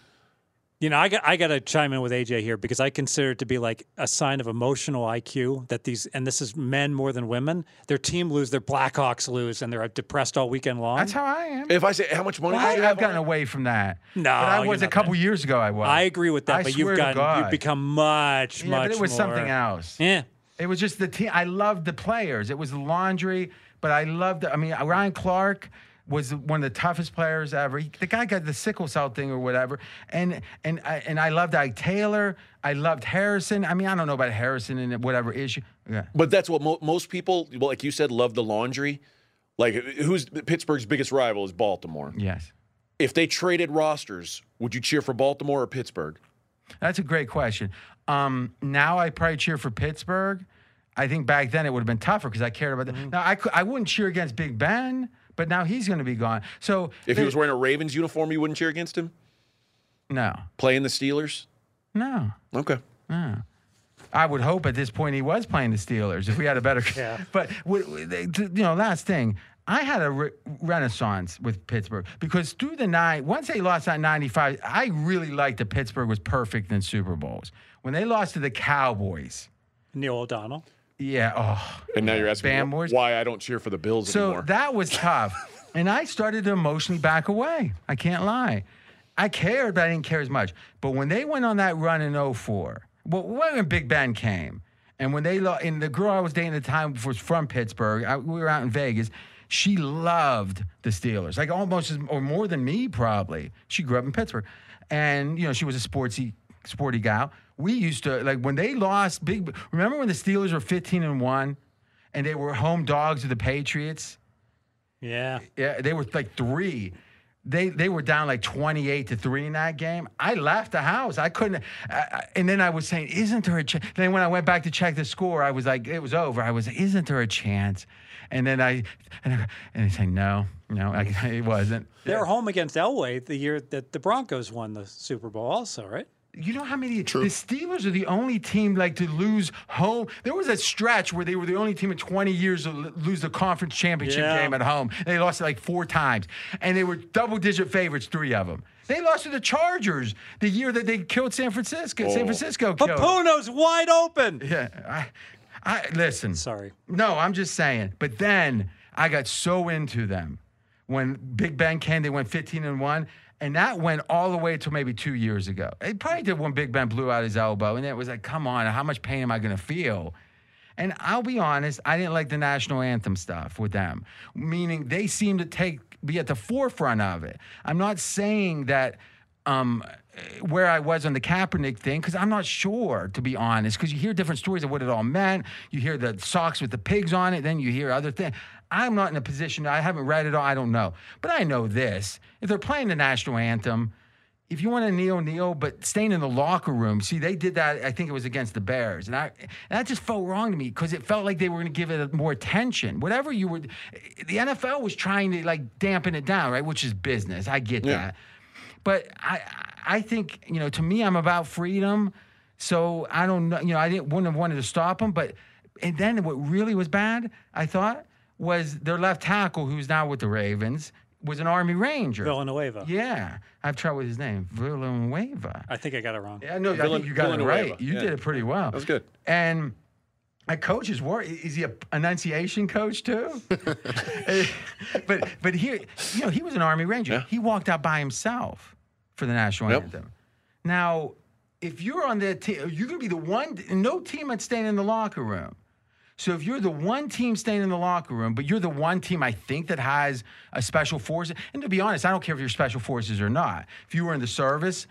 You know, I got I got to chime in with AJ here because I consider it to be like a sign of emotional IQ that these and this is men more than women. Their team lose, their Blackhawks lose, and they're depressed all weekend long.
That's how I am.
If I say how much money
Well, I,
do you
have
have
gotten
on it?
away from that.
No,
but I
you're
was a
not
couple years ago. I was.
I agree with that,
I
but
swear
you've
to
gotten
God.
you've become much
Yeah,
much
but it was
more.
something else.
Yeah.
It was just the team. I loved the players. It was the laundry, but I loved. I mean, Ryan Clark was one of the toughest players ever. He, the guy got the sickle cell thing or whatever, and and I, and I loved Ike Taylor. I loved Harrison. I mean, I don't know about Harrison and whatever issue. Yeah.
But that's what mo- most people, well, like you said, love the laundry. Like who's Pittsburgh's biggest rival is Baltimore.
Yes,
If they traded rosters, would you cheer for Baltimore or Pittsburgh?
that's a great question. Um, now I probably cheer for Pittsburgh. I think back then it would have been tougher because I cared about that.
Mm-hmm.
Now I could, I wouldn't cheer against Big Ben, but now he's going to be gone. So
If he
there-
was wearing a Ravens uniform, you wouldn't cheer against him?
no,
Playing the Steelers?
no.
Okay.
I would hope at this point he was playing the Steelers if we had a better. yeah. But w- w- they- t- you know, last thing, I had a re- renaissance with Pittsburgh because through the night, once they lost that '95, I really liked that Pittsburgh was perfect in Super Bowls. When they lost to the Cowboys,
Neil O'Donnell.
yeah, oh,
And now you're asking
Bam
me
Wars.
why I don't cheer for the Bills
so
anymore.
that was tough, and I started to emotionally back away. I can't lie, I cared, but I didn't care as much. But when they went on that run in 04, well, when Big Ben came, and when they lo- and the girl I was dating at the time was from Pittsburgh, I, we were out in Vegas. She loved the Steelers, like almost as, or more than me probably. She grew up in Pittsburgh, and you know she was a sportsy sporty gal. We used to like when they lost big. Remember when the Steelers were 15 and one, and they were home dogs of the Patriots.
Yeah.
Yeah, they were like three. They they were down like twenty eight to three in that game. I left the house. I couldn't. I, I- and then I was saying, "Isn't there a?" Ch-? Then when I went back to check the score, I was like, "It was over." I was, like, "Isn't there a chance?" And then I and I, and they say, "No, no, I, it wasn't."
They were home against Elway the year that the Broncos won the Super Bowl, also, right?
You know how many the Steelers are the only team like to lose home. There was a stretch where they were the only team in 20 years to l- lose the conference championship
Yeah.
game at home. They lost it like four times, and they were double digit favorites three of them. They lost to the Chargers the year that they killed San Francisco. San Francisco killed.
Papuno's wide open.
Yeah, I, I listen.
Sorry.
No, I'm just saying. But then I got so into them when Big Ben came. They went 15 and one, and that went all the way to maybe two years ago. It probably did when Big Ben blew out his elbow, and it was like, come on, how much pain am I going to feel? And I'll be honest, I didn't like the national anthem stuff with them, meaning they seem to take be at the forefront of it. I'm not saying that um, where I was on the Kaepernick thing because I'm not sure, to be honest, because you hear different stories of what it all meant. You hear the socks with the pigs on it, then you hear other things. I'm not in a position, I haven't read it all, I don't know. But I know this if they're playing the national anthem, if you want to kneel, kneel, but staying in the locker room. See, they did that. I think it was against the Bears, and I and that just felt wrong to me because it felt like they were going to give it more attention. Whatever you were, the NFL was trying to like dampen it down, right? Which is business. I get that, but I I think you know to me I'm about freedom, so I don't know. You know, I didn't wouldn't have wanted to stop them, but and then what really was bad, I thought, was their left tackle, who's now with the Ravens, was an Army Ranger.
Villanueva.
Yeah, I've tried with his name, Villanueva.
I think I got it wrong.
Yeah, no, I
Villan-
think you got it
Villanueva,
right. You
yeah.
did it pretty well. That
was good.
And my coach is worried. Is he a enunciation coach too? Eh, but but here, you know, he was an Army Ranger. He walked out by himself for the national
Yep.
anthem. Now, if you're on the team, you're gonna be the one. No team that's staying in the locker room. So if you're the one team staying in the locker room, but you're the one team I think that has a special forces, and to be honest, I don't care if you're special forces or not. If you were in the service,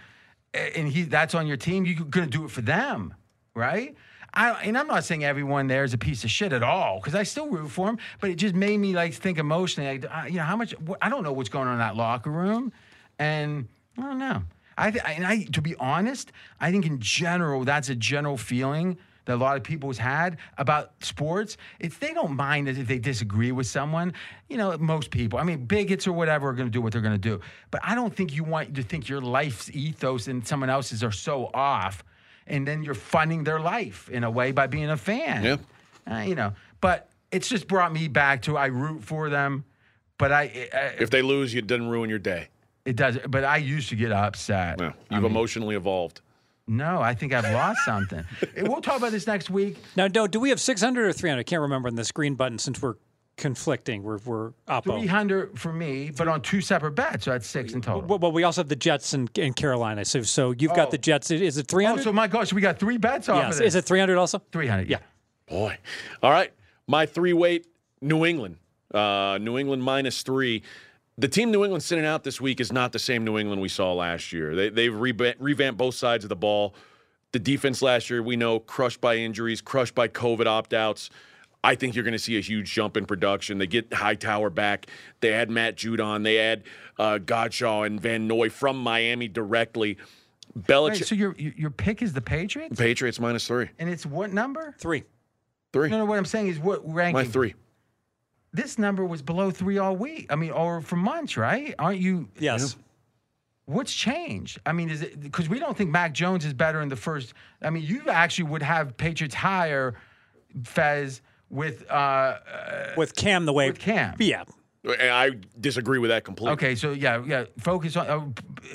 a- and he that's on your team, you're gonna do it for them, right? I, and I'm not saying everyone there is a piece of shit at all, because I still root for him. But it just made me like think emotionally, like, I- you know, how much wh- I don't know what's going on in that locker room, and I don't know. I, th- and I, to be honest, I think in general that's a general feeling that a lot of people's had about sports. It's they don't mind if they disagree with someone. You know, most people. I mean, bigots or whatever are going to do what they're going to do. But I don't think you want to think your life's ethos and someone else's are so off, and then you're funding their life in a way by being a fan.
Yeah.
Uh, you know, but it's just brought me back to I root for them, but I, I
if they lose, it doesn't ruin your day.
It does, but I used to get upset.
Yeah, you've emotionally evolved.
No, I think I've lost something. And we'll talk about this next week.
Now, no, do we have 600 or 300? I can't remember on this green button since we're conflicting. We're, we're oppo.
300 for me, but on two separate bets, so that's six in total.
Well, well, we also have the Jets and, and Carolina. So, so you've got the Jets. Is it
Oh,
300?
so my gosh, we got three bets off
yes.
of this.
Is it 300 also?
300? Yeah.
Boy. All right. My three weight, New England. Uh, New England minus three. The team New England's sending out this week is not the same New England we saw last year. They, they've reba- revamped both sides of the ball. The defense last year, we know, crushed by injuries, crushed by COVID opt outs. I think you're going to see a huge jump in production. They get Hightower back. They add Matt Judon. They add uh, Godshaw and Van Noy from Miami directly. Belichick.
Wait, so your your your pick is the Patriots,
Patriots minus three.
and it's what number?
Three.
Three.
No, no. What I'm saying is what ranking?
My three.
This number was below three all week. I mean, or for months, right? Aren't you?
Yes.
What's changed? I mean, is it because we don't think Mac Jones is better in the first? I mean, you actually would have Patriots higher, Fez with uh,
With Cam the way.
with Cam.
Yeah.
And I disagree with that completely.
Okay, so yeah, yeah. Focus on. Uh,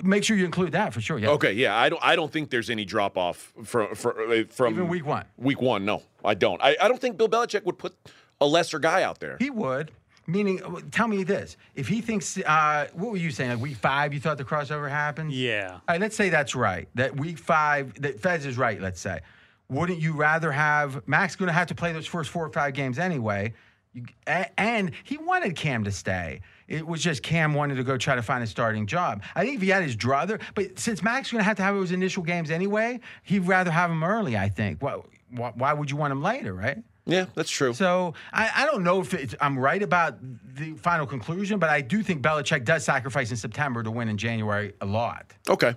make sure you include that for sure. Yeah.
Okay, yeah, I don't. I don't think there's any drop off from from, from
Even week one.
Week one, no, I don't. I, I don't think Bill Belichick would put a lesser guy out there.
He would. Meaning, uh, tell me this: if he thinks, uh, what were you saying? Like week five, you thought the crossover happened.
Yeah.
All right, let's say that's right. That week five, that Fez is right, let's say. Wouldn't you rather have Max going to have to play those first four or five games anyway? You, a- and he wanted Cam to stay. It was just Cam wanted to go try to find a starting job. I think if he had his brother, but since Max going to have to have those initial games anyway, he'd rather have him early, I think. Why, why, why would you want him later, right?
Yeah, that's true.
So I, I don't know if it's, I'm right about the final conclusion, but I do think Belichick does sacrifice in September to win in January a lot.
Okay,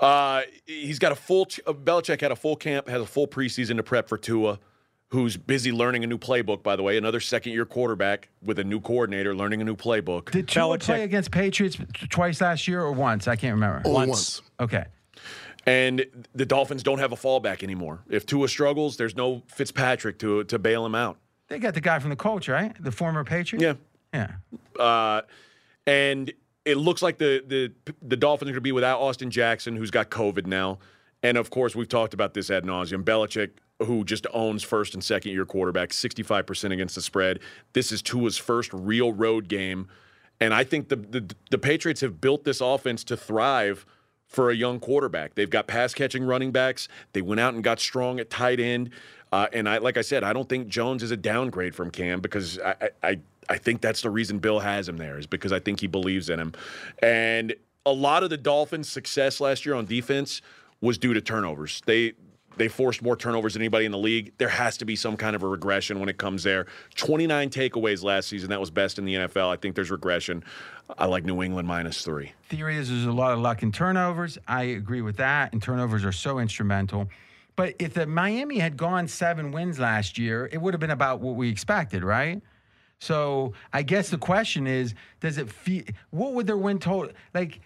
uh, he's got a full. Ch- uh, Belichick had a full camp, has a full preseason to prep for Tua, who's busy learning a new playbook. By the way, another second year quarterback with a new coordinator learning a new playbook.
Did Tua
Belichick-
play against Patriots t- twice last year or once? I can't remember.
Only
Once.
once.
Okay.
And the Dolphins don't have a fallback anymore. If Tua struggles, there's no Fitzpatrick to to bail him out.
They got the guy from the Colts, right? The former Patriot?
Yeah.
Yeah.
Uh, and it looks like the the the Dolphins are going to be without Austin Jackson, who's got COVID now, and of course we've talked about this ad nauseum. Belichick, who just owns first and second year quarterbacks, sixty five percent against the spread. This is Tua's first real road game, and I think the, the the Patriots have built this offense to thrive for a young quarterback. They've got pass catching running backs. They went out and got strong at tight end. Uh, and I, like I said, I don't think Jones is a downgrade from Cam because I, I- I, I think that's the reason Bill has him there is because I think he believes in him. And a lot of the Dolphins' success last year on defense was due to turnovers. They they forced more turnovers than anybody in the league. There has to be some kind of a regression when it comes there. 29 takeaways last season. That was best in the NFL. I think there's regression. I like New England minus three.
Theory is there's a lot of luck in turnovers. I agree with that. And turnovers are so instrumental. But if the Miami had gone seven wins last year, it would have been about what we expected, right? So I guess the question is, does it feel? What would their win total like?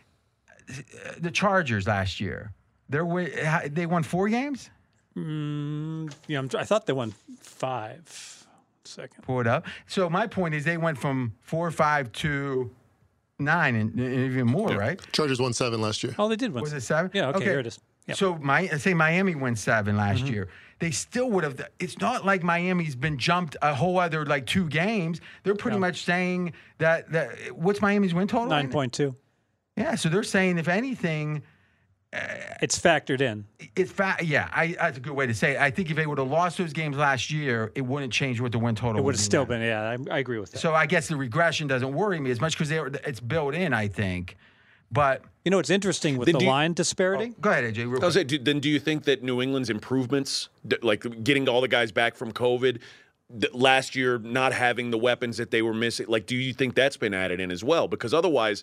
uh, The Chargers last year, their win, ha- they won four games.
Yeah, I'm, I thought they won five. Second.
pull it up. So my point is they went from four, five to nine, and, and even more, right?
Chargers won seven last year.
Oh, they did win.
Was it seven?
Yeah, okay, here it is. Yep. Mm-hmm.
So my say Miami went seven last year. They still would have. It's not like Miami's been jumped a whole other like two games. They're pretty much saying that that what's Miami's win total? right now?
9.2.
Yeah. So they're saying if anything,
It's factored in.
it's fa- yeah. I, that's a good way to say. it. I think if they would have lost those games last year, it wouldn't change what the win total.
It would
be
have still
now.
been. Yeah, I, I agree with that.
So I guess the regression doesn't worry me as much because it's built in, I think. But
you know, it's interesting with
Then
the
do you-
line disparity.
go ahead, AJ. Real
I
quick.
was like, do, then do you think that New England's improvements, d- like getting all the guys back from COVID th- last year, not having the weapons that they were missing, like do you think that's been added in as well? Because otherwise,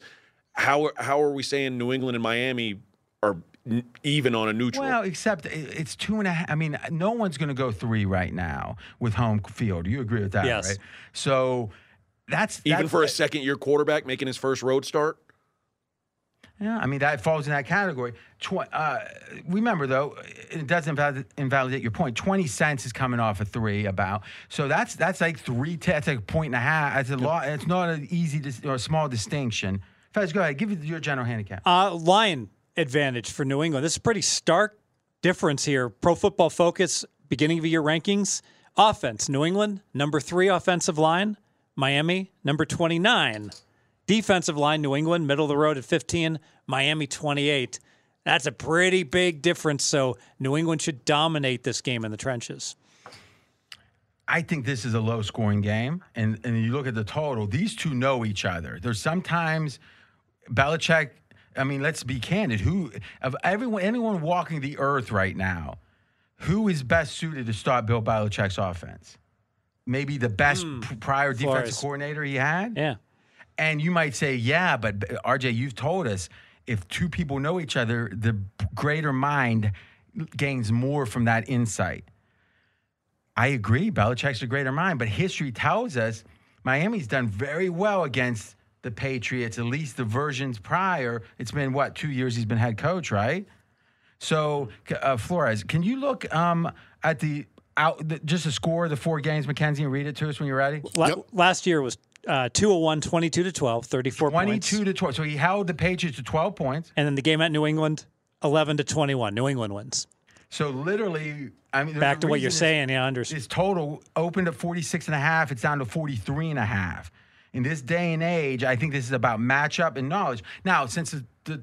how are- how are we saying New England and Miami are n- even on a neutral?
Well, except i- it's two and a half. I mean, no one's going to go three right now with home field. You agree with that,
Yes.
right? So that's
even
that's-
for a second year quarterback making his first road start?
Yeah, I mean that falls in that category. Tw- uh, remember though, it doesn't invalid- invalidate your point. Twenty cents is coming off a three about, so that's that's like three. T- that's like a point and a half. That's a lot. It's not an easy dis- or a small distinction. Fez, go ahead. Give it your general handicap.
Uh, line advantage for New England. This is a pretty stark difference here. Pro Football Focus beginning of the year rankings. Offense: New England number three offensive line. Miami number twenty nine. Defensive line: New England middle of the road at fifteen. Miami twenty eight. That's a pretty big difference. So New England should dominate this game in the trenches.
I think this is a low scoring game. And, and you look at the total, these two know each other. There's sometimes Belichick, I mean, let's be candid. Who, of everyone, anyone walking the earth right now, who is best suited to start Bill Belichick's offense? Maybe the best p- prior defensive
Flores.
coordinator he had?
Yeah.
And you might say, yeah, but uh, RJ, you've told us if two people know each other, the greater mind gains more from that insight. I agree, Belichick's a greater mind, but history tells us Miami's done very well against the Patriots, at least the versions prior. It's been, what, two years he's been head coach, right? So, c- uh, Flores, can you look um, at the out the, just the score of the four games, Mackenzie, and read it to us when you're ready?
La-
Yep.
Last year was uh, 201, 22 to 12, 34 points.
22 to 12. So he held the Patriots to 12 points.
And then the game at New England, 11 to 21. New England wins.
So literally, I mean, there's
Back
a
to what you're
reason
saying, yeah, Anders.
This, this total opened at 46 and a half. It's down to 43 and a half. In this day and age, I think this is about matchup and knowledge. Now, since the the,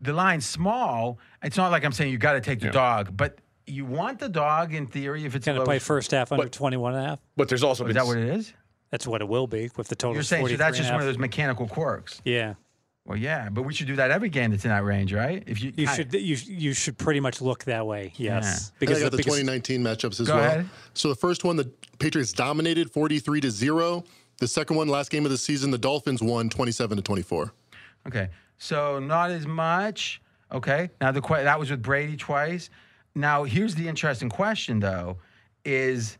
the line's small, it's not like I'm saying you got to take the dog, but you want the dog in theory if it's
Going to
low-
play first half under
But-
21 and a half.
But there's also
Is
been
that what it is?
That's what it will be with the total.
You're
is
saying so that's
43
just
and a
one of
half.
those mechanical quirks.
Yeah,
Well, yeah, but we should do that every game that's in that range, right? If you,
you
I-
should you you should pretty much look that way. Yes,
And I got the,
because-
2019 matchups as
Go
well.
ahead.
So the first one, the Patriots dominated 43 to zero. The second one, last game of the season, the Dolphins won 27 to 24.
Okay. So not as much. Okay. Now the que- that was with Brady twice. Now here's the interesting question though is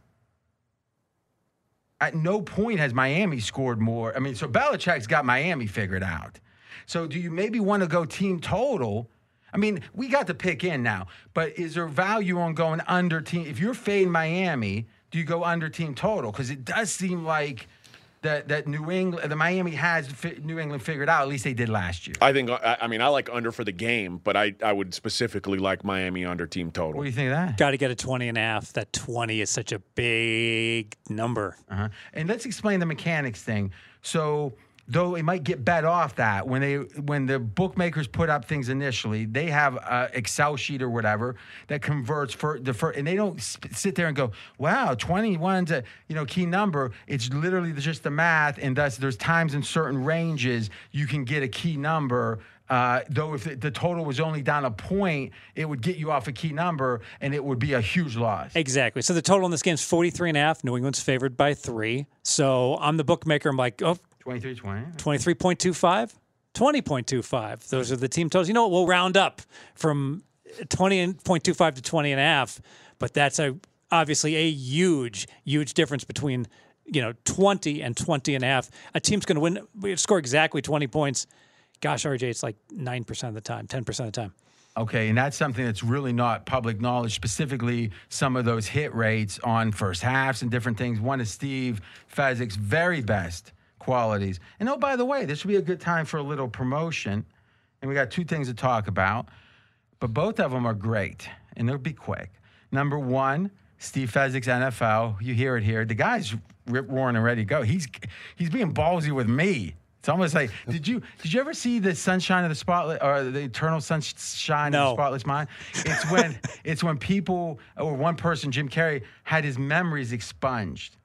at no point has Miami scored more. I mean, so Belichick's got Miami figured out. So do you maybe want to go team total? I mean, we got to pick in now, but is there value on going under team? If you're fading Miami, do you go under team total? Because it does seem like that that New England, the Miami has fi- New England figured out. At least they did last year.
I think I, I mean I like under for the game, but I, I would specifically like Miami under team
What
total.
do you think of that?
Got to get a 20 and a half. That 20 is such a big number.
Uh-huh. And let's explain the mechanics thing. So though it might get bet off that when they when the bookmakers put up things initially, they have a Excel sheet or whatever that converts for the first, and they don't sp- sit there and go, "Wow, 21's a you know key number." It's literally just the math, and thus there's times in certain ranges you can get a key number. Uh, though if the, the total was only down a point, it would get you off a key number, and it would be a huge loss.
Exactly. So the total in this game is 43 and a half. New England's favored by three. So I'm the bookmaker. I'm like, oh,
23 20.
23.25, 20.25. Those are the team totals. You know what? We'll round up from 20.25 to 20 and a half, but that's a obviously a huge, huge difference between, you know, 20 and 20 and a half. A team's going to win, we score exactly 20 points. Gosh, RJ, it's like 9% of the time, 10% of the time.
Okay, and that's something that's really not public knowledge, specifically some of those hit rates on first halves and different things. One is Steve Fezzik's very best qualities. And oh, by the way, this would be a good time for a little promotion. And we got two things to talk about, but both of them are great, and they'll be quick. Number one, Steve Fezzik's NFL. You hear it here. The guy's rip roaring and ready to go. He's he's being ballsy with me. It's almost like did you did you ever see the sunshine of the spotlight or the eternal sunshine of
No.
the spotless mind? It's when it's when people or one person, Jim Carrey, had his memories expunged.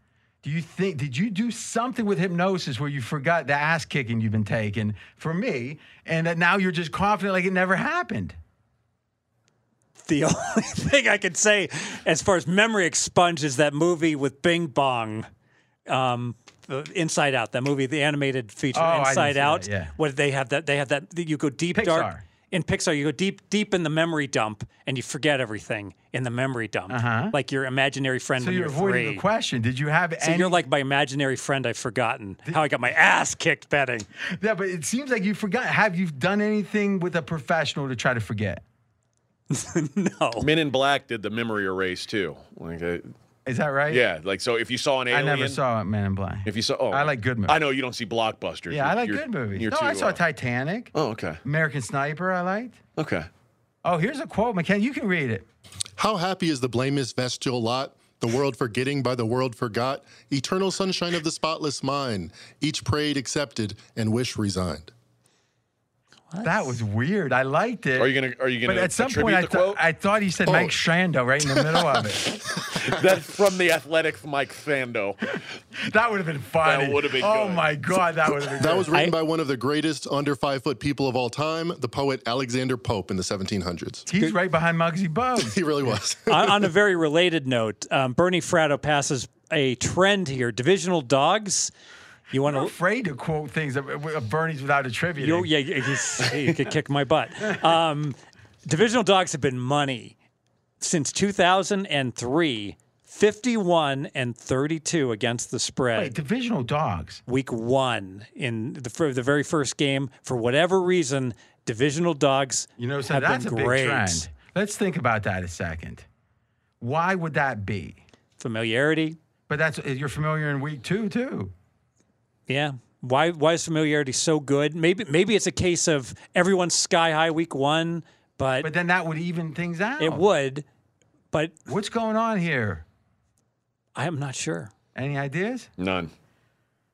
Do you think did you do something with hypnosis where you forgot the ass kicking you've been taking for me, and that now you're just confident like it never happened?
The only thing I could say as far as memory expunge is that movie with Bing Bong. Um, the Inside Out, that movie, the animated feature,
Oh, I didn't
Inside
see
Out.
that, yeah.
What they have that they have that that you go deep
Pixar.
dark in Pixar. You go deep deep in the memory dump, and you forget everything in the memory dump,
Uh-huh.
like your imaginary friend.
So
when
you're
you're
avoiding
three.
the question. Did you have
So
any?
you're like my imaginary friend. I've forgotten how I got my ass kicked betting.
yeah, but it seems like you forgot. Have you done anything with a professional to try to forget?
no,
Men in Black did the memory erase too. Like uh,
Is that right?
Yeah, like so. If you saw an
I
alien,
never saw Man in Black.
If you saw, oh,
I like good movies.
I know you don't see blockbusters.
yeah, I
You're-
like
you're-
good movies.
you're
No, I
too,
saw
uh,
Titanic,
Oh, okay,
American Sniper. I liked.
okay.
Oh, here's a quote, McKenna. You can read it.
How happy is the blameless vestial lot? The world forgetting by the world forgot, eternal sunshine of the spotless mind, each prayed accepted and wish resigned.
That was weird. I liked it.
Are you gonna Are you gonna
But at some
attribute
point, I,
the
thought
quote? Oh.
I thought he said Mike Shando right in the middle of it.
That's from the Athletic Mike Sando.
That would have been funny.
would've been
Oh
good.
my god, that would have been.
That
good.
was written by one of the greatest under five foot people of all time, the poet Alexander Pope in the 1700s.
He's right behind Muggsy Bogues.
He really was.
on, on a very related note, um, Bernie Fratto passes a trend here: divisional dogs. You
Oh,
want to?
Afraid to quote things of, of Bernie's without attributing.
You, yeah, yeah, he's, he could kick my butt. Um, divisional dogs have been money since 2003. 51 and 32 against the spread.
Wait, divisional dogs.
week one in the for the very first game for whatever reason divisional dogs
You know, so
have
that's a
been
big
great
trend. Let's think about that a second. Why would that be?
familiarity
But that's you're familiar in week two too.
yeah why why is familiarity so good maybe maybe it's a case of everyone's sky high week one but,
But then that would even things out.
it would but
What's going on here?
i am not sure
Any ideas?
None.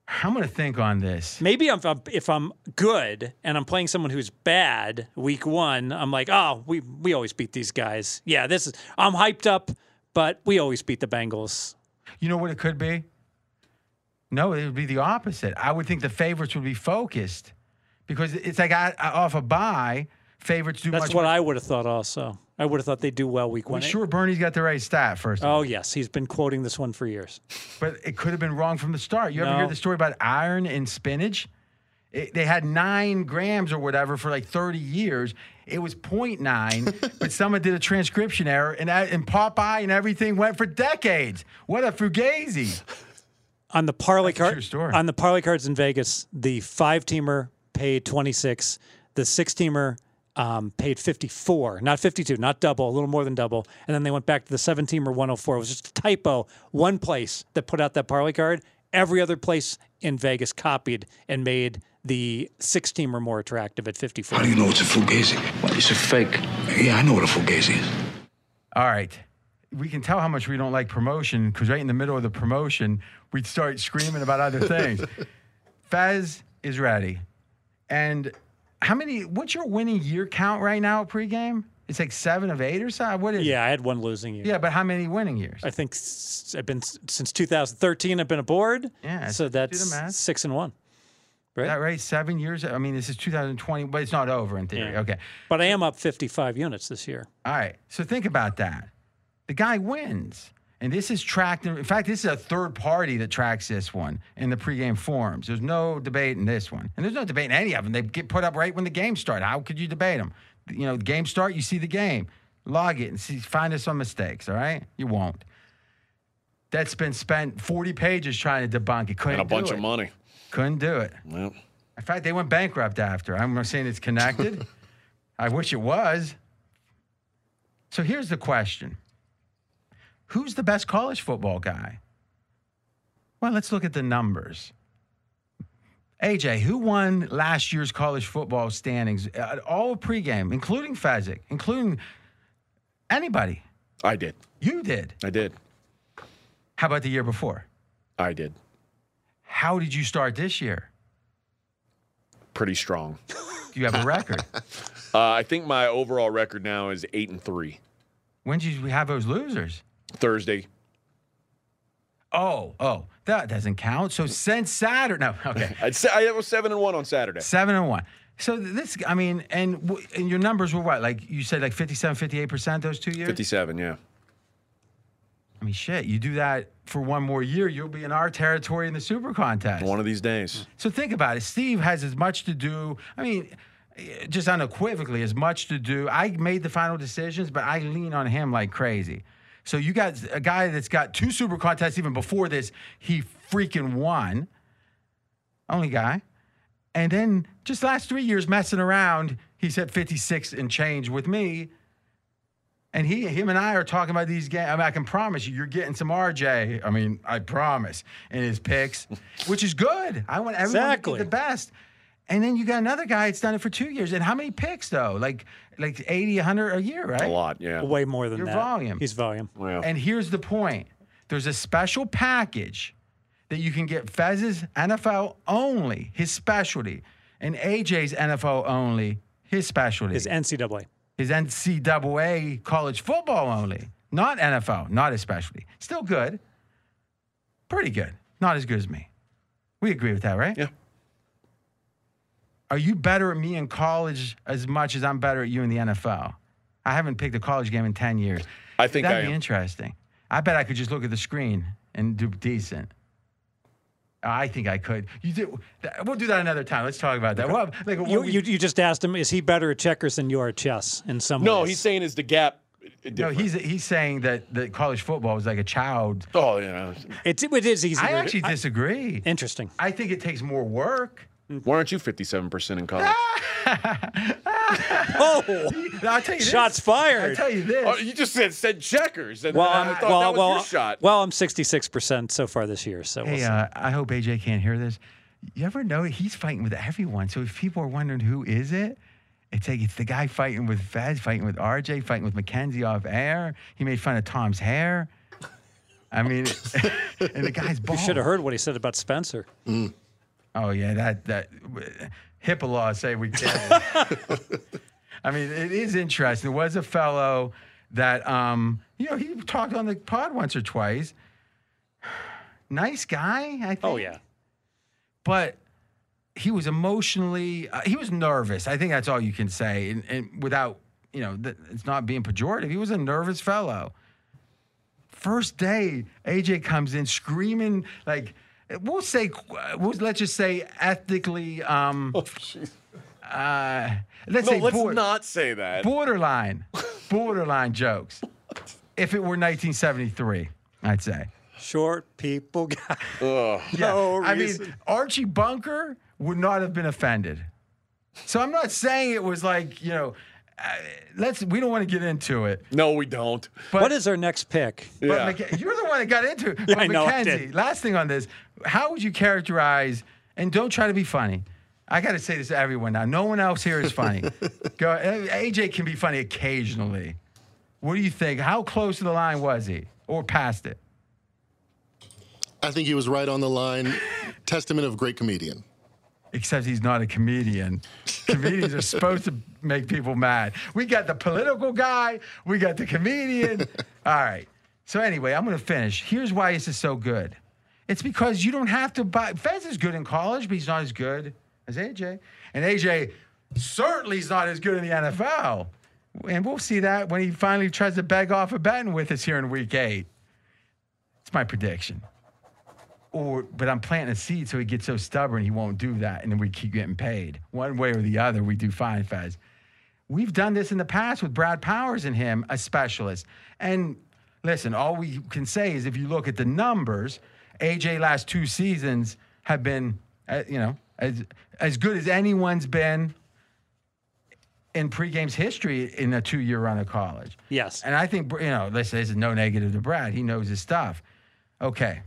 I'm gonna think on this.
maybe if I'm, if I'm good and i'm playing someone who's bad week one i'm like oh we we always beat these guys yeah this is i'm hyped up but we always beat the bengals
You know what it could be? No, it would be the opposite. I would think the favorites would be focused because it's like I, I- off a bye. Favorites do
That's
much.
what I eh? would have thought. Also, I would have thought they'd do well week
I'm
one.
sure Bernie's got the right stat first,
Oh yes, he's been quoting this one for years.
but it could have been wrong from the start. You ever hear
No.
the story about iron in spinach? It, they had nine grams or whatever for like 30 years. It was 0.9, but someone did a transcription error, and, I- and Popeye and everything went for decades. What a fugazi!
On the parlay
a
card,
true story.
on the parlay cards in Vegas, the five teamer paid twenty six, the six teamer um, paid fifty four, not fifty two, not double, a little more than double, and then they went back to the seven teamer one hundred four. It was just a typo. One place that put out that parlay card, every other place in Vegas copied and made the six teamer more attractive at fifty four.
How do you know it's a fugazi?
Well, it's a fake.
Yeah, I know what a fugazi is.
All right. We can tell how much we don't like promotion because right in the middle of the promotion, we'd start screaming about other things. Fez is ready. And how many, what's your winning year count right now at pregame? It's like seven of eight or so. What is it?
Yeah, I had one losing year.
Yeah, but how many winning years?
I think s- I've been s- since 2013. I've been aboard.
Yeah, so
So
do the math.
that's six and one.
Is that right? Seven years? I mean, this is 2020, but it's not over in theory.
Yeah.
Okay.
But I am up 55 units this year.
All right. So think about that. The guy wins. And this is tracked. In fact, this is a third party that tracks this one in the pregame forums. There's no debate in this one. And there's no debate in any of them. They get put up right when the game starts. How could you debate them? You know, the game start, you see the game. Log it and see, find us some mistakes, all right? You won't. That's been spent 40 pages trying to debunk it. Couldn't
And a bunch
do
of
it.
money.
Couldn't do it.
Well,
In fact, they went bankrupt after. I'm not saying it's connected. I wish it was. So here's the question Who's the best college football guy? Well, let's look at the numbers. AJ, who won last year's college football standings at all pregame, including Fezzik, including anybody?
I did.
You did.
I did.
How about the year before?
I did.
How did you start this year?
Pretty strong.
Do you have a record?
Uh, I think my overall record now is eight and three.
when did you have those losers?
Thursday.
Oh, oh, that doesn't count. So since Saturday, no, okay,
I'd say I was seven and one on Saturday.
seven and one. So th- this, I mean, and w- and your numbers were what? Like you said, like 57, 58 percent those two years.
Fifty-seven. Yeah.
I mean, shit, you do that for one more year, you'll be in our territory in the Super Contest.
One of these days.
So think about it. Steve has as much to do. I mean, eh, just unequivocally, as much to do. I made the final decisions, but I lean on him like crazy. So you got a guy that's got two super contests even before this. He freaking won. Only guy. And then just last three years messing around, he's at 56 and change with me. And he, him, and I are talking about these games. I, mean, I can promise you, you're getting some RJ. I mean, I promise in his picks, which is good. I want everyone
Exactly.
to get the best. And then you got another guy that's done it for two years. And how many picks though? Like, like 80, 100 a year, right?
A lot, yeah.
Way more than
Your
that.
volume.
He's volume.
Wow.
And here's the point there's a special package that you can get Fez's NFL only, his specialty, and AJ's NFL only, his specialty.
Is NCAA.
his NCAA college football only, not NFL, not his specialty. Still good, pretty good, not as good as me. We agree with that, right?
Yeah.
Are you better at me in college as much as I'm better at you in the NFL? I haven't picked a college game in 10 years.
I think
That'd
I
be
am.
interesting. I bet I could just look at the screen and do decent. I think I could. You do. that- We'll do that another time. Let's talk about that. Well, like, what
You,
we-
you, you just asked him, is he better at checkers than you are at chess in some
No,
ways?
he's saying is the gap.
no,
different?
he's he's saying that that college football is like a child.
Oh yeah.
It's, it is easier.
I
to-
actually disagree.
Interesting.
I think it takes more work.
Why aren't you fifty-seven percent in college?
Ah!
Oh,
Now, I'll tell you this.
shots
I'll
fired.
tell you this.
Oh, you just said said checkers, and
Well,
I
I'm
thought
well,
that was
well,
your shot.
well, I'm 66% so far this year. So we'll
Hey,
see.
uh, I hope AJ can't hear this. You ever know he's fighting with everyone? So if people are wondering who is it, it's like it's the guy fighting with Fez, fighting with RJ, fighting with Mackenzie off air. He made fun of Tom's hair. I mean, and the guy's bald.
you should have heard what he said about Spencer.
Oh yeah, that that HIPAA laws say we can't. I mean, it is interesting. There was a fellow that um, you know, he talked on the pod once or twice. Nice guy, I think.
Oh, yeah.
But he was emotionally uh, he was nervous. I think that's all you can say and, and without, you know, th- it's not being pejorative. He was a nervous fellow. First day, AJ comes in screaming like we'll say we'll, let's just say ethically um uh let's
Oh, no,
say
let's
bor-
not say that.
borderline borderline jokes. If it were 1973, I'd say.
Short people guy.
Yeah.
No
I mean,
reason.
Archie Bunker would not have been offended. So I'm not saying it was like, you know, uh, let's, we don't want to get into it.
no, we don't.
what is our next pick?
Yeah.
But Mc- you're the one that got into it. But
I know, I did.
Mackenzie, last thing on this, how would you characterize, and don't try to be funny. I got to say this to everyone now. No one else here is funny. Go, uh, AJ can be funny occasionally. What do you think? How close to the line was he or past it?
I think he was right on the line. Testament of a great comedian.
except he's not a comedian. Comedians are supposed to make people mad. We got the political guy, we got the comedian. All right. So anyway, I'm going to finish. Here's why this is so good. It's because you don't have to buy. Fez is good in college, but he's not as good as AJ. And AJ certainly is not as good in the NFL. And we'll see that when he finally tries to beg off of betting with us here in week eight. It's my prediction or "Oh, but I'm planting a seed so he gets so stubborn he won't do that, and then we keep getting paid one way or the other. We do fine, Fez. We've done this in the past with Brad Powers and him, a specialist. And listen, all we can say is if you look at the numbers, AJ last two seasons have been, uh, you know, as as good as anyone's been in pregame's history in a two-year run of college.
Yes.
And I think you know, listen, this is no negative to Brad. He knows his stuff. Okay,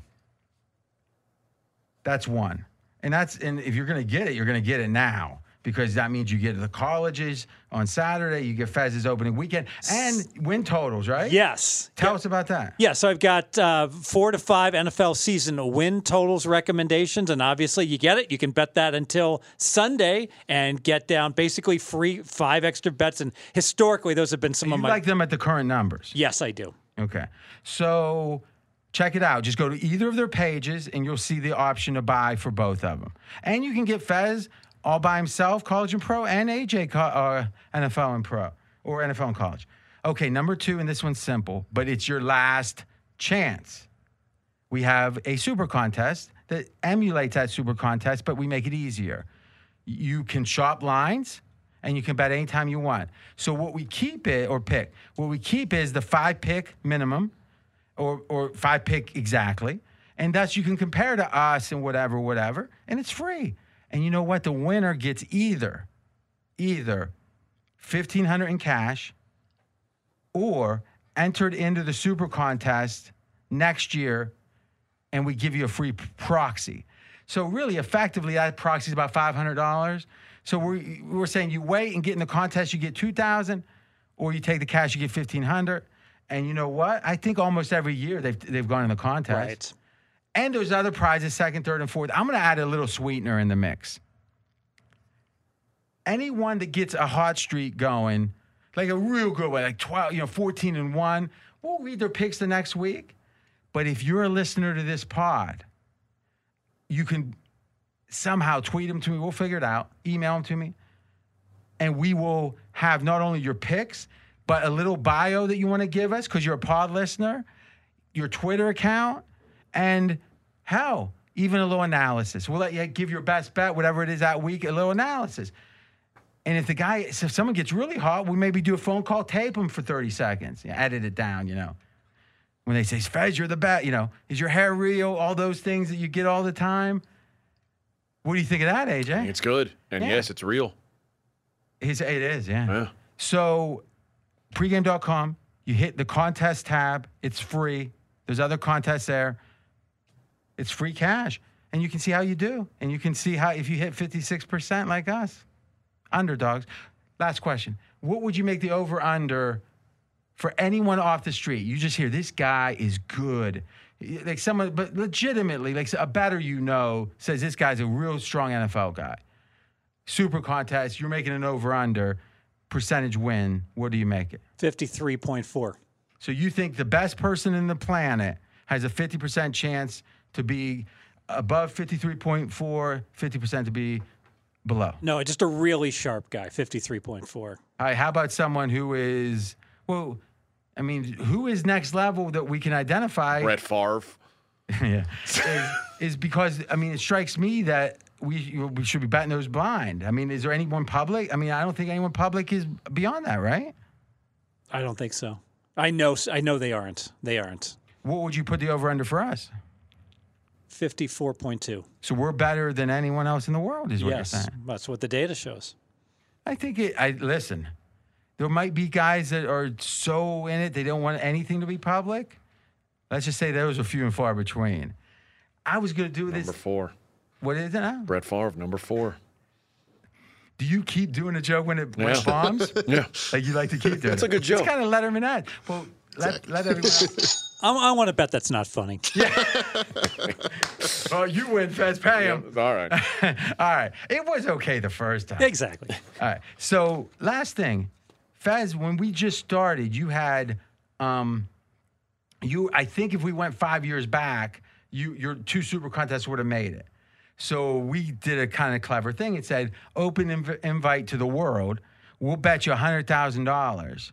that's one. And that's and if you're gonna get it, you're gonna get it now. Because that means you get to the colleges on Saturday, you get Fez's opening weekend and win totals, right?
Yes.
Tell us about that.
Yeah, so I've got uh, four to five NFL season win totals recommendations, and obviously you get it. You can bet that until Sunday and get down basically free five extra bets. And historically, those have been some
You
of Oh my.
like them at the current numbers.
yes, I do.
Okay. So check it out. Just go to either of their pages and you'll see the option to buy for both of them. And you can get Fez all by himself, college and pro, and AJ, co- uh, NFL and pro, or NFL and college. Okay, number two, and this one's simple, but it's your last chance. We have a super contest that emulates that super contest, but we make it easier. You can shop lines and you can bet anytime you want. So what we keep it or pick, what we keep is the five pick minimum or or five pick exactly. And thus you can compare to us and whatever, whatever, and it's free. And you know what? The winner gets either, either fifteen hundred in cash or entered into the super contest next year and we give you a free p- proxy. So really effectively that proxy is about $500. So we're, we're saying you wait and get in the contest, you get 2000 or you take the cash, you get 1500 And you know what? I think almost every year they've, they've gone in the contest.
Right.
And there's other prizes, second, third, and fourth. I'm going to add a little sweetener in the mix. Anyone that gets a hot streak going, like a real good way, like 12, you know, 14 and one, we'll read their picks the next week. But if you're a listener to this pod, you can somehow tweet them to me. We'll figure it out. Email them to me. And we will have not only your picks, but a little bio that you want to give us because you're a pod listener, your Twitter account, and how even a little analysis. We'll let you give your best bet, whatever it is that week, a little analysis. And if the guy, so if someone gets really hot, we maybe do a phone call, tape him for 30 seconds, yeah, edit it down, you know. When they say, Fez, you're the best, you know, is your hair real? All those things that you get all the time. What do you think of that, AJ?
It's good. And
Yeah.
yes, it's real.
He's, it is, yeah.
Yeah.
So, pregame.com, you hit the contest tab. It's free. There's other contests there. It's free cash. And you can see how you do. And you can see how, if you hit 56% like us, underdogs. Last question What would you make the over under for anyone off the street? You just hear this guy is good. Like someone, but legitimately, like a better you know says this guy's a real strong NFL guy super contest, you're making an over under percentage win. Where do you make it?
53.4.
So you think the best person in the planet has a 50% chance to be above 53.4, 50% to be below.
No, just a really sharp guy, 53.4.
All right, how about someone who is, well, I mean, who is next level that we can identify?
Brett Favre.
yeah, is, is because I mean it strikes me that we we should be batting those blind. I mean, is there anyone public? I mean, I don't think anyone public is beyond that, right?
I don't think so. I know I know they aren't. They aren't.
What would you put the over under for us?
54.2.
So we're better than anyone else in the world, is what you're
Yes.
saying.
That's what the data shows.
I think it. I listen. There might be guys that are so in it they don't want anything to be public. Let's just say those are few and far between. I was going to do this.
Number four.
What is it now?
Brett Favre, number four.
Do you keep doing a joke when it, when it
Yeah.
bombs?
Yeah.
Like you like to keep doing.
That's a
it.
good joke.
It's kind of Letterman ad. Well, let, let everyone. Else.
I, I want to bet that's not funny.
Oh, you win, Fez. Pay
All
him.
right.
All right. It was okay the first time.
Exactly.
All right. So last thing, Fez, when we just started, you had, um, you. I think if we went five years back, you your two super contests would have made it. So we did a kind of clever thing. It said open inv- invite to the world. We'll bet you hundred thousand dollars.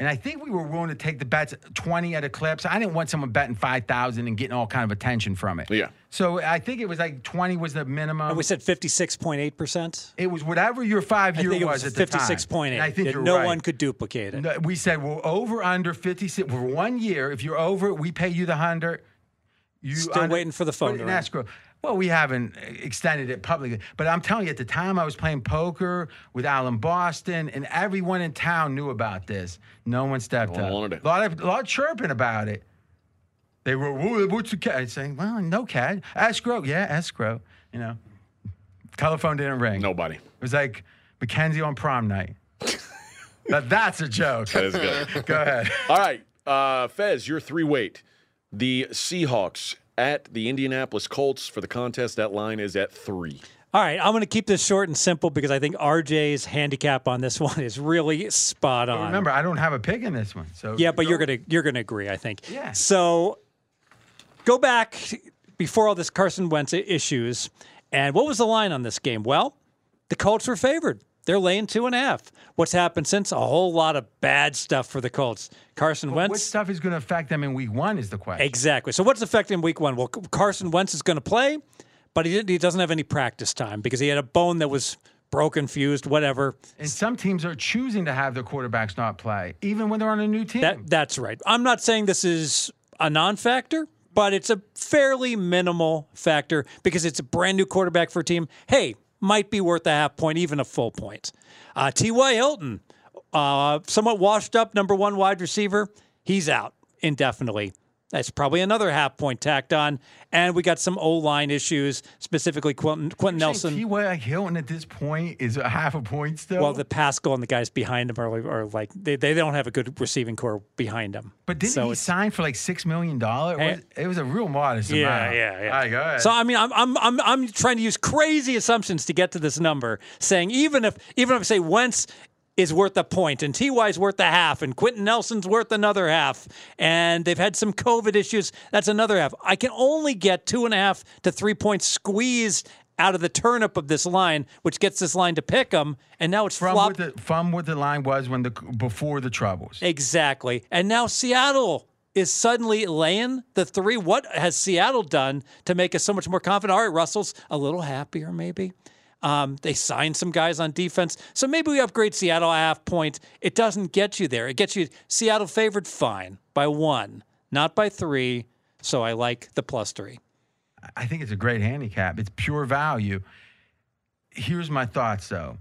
And I think we were willing to take the bets twenty at a clip. So I didn't want someone betting five thousand and getting all kind of attention from it.
Yeah.
So I think it was like twenty was the minimum.
And we said 56.8%.
It was whatever your five
I
year
think it
was,
was
at the time.
56.8.
And I think
that
you're
no
right.
one could duplicate it.
No, we said we're over under 56 for one year. If you're over, we pay you the hundred. You
Still waiting for the phone
put it
to
in
ring.
escrow. Well, we haven't extended it publicly, but I'm telling you, at the time I was playing poker with Alan Boston, and everyone in town knew about this. No one stepped
one
up.
wanted it.
A lot of a lot of chirping about it. They were, "Whoa, what's the cash? Saying, well, no cash. Escrow, yeah, escrow. You know, telephone didn't ring.
Nobody.
It was like Mackenzie on prom night. now that's a joke.
That is good.
Go ahead.
All right. Uh, Fez, your three weight. The Seahawks at the Indianapolis Colts for the contest. That line is at three.
All right, I'm going to keep this short and simple because I think RJ's handicap on this one is really spot on.
Remember, I don't have a pig in this one. So
Yeah, but you're gonna you're gonna agree, I think.
Yeah.
So go back before all this Carson Wentz i- issues, and what was the line on this game? Well, the Colts were favored. They're laying two and a half. What's happened since? A whole lot of bad stuff for the Colts. Carson Wentz.
what stuff is going to affect them in week one is the question.
Exactly. So what's affecting week one? Well, C- Carson Wentz is going to play, but he, didn't, he doesn't have any practice time because he had a bone that was broken, fused, whatever.
and some teams are choosing to have their quarterbacks not play, even when they're on a new team.
That that's right. I'm not saying this is a non-factor, but it's a fairly minimal factor because it's a brand new quarterback for a team. Hey, might be worth a half point, even a full point. Uh, T.Y. Hilton uh, somewhat washed up number one wide receiver, he's out indefinitely. That's probably another half point tacked on. And we got some O line issues, specifically Quentin, Quentin Nelson.
T. Wack Hilton at this point is a half a point still.
Well, the Pascal and the guys behind him are, like- are like they, they don't have a good receiving core behind them.
but didn't
so
he
it's-
sign for like six million dollars?
Hey.
It, was- it was a real modest
Yeah,
amount.
yeah, yeah.
All right, go ahead.
So I mean, I'm, I'm I'm I'm trying to use crazy assumptions to get to this number, saying even if even if say Wentz is worth a point and Ty is worth a half and Quentin Nelson's worth another half, and they've had some COVID issues. That's another half. I can only get two and a half to three points squeezed out of the turnip of this line, which gets this line to pick 'em, and now it's
from
flopped.
what the from what the line was when the before the troubles.
Exactly. And now Seattle is suddenly laying the three. What has Seattle done to make us so much more confident? All right, Russell's a little happier, maybe. Um, they signed some guys on defense. So maybe we upgrade Seattle a half point. It doesn't get you there. It gets you Seattle favored fine by one, not by three. So I like the plus three.
I think it's a great handicap. It's pure value. Here's my thoughts, though.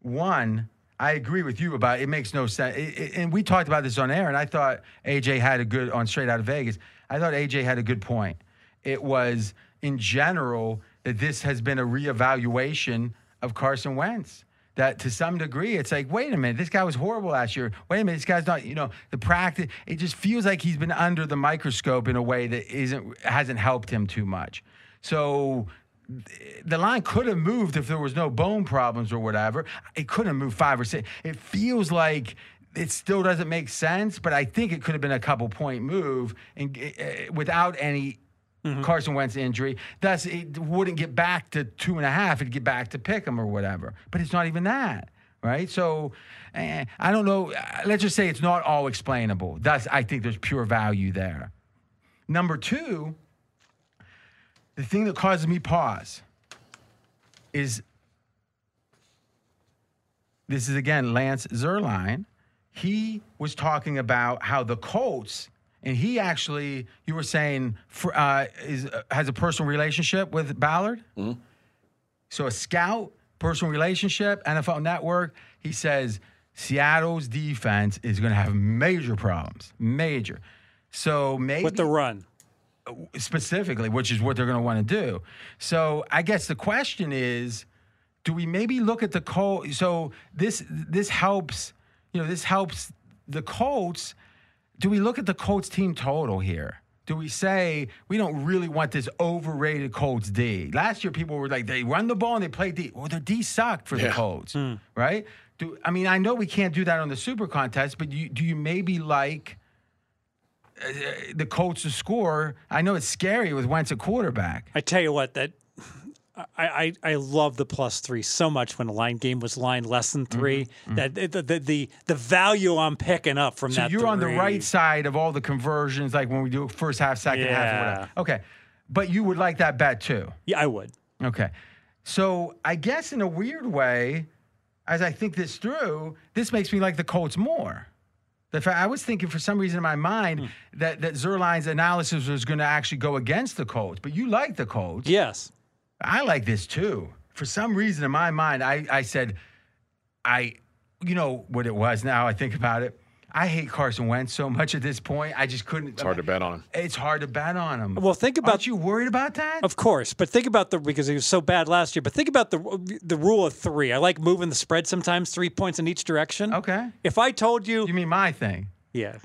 One, I agree with you about it makes no sense. It- it- and we talked about this on air, and I thought AJ had a good on Straight Out of Vegas. I thought AJ had a good point. It was in general that this has been a reevaluation of Carson Wentz. That to some degree, it's like, wait a minute, this guy was horrible last year. Wait a minute, this guy's not. You know, the practice. It just feels like he's been under the microscope in a way that isn't hasn't helped him too much. So the line could have moved if there was no bone problems or whatever. It could have moved five or six. It feels like it still doesn't make sense, but I think it could have been a couple point move and uh, without any Carson Wentz injury. Thus, it wouldn't get back to two and a half. It'd get back to pick 'em or whatever. But it's not even that. Right, so eh, I don't know. Uh, Let's just say it's not all explainable. Thus, I think there's pure value there. Number two, the thing that causes me pause is this is again Lance Zerline. He was talking about how the Colts, and he actually, you were saying, fr- uh, is, uh, has a personal relationship with Ballard. So a scout, personal relationship, NFL Network. He says Seattle's defense is going to have major problems, major. So maybe
With the run.
specifically, which is what they're going to want to do. So I guess the question is, do we maybe look at the Colts? So this this helps, you know, this helps the Colts. Do we look at the Colts team total here? Do we say we don't really want this overrated Colts D? Last year, people were like, they run the ball and they play D. Well, their D sucked for the Colts, right? Do I mean I know we can't do that on the Super Contest, but you, do you maybe like the Colts to score. I know it's scary with Wentz at quarterback.
I tell you what, that I, I I love the plus three so much when the line game was lined less than
Mm-hmm,
3 That the, the the the value I'm picking up from
So
that.
you're on the
three.
right side of all the conversions, like when we do first half, second half, or whatever. Okay, but you would like that bet too.
Yeah, I would.
Okay, so I guess in a weird way, as I think this through, this makes me like the Colts more. The fact I was thinking for some reason in my mind that that Zerline's analysis was going to actually go against the Colts, but you like the Colts.
Yes.
I like this too. For some reason in my mind, I, I said, I, you know what it was now I think about it. I hate Carson Wentz so much at this point. I just couldn't.
It's hard to bet on him.
It's hard to bet on him.
Well, think about
Aren't you worried about that?
Of course, but think about the because he was so bad last year. But think about the the rule of three. I like moving the spread sometimes, three points in each direction.
Okay.
If I told you,
You mean my thing?
yeah.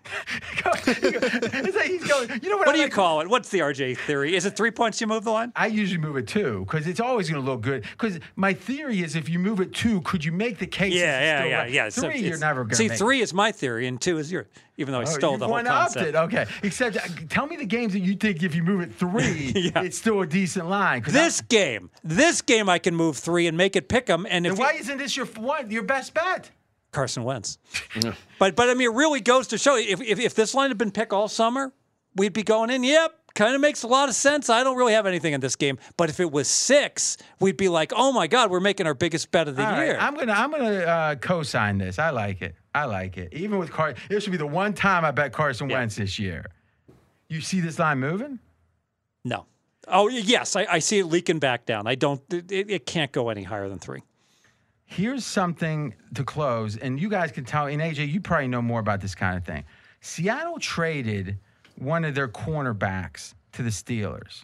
it's like he's going. You know what?
What
I
do you
like?
call it? What's the RJ theory? Is it three points you move the line?
I usually move it two because it's always going to look good. Because my theory is, if you move it two, could you make the case?
Yeah,
it's
yeah,
still
yeah,
right?
yeah. So
Three, you're
it's-
never going to
see. Three is my theory, and two is yours. Even though I
Oh,
stole
you
the whole
wanna upped
concept.
it. Okay. Except uh, tell me the games that you think if you move it three, it's still a decent line. 'Cause
This game, this game, I can move three and make it pick 'em. And
I-
if
and
you-
why isn't this your f- one, your best bet?
Carson Wentz. but but I mean, it really goes to show if, if if this line had been pick all summer, we'd be going in. Yep, kind of makes a lot of sense. I don't really have anything in this game, but if it was six, we'd be like, oh my god, we're making our biggest bet of the
All right,
year.
I'm gonna I'm gonna uh, co-sign this. I like it. I like it. Even with Carson, it should be the one time I bet Carson Wentz this year. You see this line moving?
no. Oh y- yes, I, I see it leaking back down. I don't. It, it- it can't go any higher than three.
Here's something to close, and you guys can tell. And AJ, you probably know more about this kind of thing. Seattle traded one of their cornerbacks to the Steelers.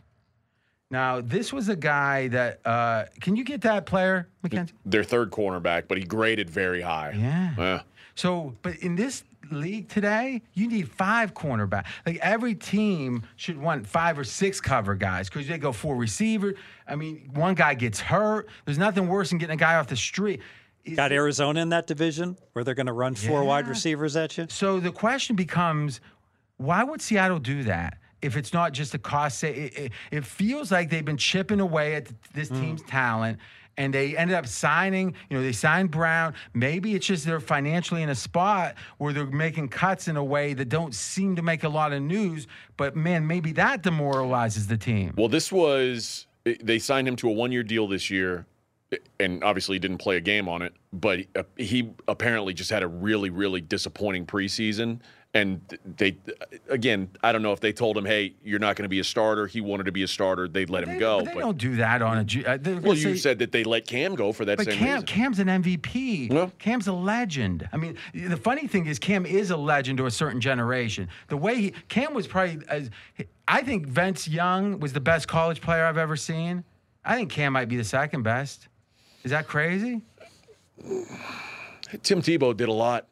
Now, this was a guy that uh, can you get that player, McKenzie?
Their third cornerback, but he graded very high.
Yeah.
Yeah.
So, but in this league today, you need five cornerback. Like every team should want five or six cover guys because they go four receiver. I mean, one guy gets hurt. There's nothing worse than getting a guy off the street. Is-
Got Arizona in that division where they're going to run four wide
Yeah.
receivers at you.
So the question becomes, why would Seattle do that? If it's not just a cost, sa- it, it, it feels like they've been chipping away at this team's talent, and they ended up signing. You know, they signed Brown. Maybe it's just they're financially in a spot where they're making cuts in a way that don't seem to make a lot of news. But man, maybe that demoralizes the team.
Well, this was eh, they signed him to a one-year deal this year, eh, and obviously he didn't play a game on it. But eh, he apparently just had a really, really disappointing preseason. And they, eh, again, I don't know if they told him, "Hey, you're not going to be a starter." He wanted to be a starter. They let him
They-
go.
but they don't do that on a. ju- uh, they're gonna
well, you
say-
said that they let Cam go for that
But
same
Cam,
reason.
Cam's an MVP.
Yeah.
Cam's a legend. I mean, the funny thing is, Cam is a legend to a certain generation. The way he, Cam was probably, as, I think Vince Young was the best college player I've ever seen. I think Cam might be the second best. Is that crazy?
Tim Tebow did a lot.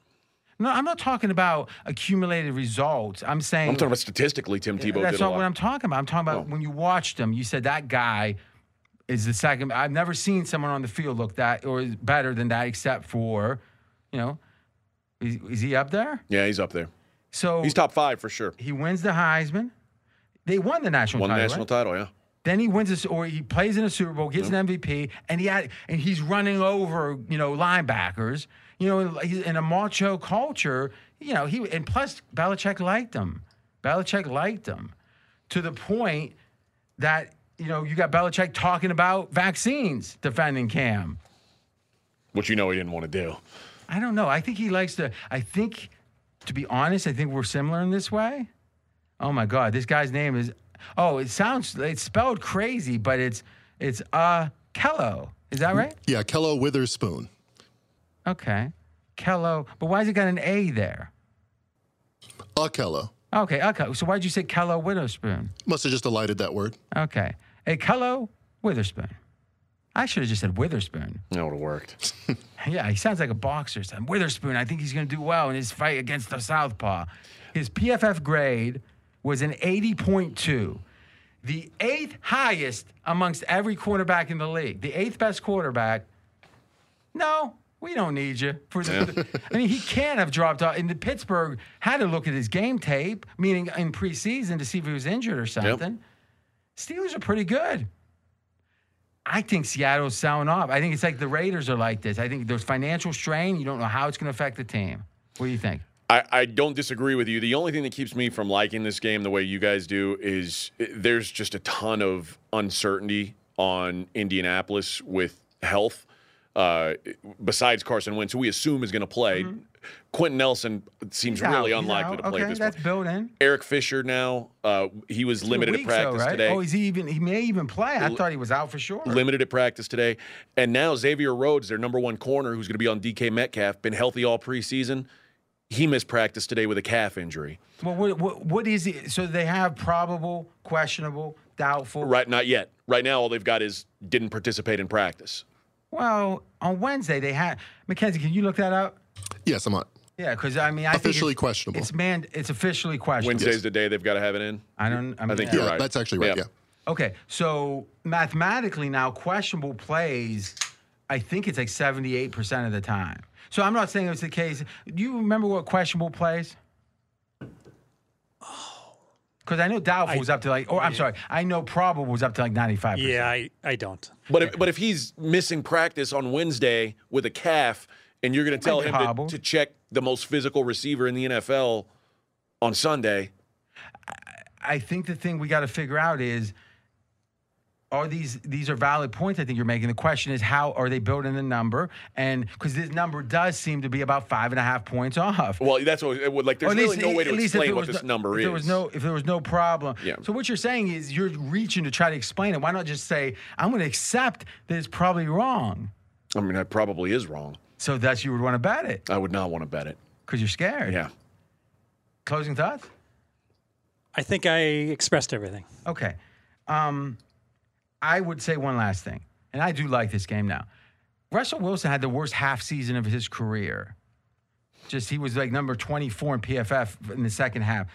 No, I'm not talking about accumulated results. I'm saying
I'm talking about statistically. Tim Tebow
that's not
did a lot. Oh.
what I'm talking about. I'm talking about when you watched him, you said that guy is the second. I've never seen someone on the field look that or is better than that, except for, you know, is, is he up there?
yeah, he's up there.
So
He's top five for sure.
he wins the Heisman. They won the national
Won the
title.
national
right?
title. Yeah.
Then he wins this, or he plays in a Super Bowl, gets an MVP, and he had, and he's running over, you know, linebackers. You know, in- he's in a macho culture, you know, he and plus Belichick liked him. Belichick liked him to the point that you know you got Belichick talking about vaccines, defending Cam.
Which you know he didn't want to do.
I don't know. I think he likes to. I think, to be honest, I think we're similar in this way. Oh my God, this guy's name is. Oh, it sounds. It's spelled crazy, but it's it's uh Kello. Is that right?
Yeah, Kello Witherspoon.
Okay, Kello. But why has it got an A there?
A Kello.
Okay, okay. So why'd you say Kello Witherspoon?
Must have just elided that word.
Okay, a Kello Witherspoon. I should have just said Witherspoon.
That would have worked.
Yeah, he sounds like a boxer. Son. Witherspoon, I think he's going to do well in his fight against the Southpaw. His PFF grade was an 80.2, the eighth highest amongst every quarterback in the league, the eighth best quarterback. No, we don't need you. For the, I mean, he can't have dropped off. And the Pittsburgh had to look at his game tape, meaning in preseason, to see if he was injured or something. Steelers are pretty good. I think Seattle's sound off. I think it's like the Raiders are like this. I think there's financial strain. You don't know how it's going to affect the team. What do you think?
I, I don't disagree with you. The only thing that keeps me from liking this game the way you guys do is eh, there's just a ton of uncertainty on Indianapolis with health. Uh, besides Carson Wentz, who we assume is going to play, Quentin Nelson seems really
Out, Mm-hmm. he's
unlikely
out.
to play
Okay,
this
that's
one.
built in.
Eric Fisher now, uh, he was limited
Two
at
weeks, though,
practice
right?
today.
Oh, is he even? He may even play. I thought he was out for sure.
limited at practice today. And now Xavier Rhodes, their number one corner, who's going to be on DK Metcalf, been healthy all preseason. He missed practice today with a calf injury.
Well, what, what, what is it? So they have probable, questionable, doubtful.
Right, not yet. Right now, all they've got is didn't participate in practice.
Well, on Wednesday they had Mackenzie. Can you look that up?
Yes, I'm on.
Yeah, because I mean, I
Officially
think it's,
questionable.
It's man. It's officially questionable.
Wednesday's the day they've got to have it in.
I don't. I, mean,
think
yeah.
you're
Yeah,
right.
that's actually right.
Yeah.
Yeah.
Okay, so mathematically now, questionable plays, I think it's like 78% of the time. So I'm not saying it's the case. Do you remember what questionable plays? Because I know doubtful was up to like, or I'm sorry, I know probable was up to like 95%.
Yeah, I, I don't.
But if, but if he's missing practice on Wednesday with a calf, and you're going to tell
be
him to,
hobbled.
to check the most physical receiver in the NFL on Sunday,
I think the thing we got to figure out is are these these are valid points I think you're making. The question is how are they building the number? And because this number does seem to be about five and a half points off.
well, that's what it would like. There's
Or at
really
least-
no way to
at least if
explain
it
what
was
this
no-
number
if
is.
There was no, if there was no problem.
Yeah.
So what you're saying is you're reaching to try to explain it. Why not just say I'm going to accept that it's probably wrong?
I mean, that probably is wrong.
So that's you would want to bet it
I would not want to bet it.
because you're scared.
Yeah.
Closing thoughts?
I think I expressed everything.
Okay. Um, I would say one last thing, and I do like this game now. Russell Wilson had the worst half season of his career. Just he was like number 24 in PFF in the second half.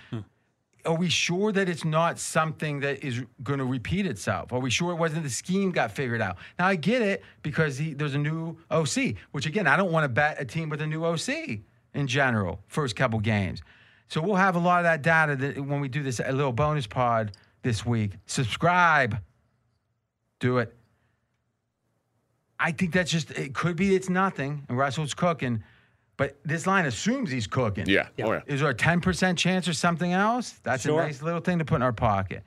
Are we sure that it's not something that is going to repeat itself? Are we sure it wasn't the scheme got figured out? Now I get it because he, there's a new OC, which again I don't want to bet a team with a new OC in general first couple games. So we'll have a lot of that data that when we do this a little bonus pod this week. Subscribe, do it. I think that's just it could be it's nothing and Russell's cooking, but this line assumes he's cooking.
Yeah. Oh, yeah.
Is there a 10% chance or something else? That's
Sure.
a nice little thing to put in our pocket.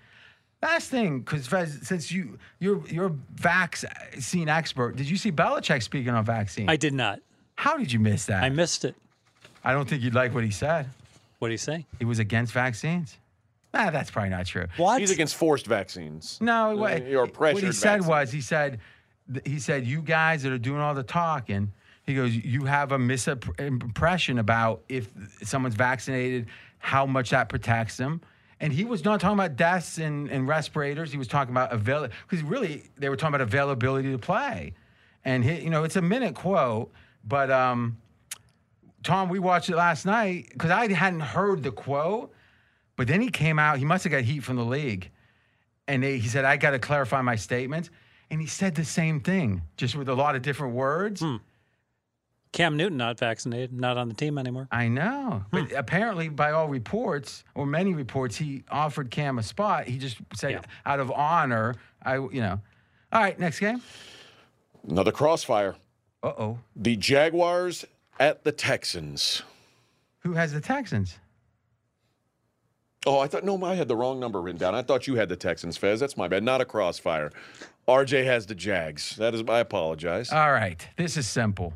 Last thing, because Fez, since you you're you're a vaccine expert, did you see Belichick speaking on vaccine?
I did not.
How did you miss that?
I missed it.
I don't think you'd like what he said.
What do you say?
He was against vaccines. Nah, that's probably not true.
What?
He's against forced vaccines.
No, it wa-
Uh, or
What he
pressured
said
vaccine.
was, he said, th- he said, you guys that are doing all the talking, he goes, you have a misimpression about if someone's vaccinated, how much that protects them. And he was not talking about deaths and, and respirators. He was talking about avail because really they were talking about availability to play. And he, you know, it's a minute quote, but um, Tom, we watched it last night because I hadn't heard the quote. But then he came out. He must have got heat from the league and they, he said, I got to clarify my statement. And he said the same thing, just with a lot of different words.
Cam Newton not vaccinated, not on the team anymore.
I know. But apparently, by all reports, or many reports, he offered Cam a spot. He just said,
Yeah.
out of honor, I, you know. All right, next game.
Another crossfire.
Uh oh.
The Jaguars at the Texans.
Who has the Texans?
Oh, I thought no, I had the wrong number written down. I thought you had the Texans, Fez. That's my bad. Not a crossfire. RJ has the Jags. That is, I apologize.
All right, this is simple.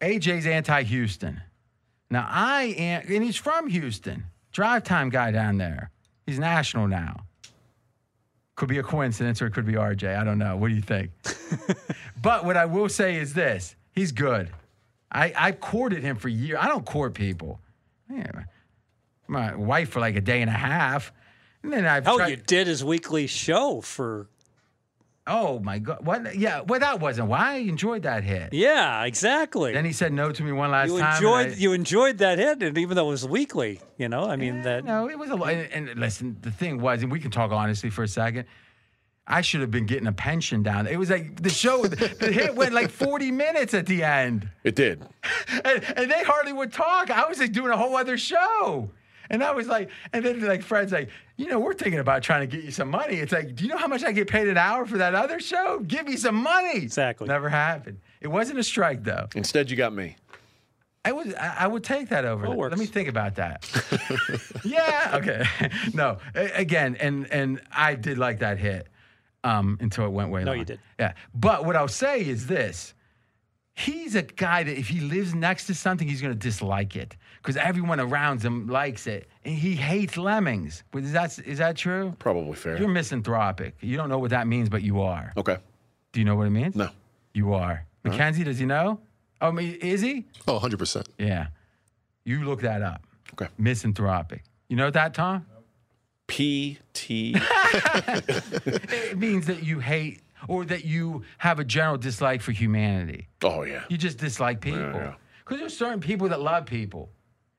AJ's anti Houston. Now, I am, and he's from Houston, drive time guy down there. He's national now. Could be a coincidence or it could be RJ. I don't know. What do you think? but what I will say is this he's good. I, I courted him for years. I don't court people. Yeah, my wife for like a day and a half. And then I've
Oh,
tried-
you did his weekly show for.
oh my God. What? Yeah, well, that wasn't why I enjoyed that hit.
Yeah, exactly.
Then he said no to me one last
you
time. and
enjoyed
I-
you enjoyed that hit, and even though it was weekly, you know, I mean that.
No, it was a lot. And, and listen, the thing was, and we can talk honestly for a second. I should have been getting a pension down. It was like the show, the hit went like 40 minutes at the end,
it did.
and, and they hardly would talk. I was like doing a whole other show. And I was like, and then like Fred's like, you know, we're thinking about trying to get you some money. It's like, do you know how much I get paid an hour for that other show? Give me some money.
Exactly.
Never happened. It wasn't a strike though.
Instead, you got me.
I would I I would take that over.
That works.
Let me think about that. yeah. Okay. no. a- Again, and and I did like that hit um, until it went way.
No,
long.
you did.
Yeah. But what I'll say is this: he's a guy that if he lives next to something, he's going to dislike it because everyone around him likes it, and he hates lemmings. But Is that is that true?
Probably fair.
You're misanthropic. You don't know what that means, but you are.
okay.
Do you know what it means?
No.
You are. Mackenzie, does he know? Oh, I mean, is he?
Oh, 100%.
Yeah. You look that up.
Okay.
Misanthropic. You know that, Tom?
PT.
It means that you hate or that you have a general dislike for humanity.
oh, yeah.
You just dislike people. Because
yeah.
there's certain people that love people,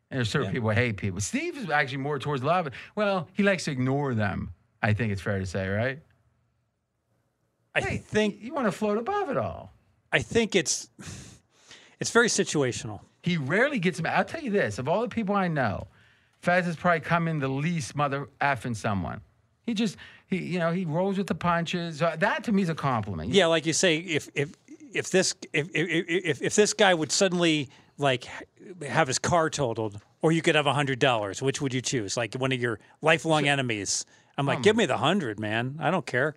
and there's certain people that hate people. Steve is actually more towards love. Well, he likes to ignore them. I think it's fair to say, right?
I
Hey,
think
you want to float above it all.
I think it's it's very situational.
He rarely gets mad. I'll tell you this: of all the people I know, Fez has probably come in the least mother effing someone. He just, he, you know, he rolls with the punches. Uh, That to me is a compliment.
Yeah, like you say, if if if this if if if, if this guy would suddenly like ha- have his car totaled, or you could have a hundred dollars, which would you choose?
Hmm.
Like one of your lifelong enemies. I'm like, give me the hundred, man. I don't care.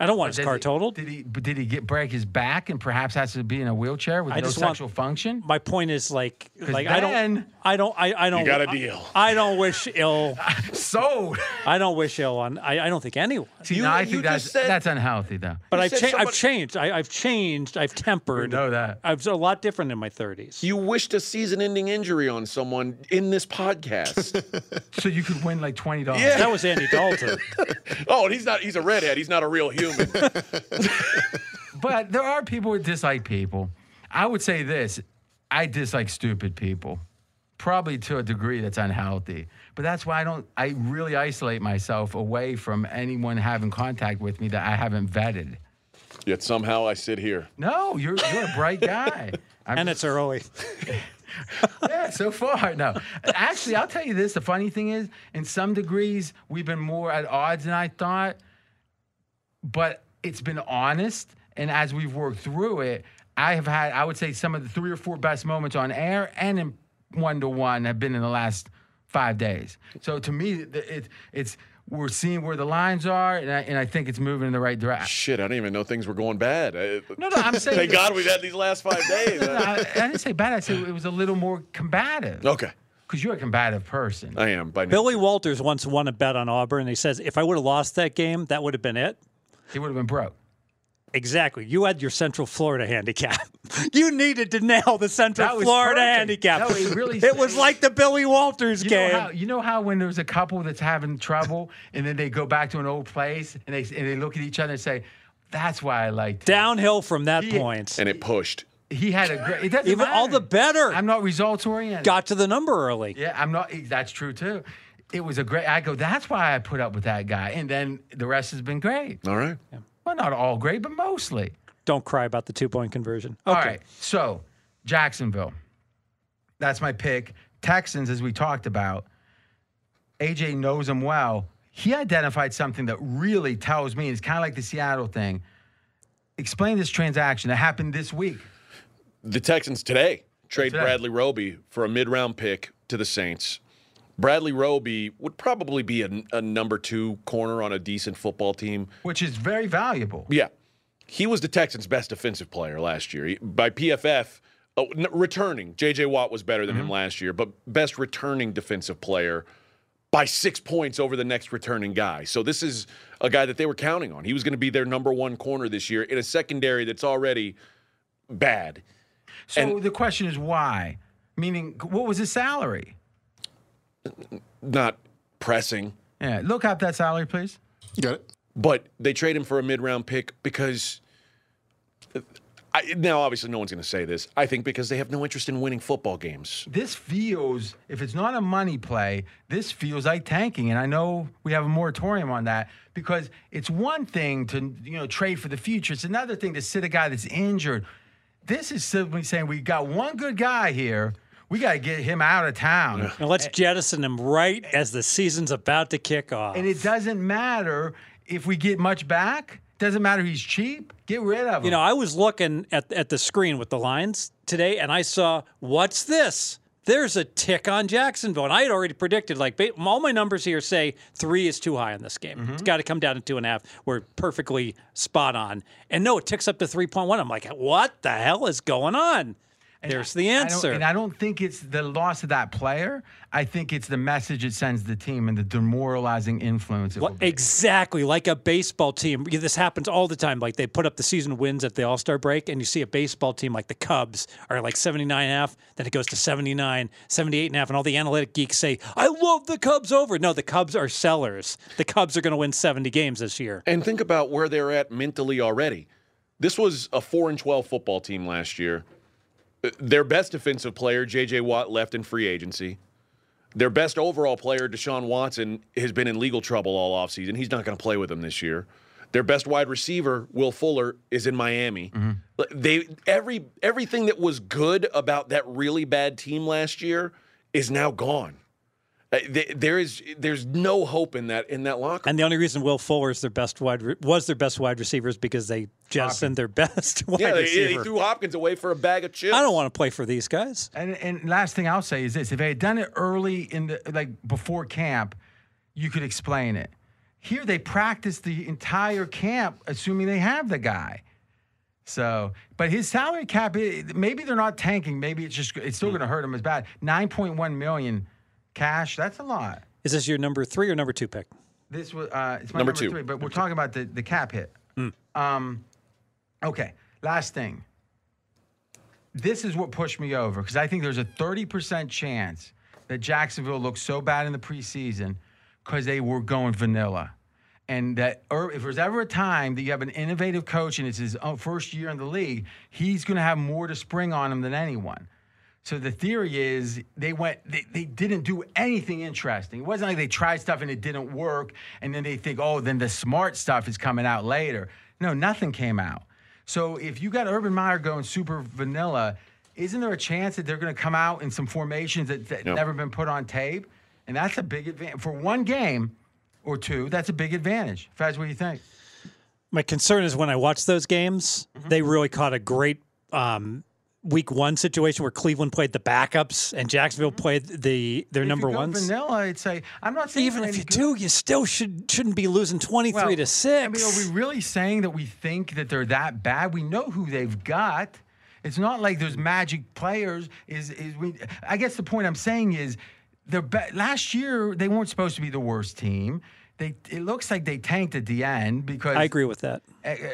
I don't want his
Does
car
he-
totaled.
Did he but did he get break his back and perhaps has to be in a wheelchair with
I
no
just want-
sexual function?
My point is like like
then-
I don't I don't I, I don't
got a
I-
deal.
I, don't wish ill
Sold.
I don't wish ill on I, I don't think anyone.
See,
You-
now I
you
think
just
that's
said-
that's unhealthy though.
But I've,
said
cha- I've
somebody-
changed. I, I've changed. I've tempered.
know that.
I was a lot different in my 30s.
You wished a season-ending injury on someone in this podcast.
So you could win like twenty dollars.
Yeah.
that was Andy Dalton.
oh, and he's not—he's a redhead. He's not a real human.
But there are people who dislike people. I would say this I dislike stupid people, probably to a degree that's unhealthy. But that's why I don't, I really isolate myself away from anyone having contact with me that I haven't vetted.
Yet somehow I sit here.
No, you're, you're a bright guy. I'm,
and it's early.
yeah, so far, no. Actually, I'll tell you this. The funny thing is, in some degrees, we've been more at odds than I thought, but it's been honest. And as we've worked through it, I have had, I would say, some of the three or four best moments on air and in one to one have been in the last five days. So to me, th- it, it's we're seeing where the lines are, and I, and I think it's moving in the right direction.
Shit, I didn't even know things were going bad. I-
No, no, I'm saying.
Thank God we've had these last five days.
I, I didn't say bad. I said it was a little more combative.
okay,
Because you're a combative person.
I am by now.
Billy Walters once won a bet on Auburn. And he says, if I would have lost that game, that would have been it.
He would have been broke.
Exactly. You had your Central Florida handicap. you needed to nail
That
the Central
was
Florida
perfect.
handicap.
No, it really
it was
saved-
like the Billy Walters
You know,
game.
how, you know how when there's a couple that's having trouble and then they go back to an old place and they and they look at each other and say, "That's why I liked him."
Downhill from that point.
And it pushed.
He had a great. It doesn't
Even all
matter.
the better.
I'm not results oriented.
Got to the number early.
Yeah, I'm not. e, That's true too. It was a great. I go. That's why I put up with that guy. And then the rest has been great.
All right.
Well, not all great, but mostly.
Don't cry about the two point conversion. Okay.
All right. So Jacksonville. That's my pick. Texans, as we talked about, AJ knows them well. He identified something that really tells me, and it's kind of like the Seattle thing. Explain this transaction that happened this week.
The Texans today trade
Today.
Bradley Roby for a mid-round pick to the Saints. Bradley Roby would probably be a, a number two corner on a decent football team.
Which is very valuable.
Yeah. He was the Texans' best defensive player last year. He- by PFF, oh, n- returning, J.J. Watt was better than him last year, but best returning defensive player by six points over the next returning guy. So this is a guy that they were counting on. He was going to be their number one corner this year in a secondary that's already bad.
So the question is why? Meaning, what was his salary?
Not pressing.
Yeah, look up that salary, please.
You got it?
But they trade him for a mid-round pick because I, now obviously no one's going to say this. I think because they have no interest in winning football games.
This feels, if it's not a money play, this feels like tanking. And I know we have a moratorium on that because it's one thing to you know trade for the future. It's another thing to sit a guy that's injured. This is simply saying we got one good guy here. We got to get him out of town.
Now let's jettison him right as the season's about to kick off.
And it doesn't matter if we get much back. Doesn't matter he's cheap. Get rid of him.
You know, I was looking at, at the screen with the lines today and I saw, what's this? There's a tick on Jacksonville. And I had already predicted, like, ba- all my numbers here say three is too high on this game.
Mm-hmm.
It's got to come down to two and a half. We're perfectly spot on. And no, it ticks up to 3.1. I'm like, what the hell is going on? There's the
I don't-
answer.
and I don't think it's the loss of that player. I think it's the message it sends the team and the demoralizing influence. It will
Oh,
Well, exactly, like a baseball team. Yeah, This happens all the time. Like they put up the season wins at the All Star break, and you see a baseball team like the Cubs are like 79 and a half, then it goes to 79, 78 and a half, and all the analytic geeks say, I love the Cubs over. No, the Cubs are sellers. The Cubs are going to win 70 games this year.
And think about where they're at mentally already. This was a 4 and 12 football team last year. Uh, Their best defensive player, JJ Watt, left in free agency. Their best overall player, Deshaun Watson, has been in legal trouble all offseason. He's not going to play with them this year. Their best wide receiver, Will Fuller, is in Miami. Like, They every everything that was good about that really bad team last year is now gone. Uh, th- There is there's no hope in that in that locker.
And the only reason Will Fuller is their best wide re- was their best wide receiver is because they jettisoned their best wide
Yeah, they, they
receiver.
threw Hopkins away for a bag of chips.
I don't want to play for these guys.
And and last thing I'll say is this: if they had done it early in the like before camp, you could explain it. Here they practice the entire camp, assuming they have the guy. So, but his salary cap, i- maybe they're not tanking. Maybe it's just it's still going to hurt him as bad. Nine point one million cash. That's a lot.
Is this your number three or number two pick?
This was uh, it's my number,
Number two. Hmm.
three, but we're talking about the the cap hit. Um, okay, last thing. This is what pushed me over because I think there's a 30% chance that Jacksonville looked so bad in the preseason because they were going vanilla. And that or if there's ever a time that you have an innovative coach and it's his own first year in the league, he's going to have more to spring on him than anyone. So the theory is they went, they, they didn't do anything interesting. It wasn't like they tried stuff and it didn't work, and then they think, oh, then the smart stuff is coming out later. No, nothing came out. So if you got Urban Meyer going super vanilla, isn't there a chance that they're going to come out in some formations that, that
No.
never been put on tape? And that's a big advantage for one game or two. That's a big advantage. Faz, what do you think?
my concern is when I watch those games,
Mm-hmm.
they really caught a great um, week one situation where Cleveland played the backups and Jacksonville played the their number
Mm-hmm. if you go
ones.
vanilla. It's like I'm not saying
Even
they're
if
any
you
good.
do, you still should shouldn't be losing twenty three
Well,
to six.
I mean, are we really saying that we think that they're that bad? We know who they've got. It's not like there's magic players. Is is we? I guess the point I'm saying is, they're be- last year they weren't supposed to be the worst team. They it looks like they tanked at the end because
I agree with that.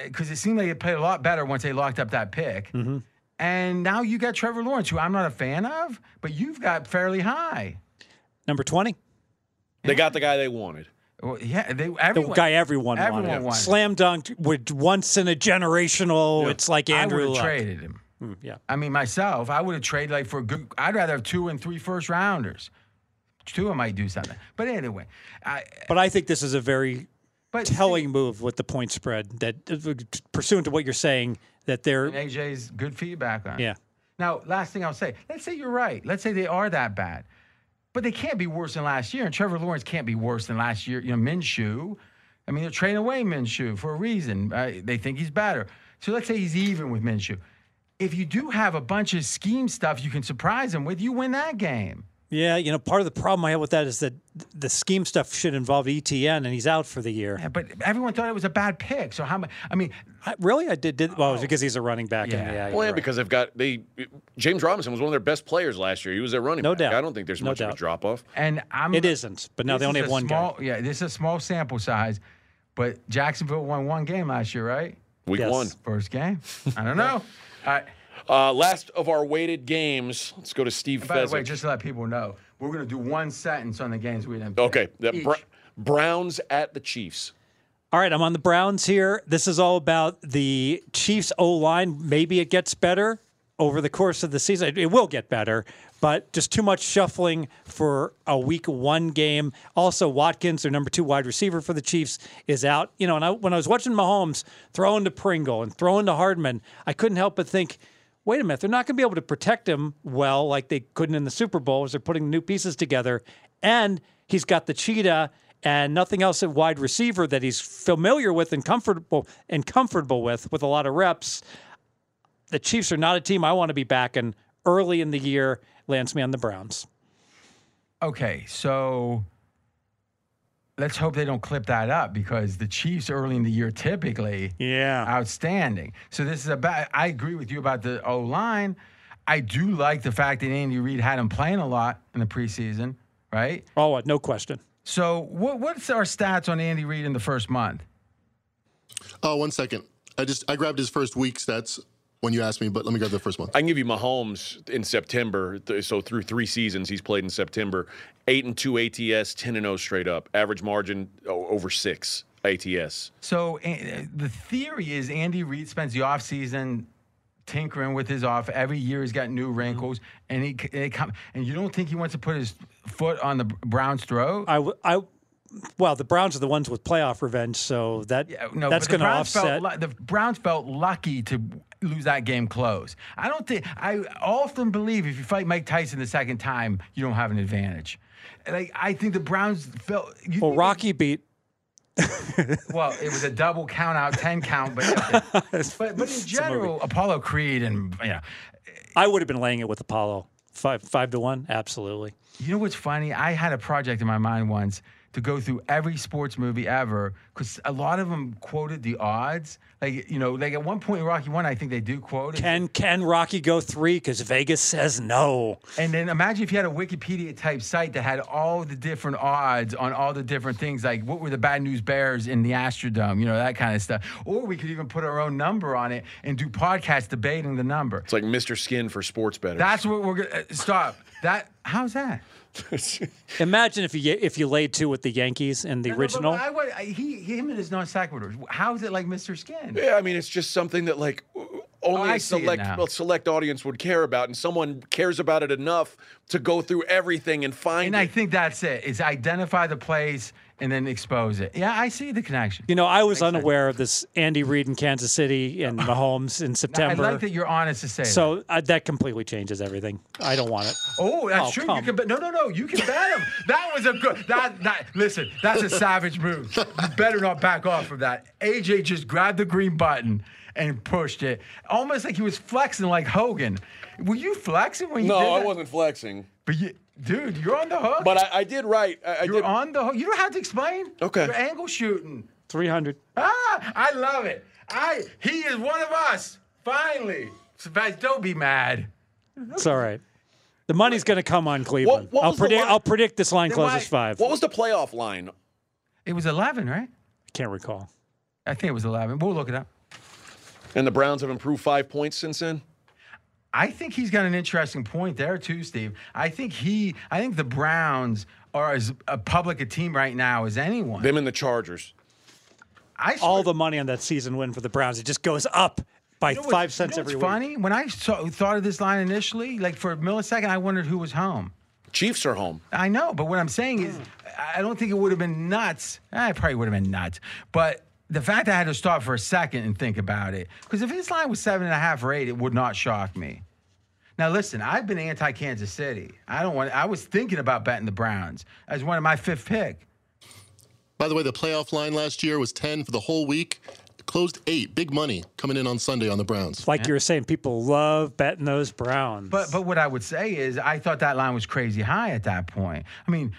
because it seemed like it played a lot better once they locked up that pick.
Mm-hmm.
And now you got Trevor Lawrence, who I'm not a fan of, but you've got fairly high.
Number twenty,
They got the guy they wanted.
Well, yeah, they
the
everyone,
guy everyone,
everyone
wanted.
wanted.
slam dunk with once in a generational. It's like
I would
Andrew Luck. Hmm,
have traded him.
yeah.
I mean, myself, I would have traded like for a good. I'd rather have two and three first rounders. Two of them might do something. But anyway, I,
But I think this is a very
but
telling move with the point spread that uh, pursuant to what you're saying that they're
AJ's good feedback on. it.
yeah.
Now, last thing I'll say. Let's say you're right. Let's say they are that bad, but they can't be worse than last year. And Trevor Lawrence can't be worse than last year. You know, Minshew. I mean, they're trading away Minshew for a reason. Uh, they think he's better. So let's say he's even with Minshew. If you do have a bunch of scheme stuff you can surprise him with, you win that game.
Yeah, you know, part of the problem I have with that is that th- the scheme stuff should involve ETN, and he's out for the year.
Yeah, Eh, but everyone thought it was a bad pick. So how much? I mean,
I, really, I did. did well, it was because he's a running back. Yeah,
Yeah.
and, yeah
Well,
you're
yeah,
right.
because they've got they. James Robinson was one of their best players last year. He was their running
No
back.
doubt.
I don't think there's
No
much of a
doubt.
drop off.
and I'm
it isn't. But now
this
they only
is
have
a
one
small,
guy.
Yeah, this is a small sample size, but Jacksonville won one game last year, right?
Week
Yes.
one.
First game. I don't know. All right.
Uh, last of our weighted games. Let's go to Steve
By the way,
Fezzik.
just to let people know, we're gonna do one sentence on the games we didn't. pick.
okay, that
Each.
Br- Browns at the Chiefs.
All right, I'm on the Browns here. This is all about the Chiefs O line. Maybe it gets better over the course of the season. It, it will get better, but just too much shuffling for a week one game. Also, Watkins, their number two wide receiver for the Chiefs, is out. You know, and I, when I was watching Mahomes throwing to Pringle and throwing to Hardman, I couldn't help but think, wait a minute, they're not going to be able to protect him well like they couldn't in the Super Bowl as they're putting new pieces together. And he's got the cheetah and nothing else at wide receiver that he's familiar with and comfortable and comfortable with with a lot of reps. The Chiefs are not a team I want to be backing early in the year. Lands me on the Browns.
Okay, so let's hope they don't clip that up because the Chiefs early in the year typically
Yeah.
outstanding. So this is about. I agree with you about the O line. I do like the fact that Andy Reid had him playing a lot in the preseason, right?
Oh, no question.
So what what's our stats on Andy Reid in the first month?
Oh, one second. I just I grabbed his first week stats when you asked me, but let me grab the first one.
I can give you Mahomes in September. th- So through three seasons, he's played in September, eight and two ATS, ten and zero straight up. Average margin o- over six ATS.
So a- the theory is Andy Reid spends the offseason tinkering with his off every year he's got new wrinkles and he c- they come and you don't think he wants to put his foot on the Browns throat?
I, w- I- well, the Browns are the ones with playoff revenge, so that
Yeah, Uh, no,
that's
but the
going to
Browns felt
offset.
lu- the Browns felt lucky to lose that game close. I don't think I often believe if you fight Mike Tyson the second time, you don't have an advantage. Like I think the Browns felt you
well,
think-
Rocky beat
Well, it was a double count out, ten count, but but, but in general, Apollo Creed and you know,
I would have been laying it with Apollo. Five five to one, absolutely.
you know what's funny? I had a project in my mind once to go through every sports movie ever because a lot of them quoted the odds. Like you know, like at one point in Rocky One, I think they do quote it.
Can can Rocky go three? Because Vegas says no.
And then imagine if you had a Wikipedia type site that had all the different odds on all the different things, like what were the bad news bears in the Astrodome, you know, that kind of stuff. Or we could even put our own number on it and do podcasts debating the number.
It's like Mr. Skin for sports bettors.
That's what we're gonna uh, stop. That how's that?
Imagine if you if you laid two with the Yankees in the original.
I would, I, he, him and his non sequiturs. How is it like Mr. Skin?
yeah, I mean, it's just something that like only
I
a
see it
select
now.
a select audience would care about, and someone cares about it enough to go through everything and find
And
it.
I think that's it. Is identify the place and then expose it. Yeah, I see the connection.
You know, I was unaware of this Andy Reid in Kansas City and Mahomes in
I
September.
like that you're honest to say. that.
so uh, that completely changes everything. I don't want it.
Oh, that's
Oh,
true. You
come
can bet. No, no, no. You can bet him. That was a good. That, that. Listen, that's a savage move. You better not back off from that. AJ just grabbed the green button and pushed it, almost like he was flexing, like Hogan. Were you flexing when you
no,
did
I
that?
wasn't flexing,
But you, dude, you're on the hook.
but I, I did right. I, I
you're
did.
on the hook. You don't have to explain.
Okay.
You're angle shooting.
300.
Ah, I love it. I. He is one of us. Finally, Sebastian, don't be mad.
It's all right. The money's going to come on Cleveland.
what
I'll
was the
predict.
line-
I'll predict this line
Then
closes
why-
five.
What was the playoff line?
It was 11, right?
I can't recall.
I think it was 11. We'll look it up.
And the Browns have improved five points since then.
I think he's got an interesting point there too, Steve. I think he, I think the Browns are as a public a team right now as anyone.
Them and the Chargers.
I swear-
All the money on that season win for the Browns. It just goes up by
you know what-
five cents
you know what's
every week.
funny? When I saw, thought of this line initially, like for a millisecond, I wondered who was home.
Chiefs are home.
I know, but what I'm saying is, I- I don't think it would have been nuts. I probably would have been nuts, but. The fact that I had to stop for a second and think about it, because if his line was seven and a half or eight, it would not shock me. Now listen, I've been anti Kansas City. I don't want. I was thinking about betting the Browns as one of my fifth pick.
By the way, the playoff line last year was 10 for the whole week. Closed eight. Big money coming in on Sunday on the Browns.
Like you were saying, people love betting those Browns.
But but what I would say is I thought that line was crazy high at that point. I mean,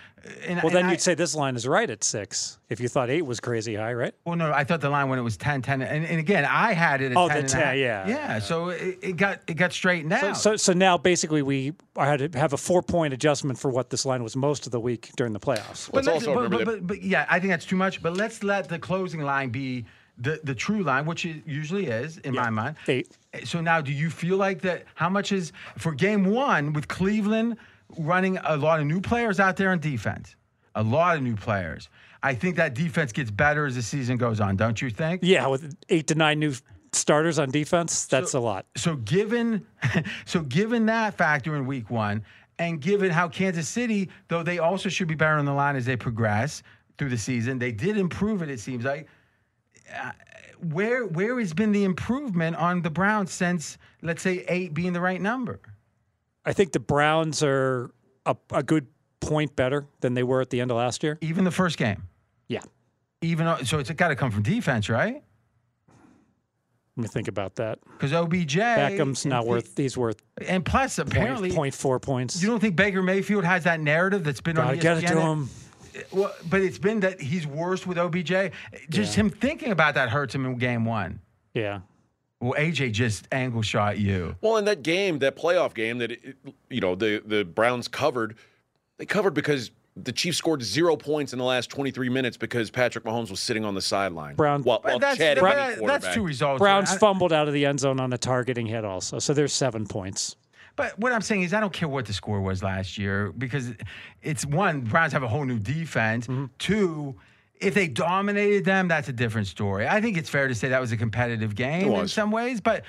and,
well, then
and I-
you'd say this line is right at six. If you thought eight was crazy high, right?
Well, no, I thought the line when it was 10, 10, and, and again, I had it at 10
Oh, the
and a
10,
half.
yeah.
Yeah, so it, it got it got straightened out.
So, so now basically we had to have a four point adjustment for what this line was most of the week during the playoffs.
Let's
but,
also remember
but,
that
but, but yeah, I think that's too much. But let's let the closing line be the, the true line, which it usually is in my mind. Eh,
Eight.
So now, do you feel like that? How much is for game one with Cleveland running a lot of new players out there on defense? A lot of new players. I think that defense gets better as the season goes on, don't you think?
Yeah, with eight to nine new starters on defense, that's a lot.
So given, so given that factor in week one, and given how Kansas City, though they also should be better on the line as they progress through the season, they did improve it. It seems like. Uh, Where where has been the improvement on the Browns since let's say eight being the right number?
I think the Browns are a, a good point better than they were at the end of last year.
Even the first game,
Yeah,
even though- so it's got to come from defense, right?
let me think about that.
Because OBJ
Beckham's not worth; he's worth
and plus apparently
point, point four points.
you don't think Baker Mayfield has that narrative that's been
Gotta
on. E
get it
ESPN?
to him.
Well, but it's been that he's worse with OBJ. Just him thinking about that hurts him in game one.
Yeah.
Well, AJ just angle shot you.
Well, in that game, that playoff game that it- you know the the Browns covered, they covered because the Chiefs scored zero points in the last 23 minutes because Patrick Mahomes was sitting on the sideline.
Brown-
while,
But
while
that's,
Chad
but
Henne
that- that's
quarterbacked.
two results.
Browns
I-
fumbled out of the end zone on a targeting hit, also. So there's seven points.
But what I'm saying is, I don't care what the score was last year because it's one, Browns have a whole new defense.
Mm-hmm.
Two, if they dominated them, that's a different story. I think it's fair to say that was a competitive game in
was.
some ways, but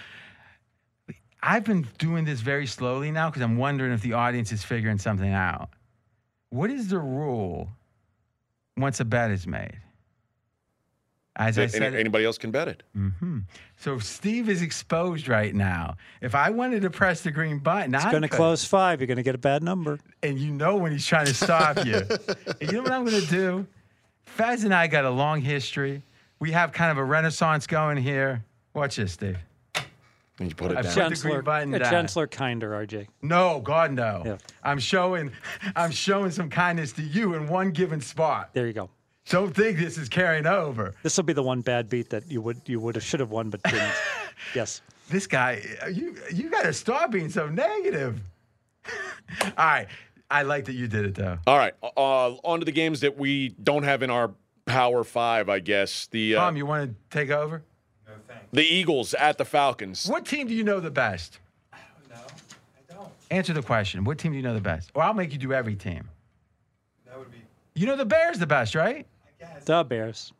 I've been doing this very slowly now because I'm wondering if the audience is figuring something out. What is the rule once a bet is made? As I
That
said,
any- anybody else can bet it.
so if Steve is exposed right now. If I wanted to press the green button,
It's
I'm
going to
close
close five. You're going to get a bad number.
and you know when he's trying to stop you. and you know what I'm going to do? Faz and I got a long history. We have kind of a renaissance going here. Watch this, Dave.
You put it
I put-
down.
the
Gentler,
green button
a
down.
gentler, kinder, RJ.
No, God, no.
Yeah.
I'm showing, I'm showing some kindness to you in one given spot.
There you go.
Don't think this is carrying over.
This will be the one bad beat that you would you would have should have won but didn't. yes.
This guy, you you got to stop being so negative. All right, I like that you did it though.
All right, uh, on to the games that we don't have in our Power Five, I guess. The uh,
Tom, you want to take over?
No thanks.
the Eagles at the Falcons.
What team do you know the best?
No, I don't.
Answer the question. What team do you know the best? Or I'll make you do every team.
That would be,
You know the Bears the best, right?
I guess.
The Bears.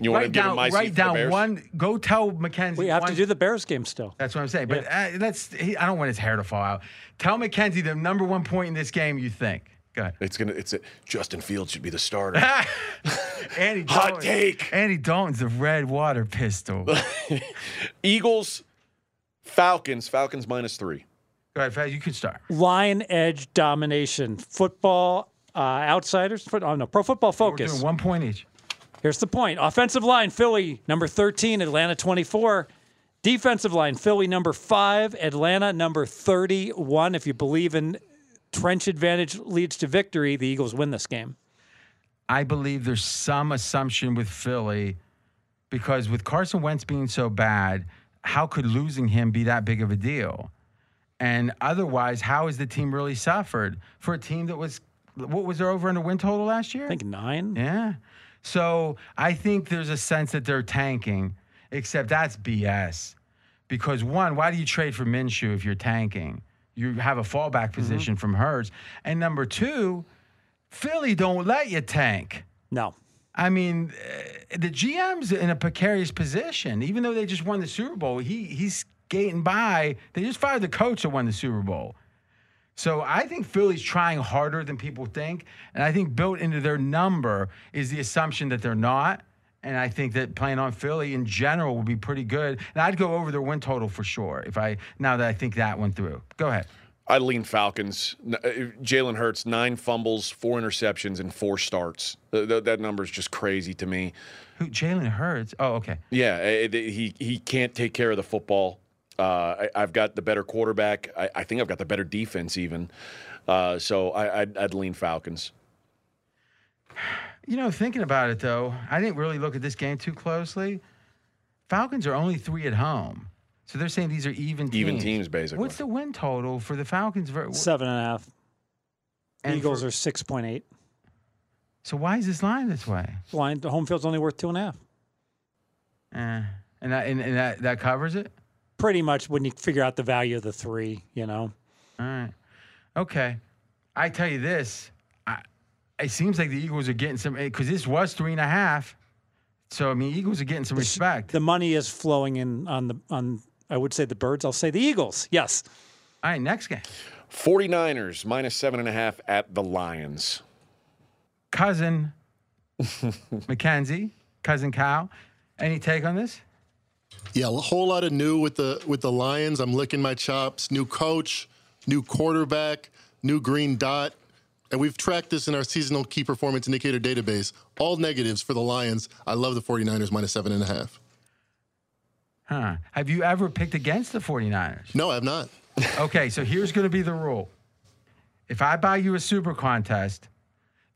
You want to give him
down,
my seat
write
for
down
the Bears?
one. Go tell McKenzie.
We have
one-
to do the Bears game still.
That's what I'm saying. But uh, let's. He, I don't want his hair to fall out. Tell McKenzie the number one point in this game. You think? Go ahead.
It's gonna. It's a, Justin Fields should be the starter.
Andy.
Hot
Dalton-
take.
Andy Dalton's a red water pistol. Go
Eagles, Falcons, Falcons minus three.
ahead, Faz. You can start.
Lion edge domination. Football uh, outsiders. Foot, oh no, pro football
We're doing
focus.
one point each.
Here's the point. Offensive line, Philly, number 13, Atlanta 24. Defensive line, Philly, number 5, Atlanta, number 31. If you believe in trench advantage leads to victory, the Eagles win this game.
I believe there's some assumption with Philly because with Carson Wentz being so bad, how could losing him be that big of a deal? And otherwise, how has the team really suffered for a team that was what was their over under win total last year?
I think nine.
Yeah. So I think there's a sense that they're tanking, except that's BS. Because one, why do you trade for Minshew if you're tanking? You have a fallback position from Hurts. And number two, Philly don't let you tank.
No.
I mean, uh, the GM's in a precarious position. Even though they just won the Super Bowl, he he's skating by. They just fired the coach that won the Super Bowl. So I think Philly's trying harder than people think, and I think built into their number is the assumption that they're not. And I think that playing on Philly in general would be pretty good. And I'd go over their win total for sure if I now that I think that went through. Go ahead.
I lean Falcons. N- uh, Jalen Hurts nine fumbles, four interceptions, and four starts. Th- th- that number is just crazy to me.
Who Jalen Hurts? Oh, okay.
Yeah, eh, eh, he he can't take care of the football. Uh, I, I've got the better quarterback. I, I think I've got the better defense even. Uh, so I, I'd, I'd lean Falcons.
You know, thinking about it though, I didn't really look at this game too closely. Falcons are only three at home, so they're saying these are even teams.
Even teams, basically.
Hmm. What's the win total for the Falcons? Ver-
Seven and a half.
and
Eagles
for-
are 6.8.
So why is this line this way?
Line, the home field's only worth two and a half.
Eh. And that and, and that, that covers it.
Pretty much when you figure out the value of the three, you know.
All right. Okay. I tell you this. I, it seems like the Eagles are getting some because this was three and a half. So I mean, Eagles are getting some respect.
The money is flowing in on the on I would say the birds, I'll say the Eagles. Yes.
All right, next game.
49ers minus seven and a half at the Lions.
Cousin Mackenzie, cousin Kyle. Any take on this?
Yeah, a whole lot of new with the with the Lions. I'm licking my chops. New coach, new quarterback, new green dot. And we've tracked this in our seasonal key performance indicator database. All negatives for the Lions. I love the 49ers minus seven and a half.
Huh. Have you ever picked against the 49ers?
No, I have not.
Okay, so here's going to be the rule. If I buy you a super contest,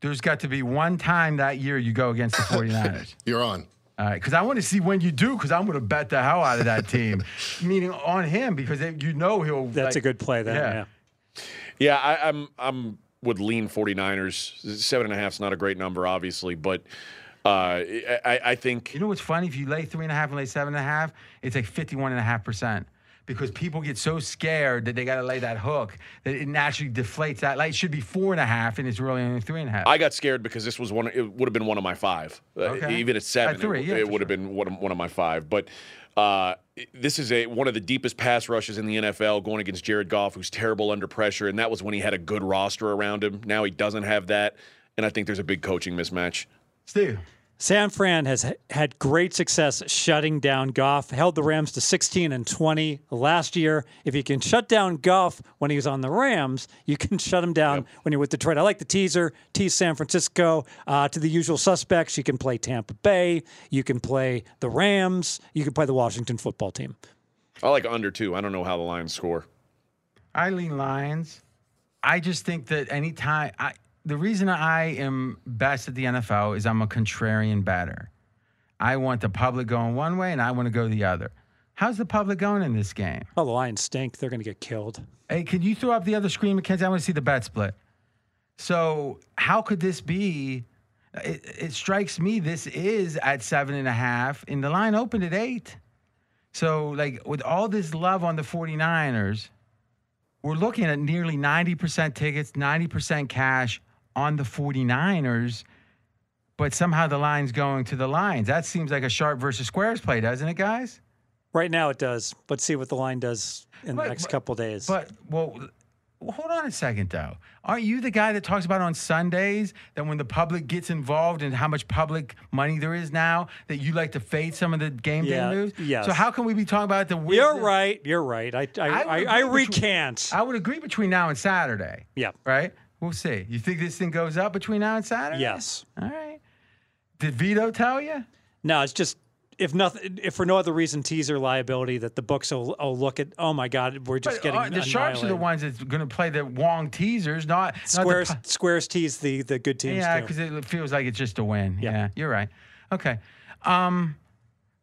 there's got to be one time that year you go against the 49ers.
You're on.
All right, because I want to see when you do, because I'm going to bet the hell out of that team, meaning on him, because it, you know he'll.
That's a
like-
good play then.
yeah.
yeah.
Yeah, I, I'm I'm would lean 49ers. Seven and a half is not a great number, obviously, but uh, I, I- I think
You know what's funny? If you lay three and a half and lay seven and a half, it's like 51 and a half percent because people get so scared that they got to lay that hook that it naturally deflates that. Like it should be four and a half, and it's really only three and a half.
I got scared because this was one. It would have been one of my five, Uh,
Okay.
even at seven.
At three,
it,
yeah,
it
for
would have been one of, one of my five. But uh, this is a one of the deepest pass rushes in the NFL, going against Jared Goff, who's terrible under pressure, and that was when he had a good roster around him. Now he doesn't have that, and I think there's a big coaching mismatch.
Steve,
San Fran has h- had great success shutting down Goff, held the Rams to 16 and 20 last year. If you can shut down Goff when he was on the Rams, you can shut him down when you're with Detroit. I like the teaser. Tease San Francisco uh, to the usual suspects. You can play Tampa Bay. You can play the Rams. You can play the Washington football team.
I like under two. I don't know how the Lions score.
I lean Lions. I just think that anytime I the reason I am best at the NFL is I'm a contrarian batter. I want the public going one way and I want to go the other. How's the public going in this game?
Oh, the Lions stink. They're going to get killed.
Hey, could you throw up the other screen, McKenzie? I want to see the bet split. So, how could this be? It, it strikes me this is at seven and a half, and the line opened at eight. So, like, with all this love on the 49ers, we're looking at nearly 90% tickets, 90% cash on the 49ers, but somehow the line's going to the Lions. That seems like a sharp versus squares play, doesn't it, guys?
Right now it does. Let's see what the line does in
But-
the next
but-
couple days.
But well, well, hold on a second though. Aren't you the guy that talks about on Sundays that when the public gets involved and how much public money there is now that you like to fade some of the game
Yeah,
day moves?
yes.
So how can we be talking about the?
you're right. You're right. I I,
I
I,
would
I
agree with you.
recant.
I would agree between now and Saturday,
yeah.
right? We'll see. You think this thing goes up between now and Saturday?
Yes.
All right. Did Vito tell you?
No, it's just if nothing, if for no other reason, teaser liability that the books will, will look at. Oh my God, we're just
But,
getting
uh, the sharps are the
annihilated."
ones that's going to play the Wong teasers, not not the
Squares
pu-
squares tease the the good teams
Yeah,
too.
because it feels like it's just a win.
Yeah.
Yeah, you're right. Okay. Um,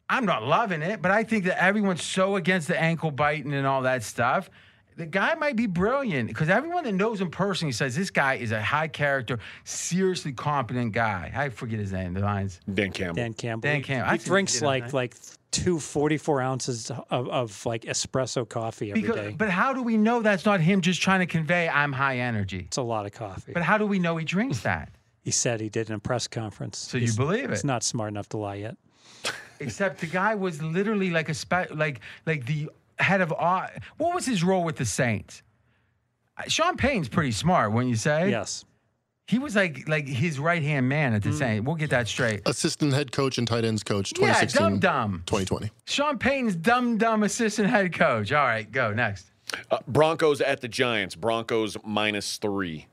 I'm not loving it, but I think that everyone's so against the ankle biting and all that stuff. The guy might be brilliant because everyone that knows him personally says this guy is a high character, seriously competent guy. I forget his name. The lines.
Dan Campbell.
Dan Campbell.
Dan
He-
Campbell. I
He
see what you
drinks
did on
like
that.
like two 44 ounces of, of like espresso coffee every day.
Because, but how do we know that's not him just trying to convey I'm high energy?
it's a lot of coffee.
But how do we know he drinks that?
he said he did in a press conference.
So you believe
He's
it?
not smart enough to lie yet.
Except the guy was literally like a spe- like like the head of au- what was his role with the Saints? Uh, Sean Payne's pretty smart, wouldn't you say?
Yes.
He was like like his right hand man at the Saints. We'll get that straight.
Assistant head coach and tight ends coach,
Yeah,
2016,
dumb dumb.
2020.
Sean Payne's dumb dumb assistant head coach. All right, go next.
Uh, Broncos at the Giants. Broncos minus three.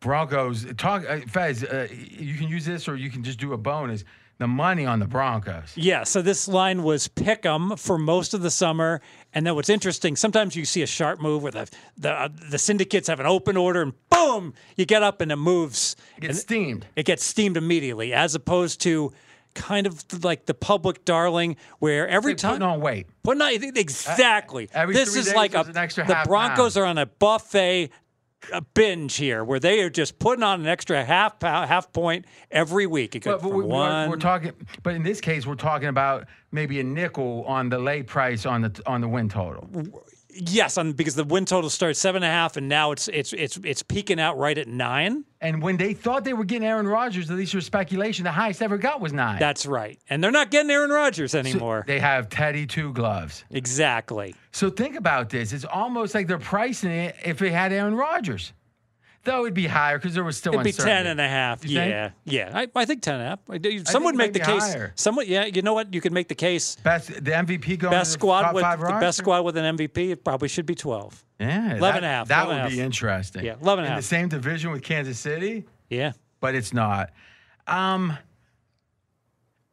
Broncos. Talk, uh, Fez. Uh, you can use this, or you can just do a bonus. The money on the Broncos.
Yeah, so this line was pick 'em for most of the summer, and then what's interesting, sometimes you see a sharp move where the the, uh, the syndicates have an open order, and boom, you get up and it moves.
Get
And-
steamed.
it gets steamed immediately, as opposed to kind of like the public darling, where every time.
Putting on weight.
But not exactly.
every
this
three
is
days
like a,
there's an extra
the
half
Broncos
pound.
are on a buffet a binge here, where they are just putting on an extra half pound, half point every week. It goes
But, but
from
we,
one.
are talking. But in this case, we're talking about maybe a nickel on the lay price on the on the win total.
Yes, on because the win total started seven and a half, and now it's it's it's it's peaking out right at nine.
And when they thought they were getting Aaron Rodgers, at least for speculation, the highest ever got was nine.
That's right, and they're not getting Aaron Rodgers anymore.
they have Teddy two gloves.
exactly.
So think about this. It's almost like they're pricing it if it had Aaron Rodgers. Though it'd be higher because there was still
It'd be
uncertainty.
ten and a half.
You think?
Yeah, yeah. I, I think ten and a half. I do- Some would
it
make the
might be
case.
higher.
Someone, yeah. You know what? You could make the case.
Best the MVP going
Best
to the
squad
top
with
five
the
roster?
best squad with an MVP. It probably should be twelve.
Yeah,
11
that,
and a half,
That
11 and
would
a
be
half.
interesting.
Yeah, 11 and a
in
half.
the same division with Kansas City.
Yeah.
but it's not. Um,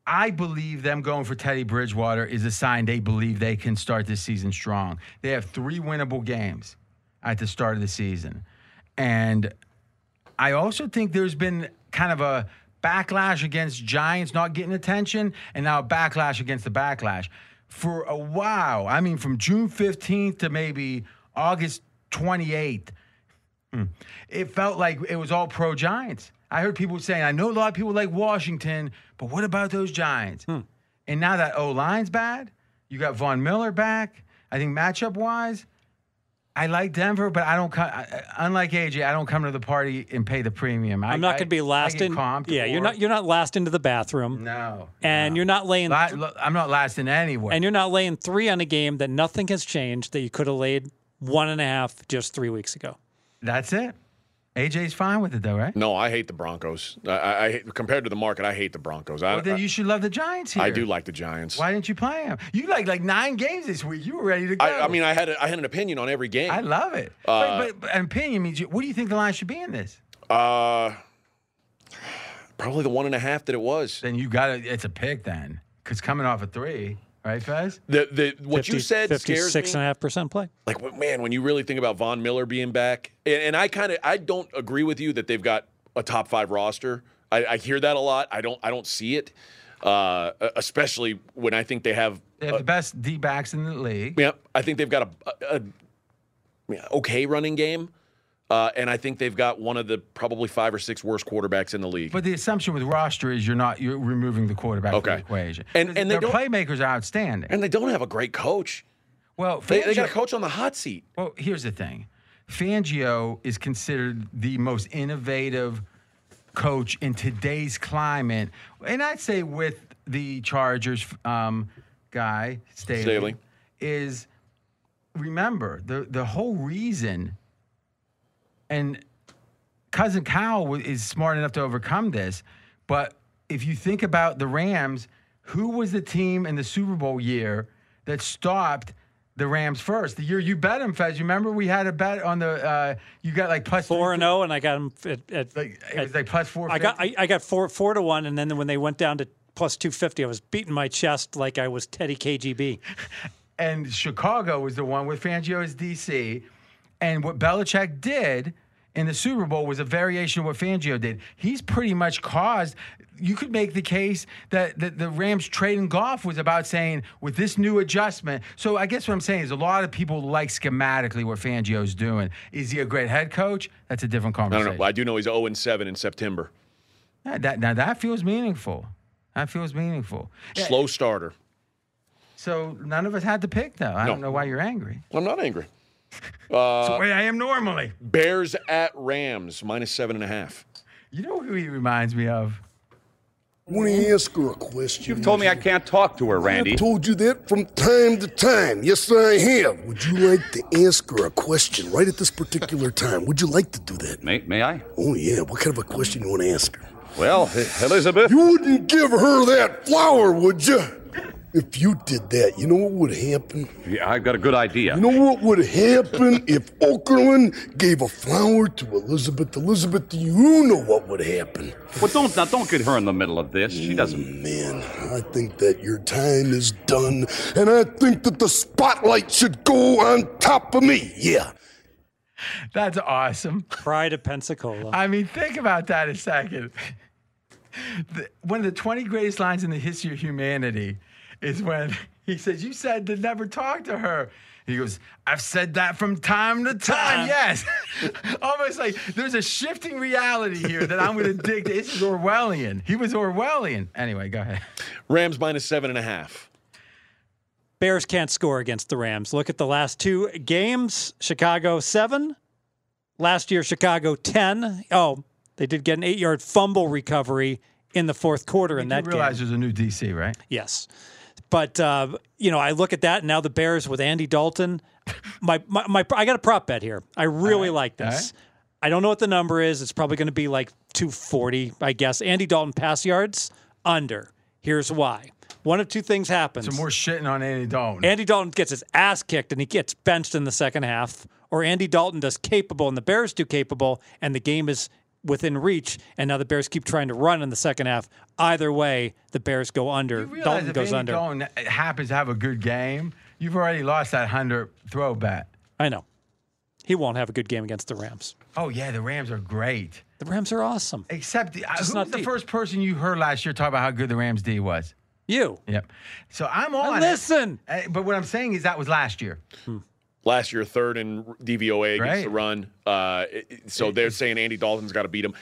I believe them going for Teddy Bridgewater is a sign they believe they can start this season strong. They have three winnable games at the start of the season. And I also think there's been kind of a backlash against Giants not getting attention and now a backlash against the backlash. For a while, I mean, from June 15th to maybe August 28th, it felt like it was all pro Giants. I heard people saying, I know a lot of people like Washington, but what about those Giants?
Hmm.
And now that O line's bad, you got Von Miller back. I think matchup wise, I like Denver, but I don't come. Unlike AJ, I don't come to the party and pay the premium. I,
I'm not going to
I-
be last
I get
in.
comped
Yeah, you're
or-
not. You're not last into the bathroom,
no,
and you're not laying.
La- lo- I'm not lasting anywhere.
and you're not laying three on a game that nothing has changed that you could have laid one and a half just three weeks ago.
That's it. AJ's fine with it though, right?
No, I hate the Broncos. I, I, I hate- compared to the market, I hate the Broncos. I,
Well, then you should love the Giants here.
I, I do like the Giants.
Why didn't you play him? You like like nine games this week. You were ready to go.
I, I mean, I had a, I had an opinion on every game.
I love it. but, but, but an opinion means you, what do you think the line should be in this?
Uh, probably the one and a half that it was.
Then you got to It's a pick then, because coming off a three Right, Fez?
The the what you
50
said scares me.
56 and a half percent play.
like w- man, when you really think about Von Miller being back, and, and I kind of I don't agree with you that they've got a top five roster. I, I hear that a lot. I don't I don't see it, uh, especially when I think they have.
They have the best D backs in the league.
Yeah, I think they've got a, a, a yeah, okay running game, uh, and I think they've got one of the probably five or six worst quarterbacks in the league.
But the assumption with roster is you're not you're removing the quarterback from
Okay.
the equation.
And- and they
their
don't-
playmakers are outstanding.
and they don't have a great coach.
well,
They, they got
Fangio-
a coach on the hot seat.
Well, here's the thing. Fangio is considered the most innovative coach in today's climate. And I'd say with the Chargers um, guy, Staley,
Staley.
is remember the, the whole reason and cousin Kyle wa- is smart enough to overcome this. But if you think about the Rams, who was the team in the Super Bowl year that stopped the Rams first? The year you bet them, Fez. You remember we had a bet on the uh, you got like plus
Four and zero, and I got him at, at
Like, it was like plus four.
I got I, I got four four to one, and then when they went down to plus two fifty, I was beating my chest like I was Teddy KGB.
and Chicago was the one with Fangio as DC. And what Belichick did in the Super Bowl was a variation of what Fangio did. He's pretty much caused. You could make the case that the, the Rams trading golf was about saying with this new adjustment. So I guess what I'm saying is a lot of people like schematically what Fangio's doing. Is he a great head coach? That's a different
I
conversation.
don't know. I do know he's zero and seven in September.
Now that, now that feels meaningful. That feels meaningful. Yeah,
Slow starter.
so none of us had to pick though. I don't
No.
know why you're angry.
I'm not angry.
That's the way I am normally.
Bears at Rams minus seven and a half.
You know who he reminds me of?
Want to ask her a question?
You've told me I can't talk to her, Randy.
I've told you that from time to time. Yes, sir, I have. Would you like to ask her a question right at this particular time? Would you like to do that?
May, may I?
Oh, yeah. What kind of a question you want to ask her?
Well, Elizabeth.
You wouldn't give her that flower, would you? If you did that, you know what would happen?
Yeah, I've got a good idea.
You know what would happen if Okerlund gave a flower to Elizabeth? Elizabeth, do you know what would happen?
Well, don't now, don't get her in the middle of this.
Mm.
She doesn't.
Man, I think that your time is done, and I think that the spotlight should go on top of me. Yeah.
That's awesome.
Pride of Pensacola.
I mean, think about that a second. The- one of the 20 greatest lines in the history of humanity is when he says, You said to never talk to her. He goes, I've said that from time to time. Yes. Almost like there's a shifting reality here that I'm going to dig. to. This is Orwellian. He was Orwellian. Anyway, go ahead.
Rams minus seven and a half.
Bears can't score against the Rams. Look at the last two games Chicago 7, last year, Chicago 10. Oh, they did get an eight yard fumble recovery in the fourth quarter in
You
that
realize
game.
there's a new DC, right?
Yes. But, uh, you know, I look at that and now the Bears with Andy Dalton. My, my, my I got a prop bet here. I really like
all
this. I don't know what the number is. It's probably going to be like 240, I guess. Andy Dalton pass yards under. Here's why. One of two things happens.
Some more shitting on Andy Dalton.
Andy Dalton gets his ass kicked and he gets benched in the second half, or Andy Dalton does capable and the Bears do capable and the game is within reach and now the Bears keep trying to run in the second half. Either way, the Bears go under.
You realize
Dalton
if
goes
Andy
under.
Dalton happens to have a good game, you've already lost that hundred throw bet.
I know. He won't have a good game against the Rams.
Oh yeah, the Rams are great.
The Rams are awesome.
Except uh, who
not
was the
deep.
first person you heard last year talk about how good the Rams D was?
You.
Yep. So I'm on. it.
listen.
Uh, But what I'm saying is that was last year.
Last year, third in DVOA against
Right.
the run. Uh, it- it- so they're saying Andy Dalton's got to beat him.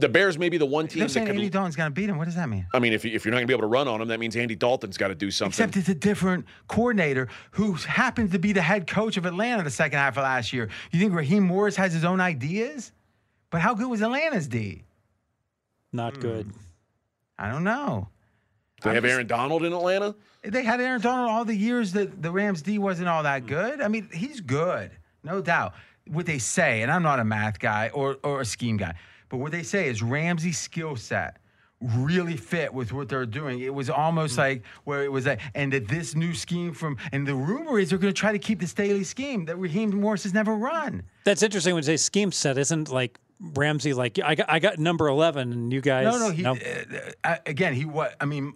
The Bears may be the one team
They're
that
saying
could.
Andy Dalton's going to beat him. What does that mean?
I mean, if, you- if you're not going to be able to run on him, that means Andy Dalton's got to do something.
Except it's a different coordinator who happens to be the head coach of Atlanta the second half of last year. You think Raheem Morris has his own ideas? But how good was Atlanta's D?
Not good.
Hmm. I don't know.
they have Aaron Donald in Atlanta.
They had Aaron Donald all the years that the Rams D wasn't all that good. I mean, he's good, no doubt. What they say, and I'm not a math guy or, or a scheme guy, but what they say is Ramsey's skill set really fit with what they're doing. It was almost like where it was like, and that this new scheme from, and the rumor is they're going to try to keep the Staley scheme that Raheem Morris has never run.
That's interesting when you say scheme set isn't like Ramsey like I got, I got number 11 and you guys
No, no. He, uh, uh, again, he what? I mean,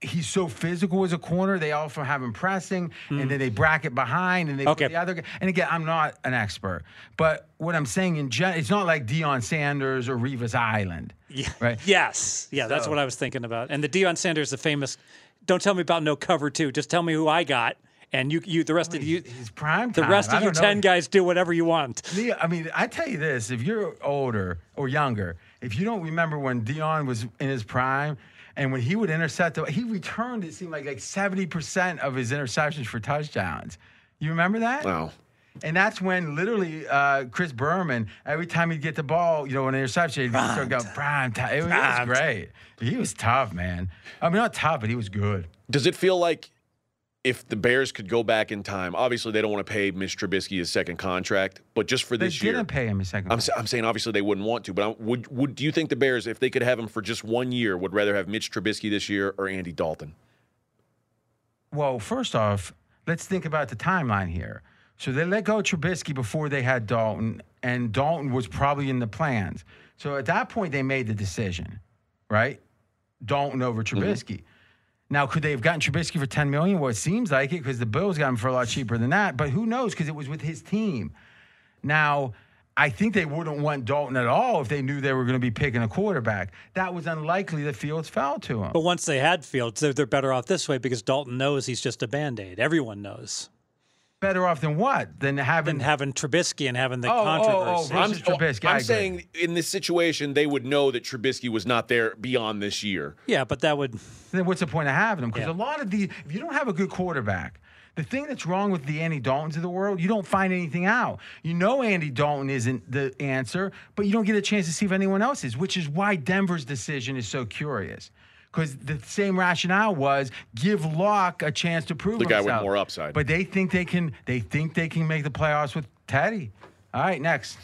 he's so physical as a corner. They also have him pressing, and then they bracket behind, and they
Hmm. Okay.
put the other. guy- And again, I'm not an expert, but what I'm saying in general, it's not like Deion Sanders or Revis Island, yeah. right?
Yes. Yeah, that's what I was thinking about. And the Deion Sanders, the famous, don't tell me about no cover two. Just tell me who I got, and you, you, the rest of you,
He's prime
the
time.
rest
I
of you
don't know.
ten guys do whatever you want.
Leo, I mean, I tell you this: if you're older or younger, if you don't remember when Dion was in his prime and when he would intercept, the, he returned it seemed like like seventy percent of his interceptions for touchdowns. You remember that?
Wow.
And that's when literally uh, Chris Berman, every time he'd get the ball, you know, an interception, he'd start going prime time. It was, it was
Prime time.
great. He was tough, man. I mean, not tough, but he was good.
Does it feel like if the Bears could go back in time, obviously they don't want to pay Mitch Trubisky his second contract, but just for
They
this year,
didn't pay him a 2nd
I'm, sa- I'm saying obviously they wouldn't want to, but I, would would do you think the Bears, if they could have him for just one year, would rather have Mitch Trubisky this year or Andy Dalton?
Well, first off, let's think about the timeline here. So they let go of Trubisky before they had Dalton, and Dalton was probably in the plans. So at that point, they made the decision, right? Dalton over Trubisky. Now, could they have gotten Trubisky for ten million? Well, it seems like it because the Bills got him for a lot cheaper than that. But who knows? Because it was with his team. Now, I think they wouldn't want Dalton at all if they knew they were going to be picking a quarterback. That was unlikely. The Fields fell to him.
But once they had Fields, they're, they're better off this way because Dalton knows he's just a band aid. Everyone knows.
Better off than what? Than having
And having Trubisky and having the
Hmm. Oh, oh,
controversy.
oh, Versus Trubisky, I
I'm
agree.
saying in this situation, they would know that Trubisky was not there beyond this year.
yeah, but that would
then what's the point of having them? Because
Yeah.
a lot of these, if you don't have a good quarterback, the thing that's wrong with the Andy Daltons of the world, you don't find anything out. You know Andy Dalton isn't the answer, but you don't get a chance to see if anyone else is, which is why Denver's decision is so curious. Because the same rationale was give Locke a chance to prove
The guy with
himself.
more upside.
But they think they can. They think they can make the playoffs with Teddy. All right, next.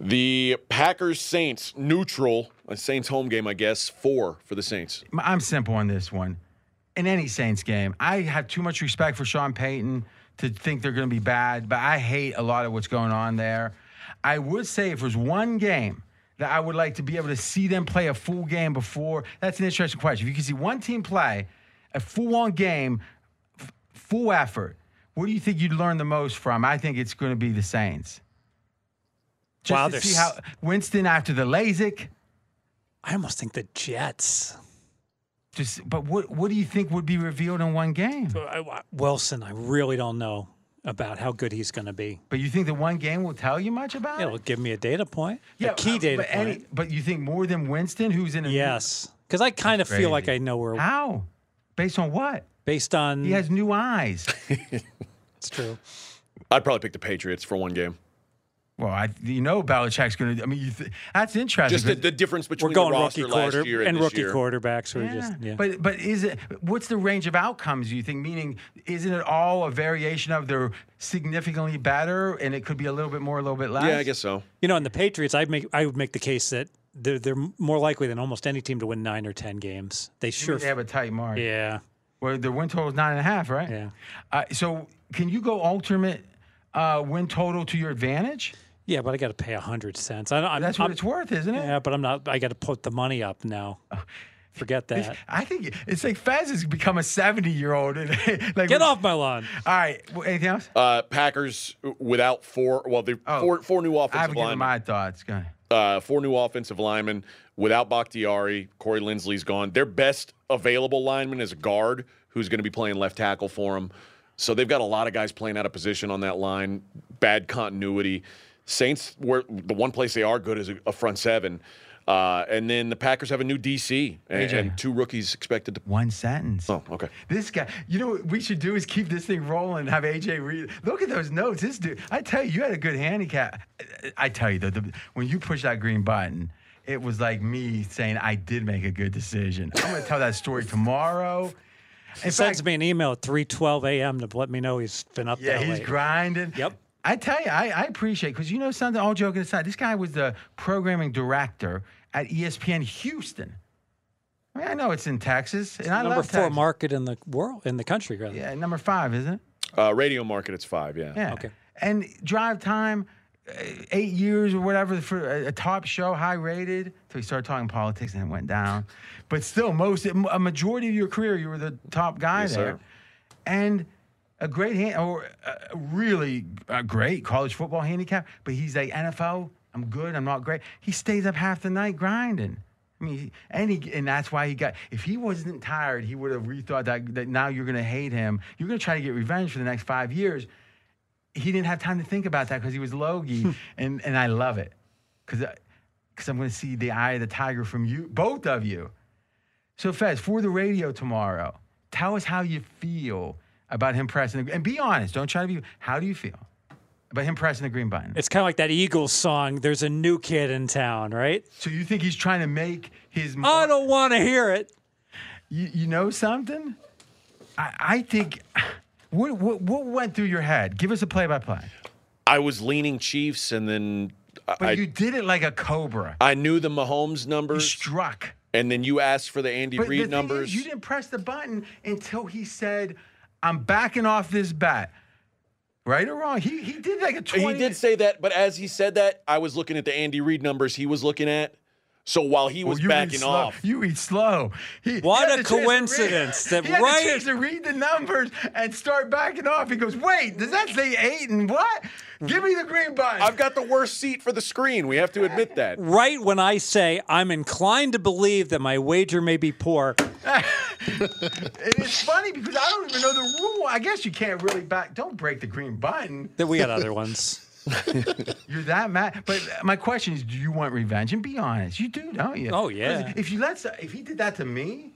The Packers Saints neutral, a Saints home game, I guess, four for the Saints.
M- I'm simple on this one. In any Saints game, I have too much respect for Sean Payton to think they're going to be bad, but I hate a lot of what's going on there. I would say if there's one game that I would like to be able to see them play a full game before, that's an interesting question. If you can see one team play a full on game, f- full effort, what do you think you'd learn the most from? I think it's going to be the Saints. Just
Wow,
to
there's-
see how Winston after the LASIK.
I almost think the Jets.
Just, but what what do you think would be revealed in one game?
But I- I- Wilson, I really don't know about how good he's going to be.
But you think the one game will tell you much about
It'll
it?
give me a data point, a
uh,
key
but
data point.
any- but you think more than Winston, who's in a
yes, because I kind of feel like
Crazy.
I know where
How? Based on what?
based on.
He has new eyes.
it's true.
I'd probably pick the Patriots for one game.
well, I, you know Belichick's going to. I mean, you th- that's interesting.
Just the,
'cause-
the difference between
We're going
the
rookie
roster
quarter
last year and,
and
this
rookie
year.
quarterbacks. We're just yeah.
But but is it? What's the range of outcomes? You think? Meaning, isn't it all a variation of they're significantly better, and it could be a little bit more, a little bit less?
Yeah, I guess so.
You know, in the Patriots, I make I would make the case that they're they're more likely than almost any team to win nine or ten games. They
You
sure,
mean They have a tight margin.
yeah,
Well, the win total is nine and a half, right?
Yeah.
Uh, so can you go ultimate uh, win total to your advantage?
yeah. But I got to pay a hundred cents. I don't, I'm,
That's what
I'm-
it's worth, isn't it?
Yeah, but I'm not. I got to put the money up now. Forget that.
I think it's like Fez has become a 70 year old. like,
Get off my lawn.
All right. Well, anything else?
Uh, Packers without four, well, the
Oh.
four, four new
I
offensive
haven't given
linemen,
my thoughts. Go ahead.
uh, four new offensive linemen without Bakhtiari. Corey Lindsley's gone. Their best available lineman is a guard who's going to be playing left tackle for them. So they've got a lot of guys playing out of position on that line. Bad continuity. Saints, where the one place they are good is a, a front seven. Uh, and then the Packers have a new DC and,
AJ.
and two rookies expected to.
One sentence.
Oh, okay.
This guy, you know what we should do is keep this thing rolling and have AJ read. Look at those notes. This dude, I tell you, you had a good handicap. I tell you, though, the, when you push that green button, it was like me saying, I did make a good decision. I'm going to tell that story tomorrow. In
Sends
fact,
me an email at three twelve a.m. to let me know he's been up
yeah,
that
he's
late.
grinding.
Yep.
I tell you, I, I appreciate because you know something. All joking aside, this guy was the programming director at E ESPN Houston. I mean, I know it's in Texas, and I
Number
love
four
Texas.
market in the world, in the country, rather.
yeah, number five, isn't it?
Uh, radio market, it's five, yeah.
Yeah.
Okay.
And drive time, uh, eight years or whatever for a, a top show, high rated. So he started talking politics and it went down. But still, most a majority of your career, you were the top guy
Yes,
there,
sir.
and a great hand or a a really a great college football handicap. But he's like NFL. I'm good. I'm not great. He stays up half the night grinding. I mean, he- and he, and that's why he got. If he wasn't tired, he would have rethought that. That now you're gonna hate him. You're gonna try to get revenge for the next five years he didn't have time to think about that because he was
Hmm.
Logie, and and I love it because because I'm going to see the eye of the tiger from you, both of you. So Fez, for the radio tomorrow, tell us how you feel about him pressing the, and be honest. Don't try to be. How do you feel about him pressing the green button?
It's kind of like that Eagles song. There's a new kid in town, right?
so you think he's trying to make his?
I
mark-
don't want to hear it.
You, you know something? I, I think. What, what what went through your head? Give us a play by play.
I was leaning Chiefs, and then I,
But
I-
you did it like a cobra.
I knew the Mahomes
You
numbers,
struck.
and then you asked for the Andy
But the
Reid
thing
numbers.
Is, you didn't press the button until he said, "I'm backing off this bat." Right or wrong? He he did like a
he
twenty. Oh,
did say that, but as he said that, I was looking at the Andy Reid numbers he was looking at. So while he
Well,
was
you read
backing
slow.
off,
You read slow. He,
What
he had
a
the chance to read-
coincidence that
he had
right-
the chance to read the numbers and start backing off. He goes, "Wait, does that say eight and what? Give me the green button."
I've got the worst seat for the screen. We have to admit that.
Right when I say I'm inclined to believe that my wager may be poor,
And it's funny because I don't even know the rule. I guess you can't really back. Don't break the green button.
that we had other ones.
You're that mad. But my question is, do you want revenge? And be honest, you do, don't you?
Oh, yeah.
'Cause If you let, so- if he did that to me,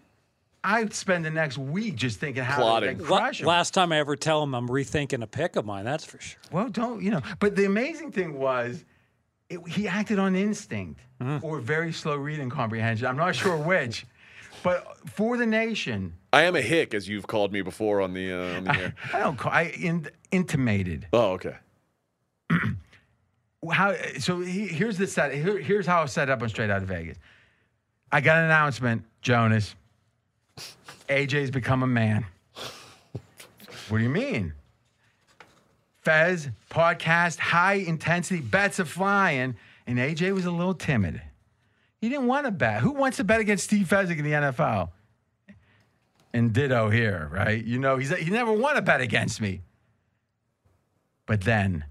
I'd spend the next week just thinking how
Plotting.
to like,
La-
crush him.
last time I ever tell him I'm rethinking a pick of mine, that's for sure.
well, don't you know? But the amazing thing was, it, he acted on instinct
Mm-hmm.
or very slow reading comprehension. I'm not sure which. But for the nation,
I am a hick, as you've called me before on the, uh, on the air.
I don't. Call, I in, intimated.
Oh, okay.
how so he, here's the set here, here's how I set up on straight out of vegas i got an announcement jonas aj's become a man what do you mean fez podcast high intensity bets are flying and aj was a little timid he didn't want to bet who wants to bet against steve fezzik in the nfl and ditto here right you know he's he never want to bet against me but then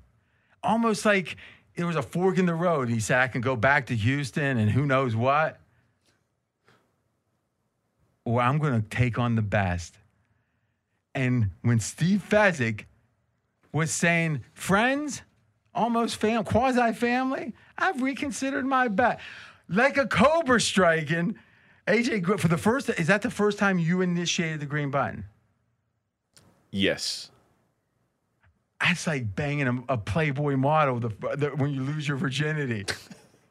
almost like there was a fork in the road. He said, I can go back to Houston and who knows what. Or I'm going to take on the best. And when Steve Fezzik was saying, friends, almost fam, quasi family, I've reconsidered my bet. Like a cobra striking, AJ, Gr- for the first, is that the first time you initiated the green button?
Yes.
that's like banging a, a Playboy model the, the, when you lose your virginity.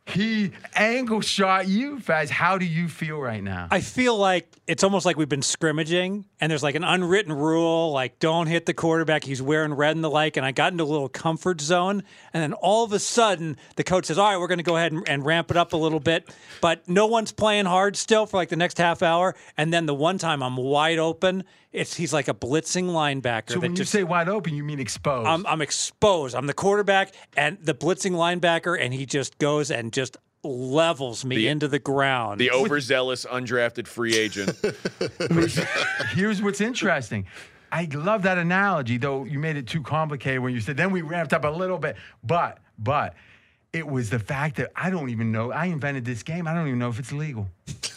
he angle shot you, Faz. How do you feel right now?
I feel like it's almost like we've been scrimmaging, and there's like an unwritten rule, like don't hit the quarterback. He's wearing red and the like. And I got into a little comfort zone, and then all of a sudden, the coach says, "All right, we're going to go ahead and, and ramp it up a little bit." But no one's playing hard still for like the next half hour. And then the one time I'm wide open, it's he's like a blitzing linebacker.
so
that
when
just,
you say wide open, you mean exposed.
I'm, I'm exposed. I'm the quarterback and the blitzing linebacker, and he just goes and just levels me into the ground.
The overzealous undrafted free agent.
Here's what's interesting. I love that analogy, though you made it too complicated when you said, then we ramped up a little bit. But, but it was the fact that I don't even know. I invented this game. I don't even know if it's legal.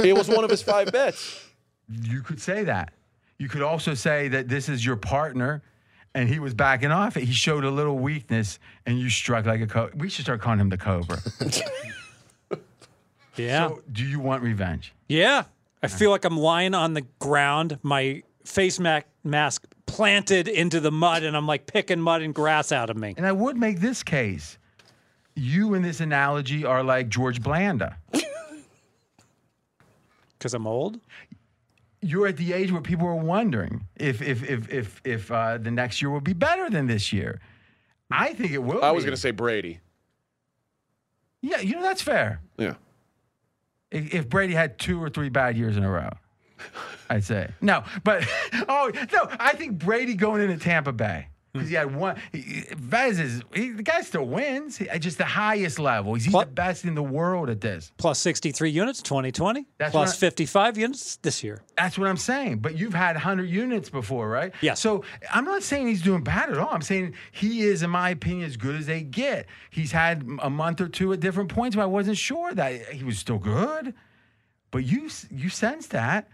it was one of his five bets.
You could say that. You could also say that this is your partner and he was backing off it. He showed a little weakness and you struck like a co We should start calling him the Cobra.
yeah.
So, do you want revenge?
Yeah. I feel like I'm lying on the ground, my face ma- mask planted into the mud, and I'm like picking mud and grass out of me.
And I would make this case. You in this analogy are like George Blanda.
Because I'm old?
You're at the age where people are wondering if if if if if uh, the next year will be better than this year. I think it will.
I was
be.
going to say Brady.
yeah, you know that's fair.
Yeah.
if if Brady had two or three bad years in a row. I'd say no, but oh no, I think Brady going into Tampa Bay. because he had one. He, he- Vez is he, the guy still wins he, at just the highest level. He's, he's the
Plus-
best in the world at this.
Plus 63 units, 2020.
That's
Plus
what I-
55 units this year.
That's what I'm saying. But you've had 100 units before, right?
Yes.
So I'm not saying he's doing bad at all. I'm saying he is, in my opinion, as good as they get. He's had a month or two at different points, but I wasn't sure that he was still good. But you you sense that,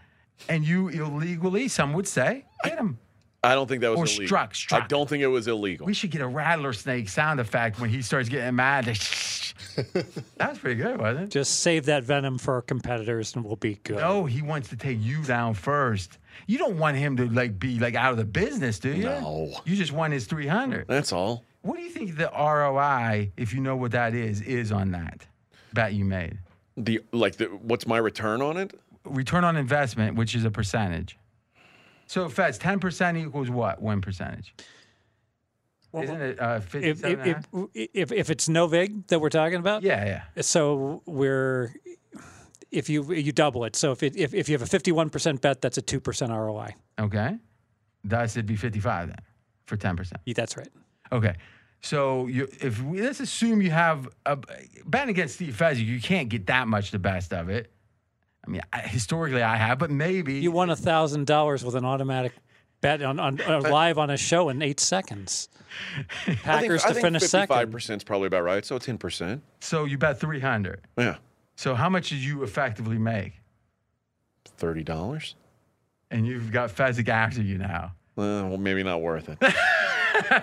and you illegally, some would say, hit him.
I don't think that was
Or
illegal.
struck, struck.
I don't think it was
Oh,
illegal.
We should get a rattler snake sound effect when he starts getting mad. Like, that was pretty good, wasn't it?
Just save that venom for our competitors and we'll be good.
No, he wants to take you down first. You don't want him to like be like out of the business, do you?
No.
You just want his 300.
That's all.
What do you think the ROI, if you know what that is, is on that bet you made?
The like the what's my return on it?
Return on investment, which is a percentage. So, Feds, 10% equals what? One percentage.
Well,
Isn't it uh,
if,
57
if, if, if, if it's Novig that we're talking about,
Yeah, yeah.
so we're if you you double it. So if it, if, if you have a 51% bet, that's a 2% ROI.
Okay. Thus, it'd be 55 then for 10%.
Yeah, That's right.
Okay. So you, if we, let's assume you have a betting against Steve Fezzik, you can't get that much the best of it. I mean, I, historically I have, but maybe
You won $1,000 with an automatic bet on, on uh, live on a show in eight seconds. Packers
I
to
think,
finish
Fifty-five
second.
percent is probably about right. So ten percent.
so you bet three hundred.
Yeah,
So how much did you effectively make?
thirty dollars.
And you've got Fezzik after you now.
Uh, well, maybe not worth it.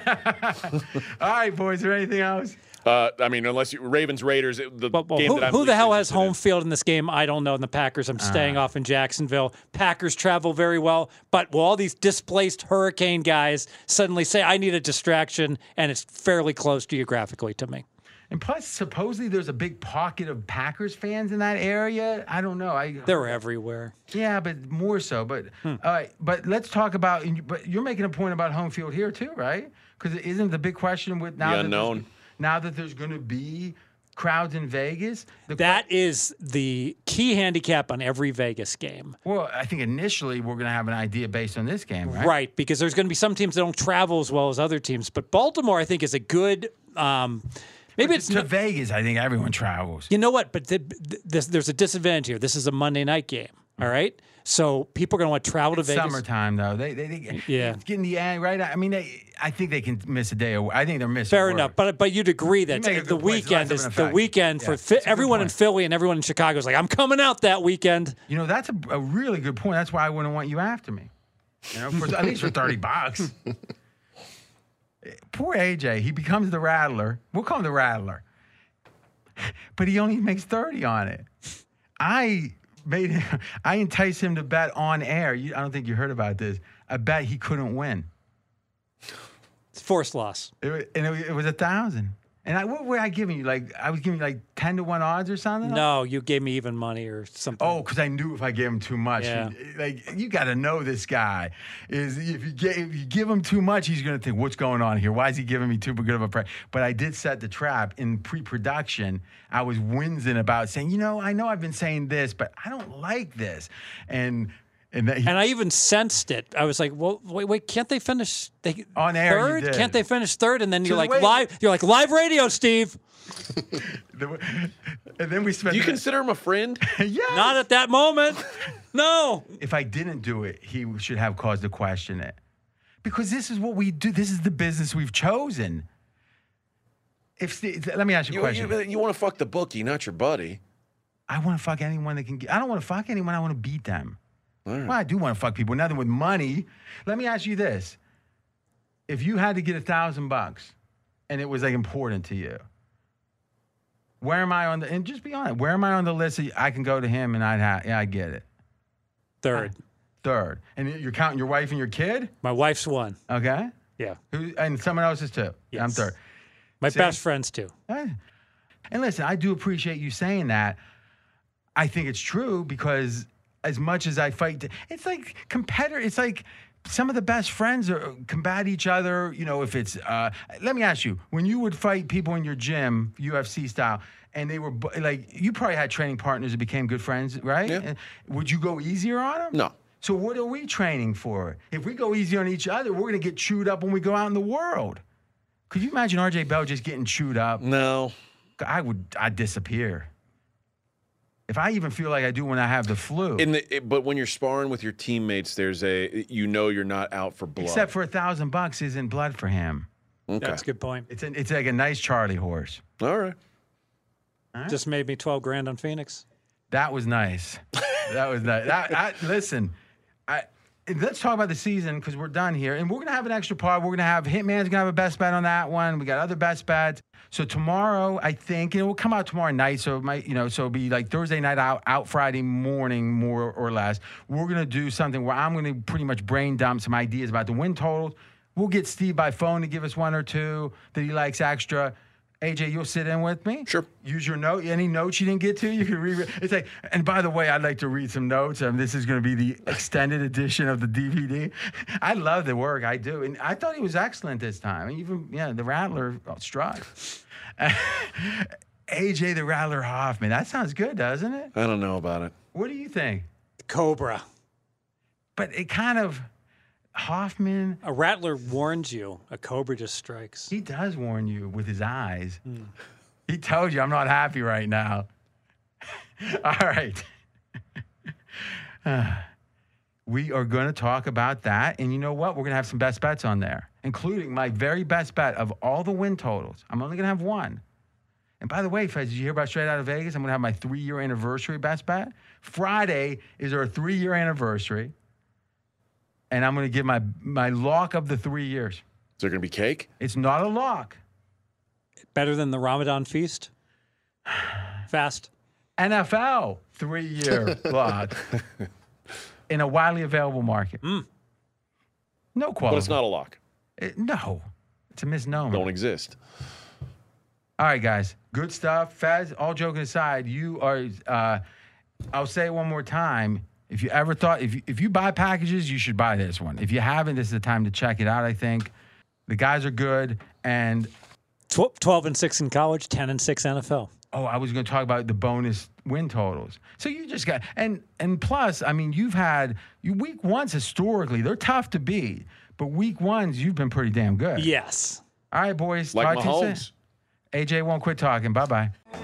All right, boys. Is there anything else?
uh, I mean, unless you, Ravens Raiders, it- the
But well,
game
who,
that I'm
who the
least
hell has
interested in.
home field in this game? I don't know. In the Packers, I'm staying
Ah.
off in Jacksonville. Packers travel very well, but will all these displaced Hurricane guys suddenly say, "I need a distraction," and it's fairly close geographically to me?
And plus, supposedly there's a big pocket of Packers fans in that area. I don't know. I
They're everywhere.
yeah, but more so. But
Hmm.
all right. But let's talk about. and you- But you're making a point about home field here too, right? Because isn't the big question with now that there's-
unknown.
now that there's going to be crowds in Vegas? The,
That is the key handicap on every Vegas game.
well, I think initially we're going to have an idea based on this game, right?
Right, because there's going to be some teams that don't travel as well as other teams. But Baltimore, I think, is a good. Um, maybe it's
To
not,
Vegas, I think everyone travels.
you know what, but th th this, there's a disadvantage here. This is a Monday night game.
Mm.
All right, so people are going to want to travel to Vegas.
Summertime though, they they, they
Yeah.
it's getting the end right. I mean, they, I think they can miss a day. Away. I think they're missing.
Fair
work.
enough, but but you'd agree that
make a
the
good point. It's
weekend
less of
is
an
the
effect.
weekend
Yeah,
for
it's a
fi-
good
everyone in
point.
Philly and everyone in Chicago is like, I'm coming out that weekend.
You know, that's a, a really good point. That's why I wouldn't want you after me. You know, for, at least for 30 bucks. Poor AJ, he becomes the rattler. We'll call him the rattler. But he only makes 30 on it. I made him, I enticed him to bet on air. You, I don't think you heard about this. I bet he couldn't win.
It's forced loss.
It, wa- and it, wa- it was a thousand. And I, what were I giving you? Like I was giving you like 10 to 1 odds or something?
No, you gave me even money or something.
Oh, because I knew if I gave him too much,
Yeah.
like you got to know this guy. Is if you give if you give him too much, he's going to think, "What's going on here? Why is he giving me too good of a price?" But I did set the trap in pre-production. I was whinging about saying, "You know, I know I've been saying this, but I don't like this," and and that he,
And I even sensed it. I was like, "Well, wait, wait, can't they finish they,
On air, you
Third?
did.
Can't they finish third? And then you're
the
like
way-
live. You're like live radio, Steve.
the- and then we spent.
Do you
the-
consider him a friend?
Yes!
Not at that moment. No.
if I didn't do it, he should have cause to question it. Because this is what we do. This is the business we've chosen. If Steve, let me ask you a
You,
question.
you, want to fuck the bookie, not your buddy.
I want to fuck anyone that can. Get, I don't want to fuck anyone. I want to beat them. Well, I do want to fuck people. Nothing with money. Let me ask you this: If you had to get a thousand bucks, and it was like important to you, where am I on the? And just be honest. Where am I on the list? That I can go to him, and I'd have. Yeah, I get it.
Third,
Third, and you're counting your wife and your kid.
my wife's one.
Okay.
Yeah,
Who and someone else's too. I'm
Yes.
third.
my best friends too.
Hey. And listen, I do appreciate you saying that. I think it's true because as much as I fight, to- it's like competitor. It's like some of the best friends are, combat each other. You know, if it's uh, let me ask you, when you would fight people in your gym, UFC style, and they were bu- like, you probably had training partners that became good friends, right?
Yeah.
And Would you go easier on them?
No.
So what are we training for? If we go easy on each other, we're going to get chewed up when we go out in the world. Could you imagine RJ Bell just getting chewed up?
No.
I would I disappear. If I even feel like I do when I have the flu,
In the it- but when you're sparring with your teammates, there's a you know you're not out for blood.
except for a thousand bucks isn't blood for him.
okay.
That's a good point.
It's an, it's like a nice Charlie horse.
All right.
Just made me 12 grand on Phoenix.
That was nice. that was nice. That, I, listen, I, let's talk about the season because we're done here, and we're gonna have an extra part. We're gonna have Hitman's gonna have a best bet on that one. We got other best bets. So tomorrow, I think, and it will come out tomorrow night. So it might, you know, so it'll be like Thursday night out, out Friday morning, more or less. We're gonna do something where I'm gonna pretty much brain dump some ideas about the win totals. We'll get Steve by phone to give us one or two that he likes extra. AJ, you'll sit in with me.
Sure.
Use your note. Any notes you didn't get to, you can read. It's like, and by the way, I'd like to read some notes. Um, this is going to be the extended edition of the DVD. I love the work I do, and I thought he was excellent this time. Even yeah, the Rattler oh, struck. AJ the Rattler Hoffman. That sounds good, doesn't it?
I don't know about it.
What do you think?
Cobra.
But it kind of Hoffman.
A rattler warns you. A cobra just strikes.
He does warn you with his eyes. He tells you, I'm not happy right now. All right. we are going to talk about that. And you know what? We're going to have some best bets on there, including my very best bet of all the win totals. I'm only going to have one. And by the way, Fez, did you hear about Straight Out of Vegas? I'm going to have my three year anniversary best bet. Friday is our three year anniversary. And I'm going to give my, my lock of the three years.
Is there gonna be cake?
It's not a lock.
Better than the Ramadan feast? Fast.
NFL three year lock in a widely available market. No quality.
Mm. But it's not a lock.
It- no, it's a misnomer.
Don't exist.
All right, guys, good stuff. Faz, all joking aside, you are. Uh, I'll say it one more time. If you ever thought, if you, if you buy packages, you should buy this one. If you haven't, this is the time to check it out. I think the guys are good, and
Tw- 12 and 6 in college, 10 and 6 NFL.
Oh, I was going to talk about the bonus win totals. So you just got and and plus, I mean, you've had you week ones historically they're tough to beat, but week ones you've been pretty damn good.
Yes.
All right, boys.
Like
talk to you soon.
Mahomes.
AJ won't quit talking. Bye bye.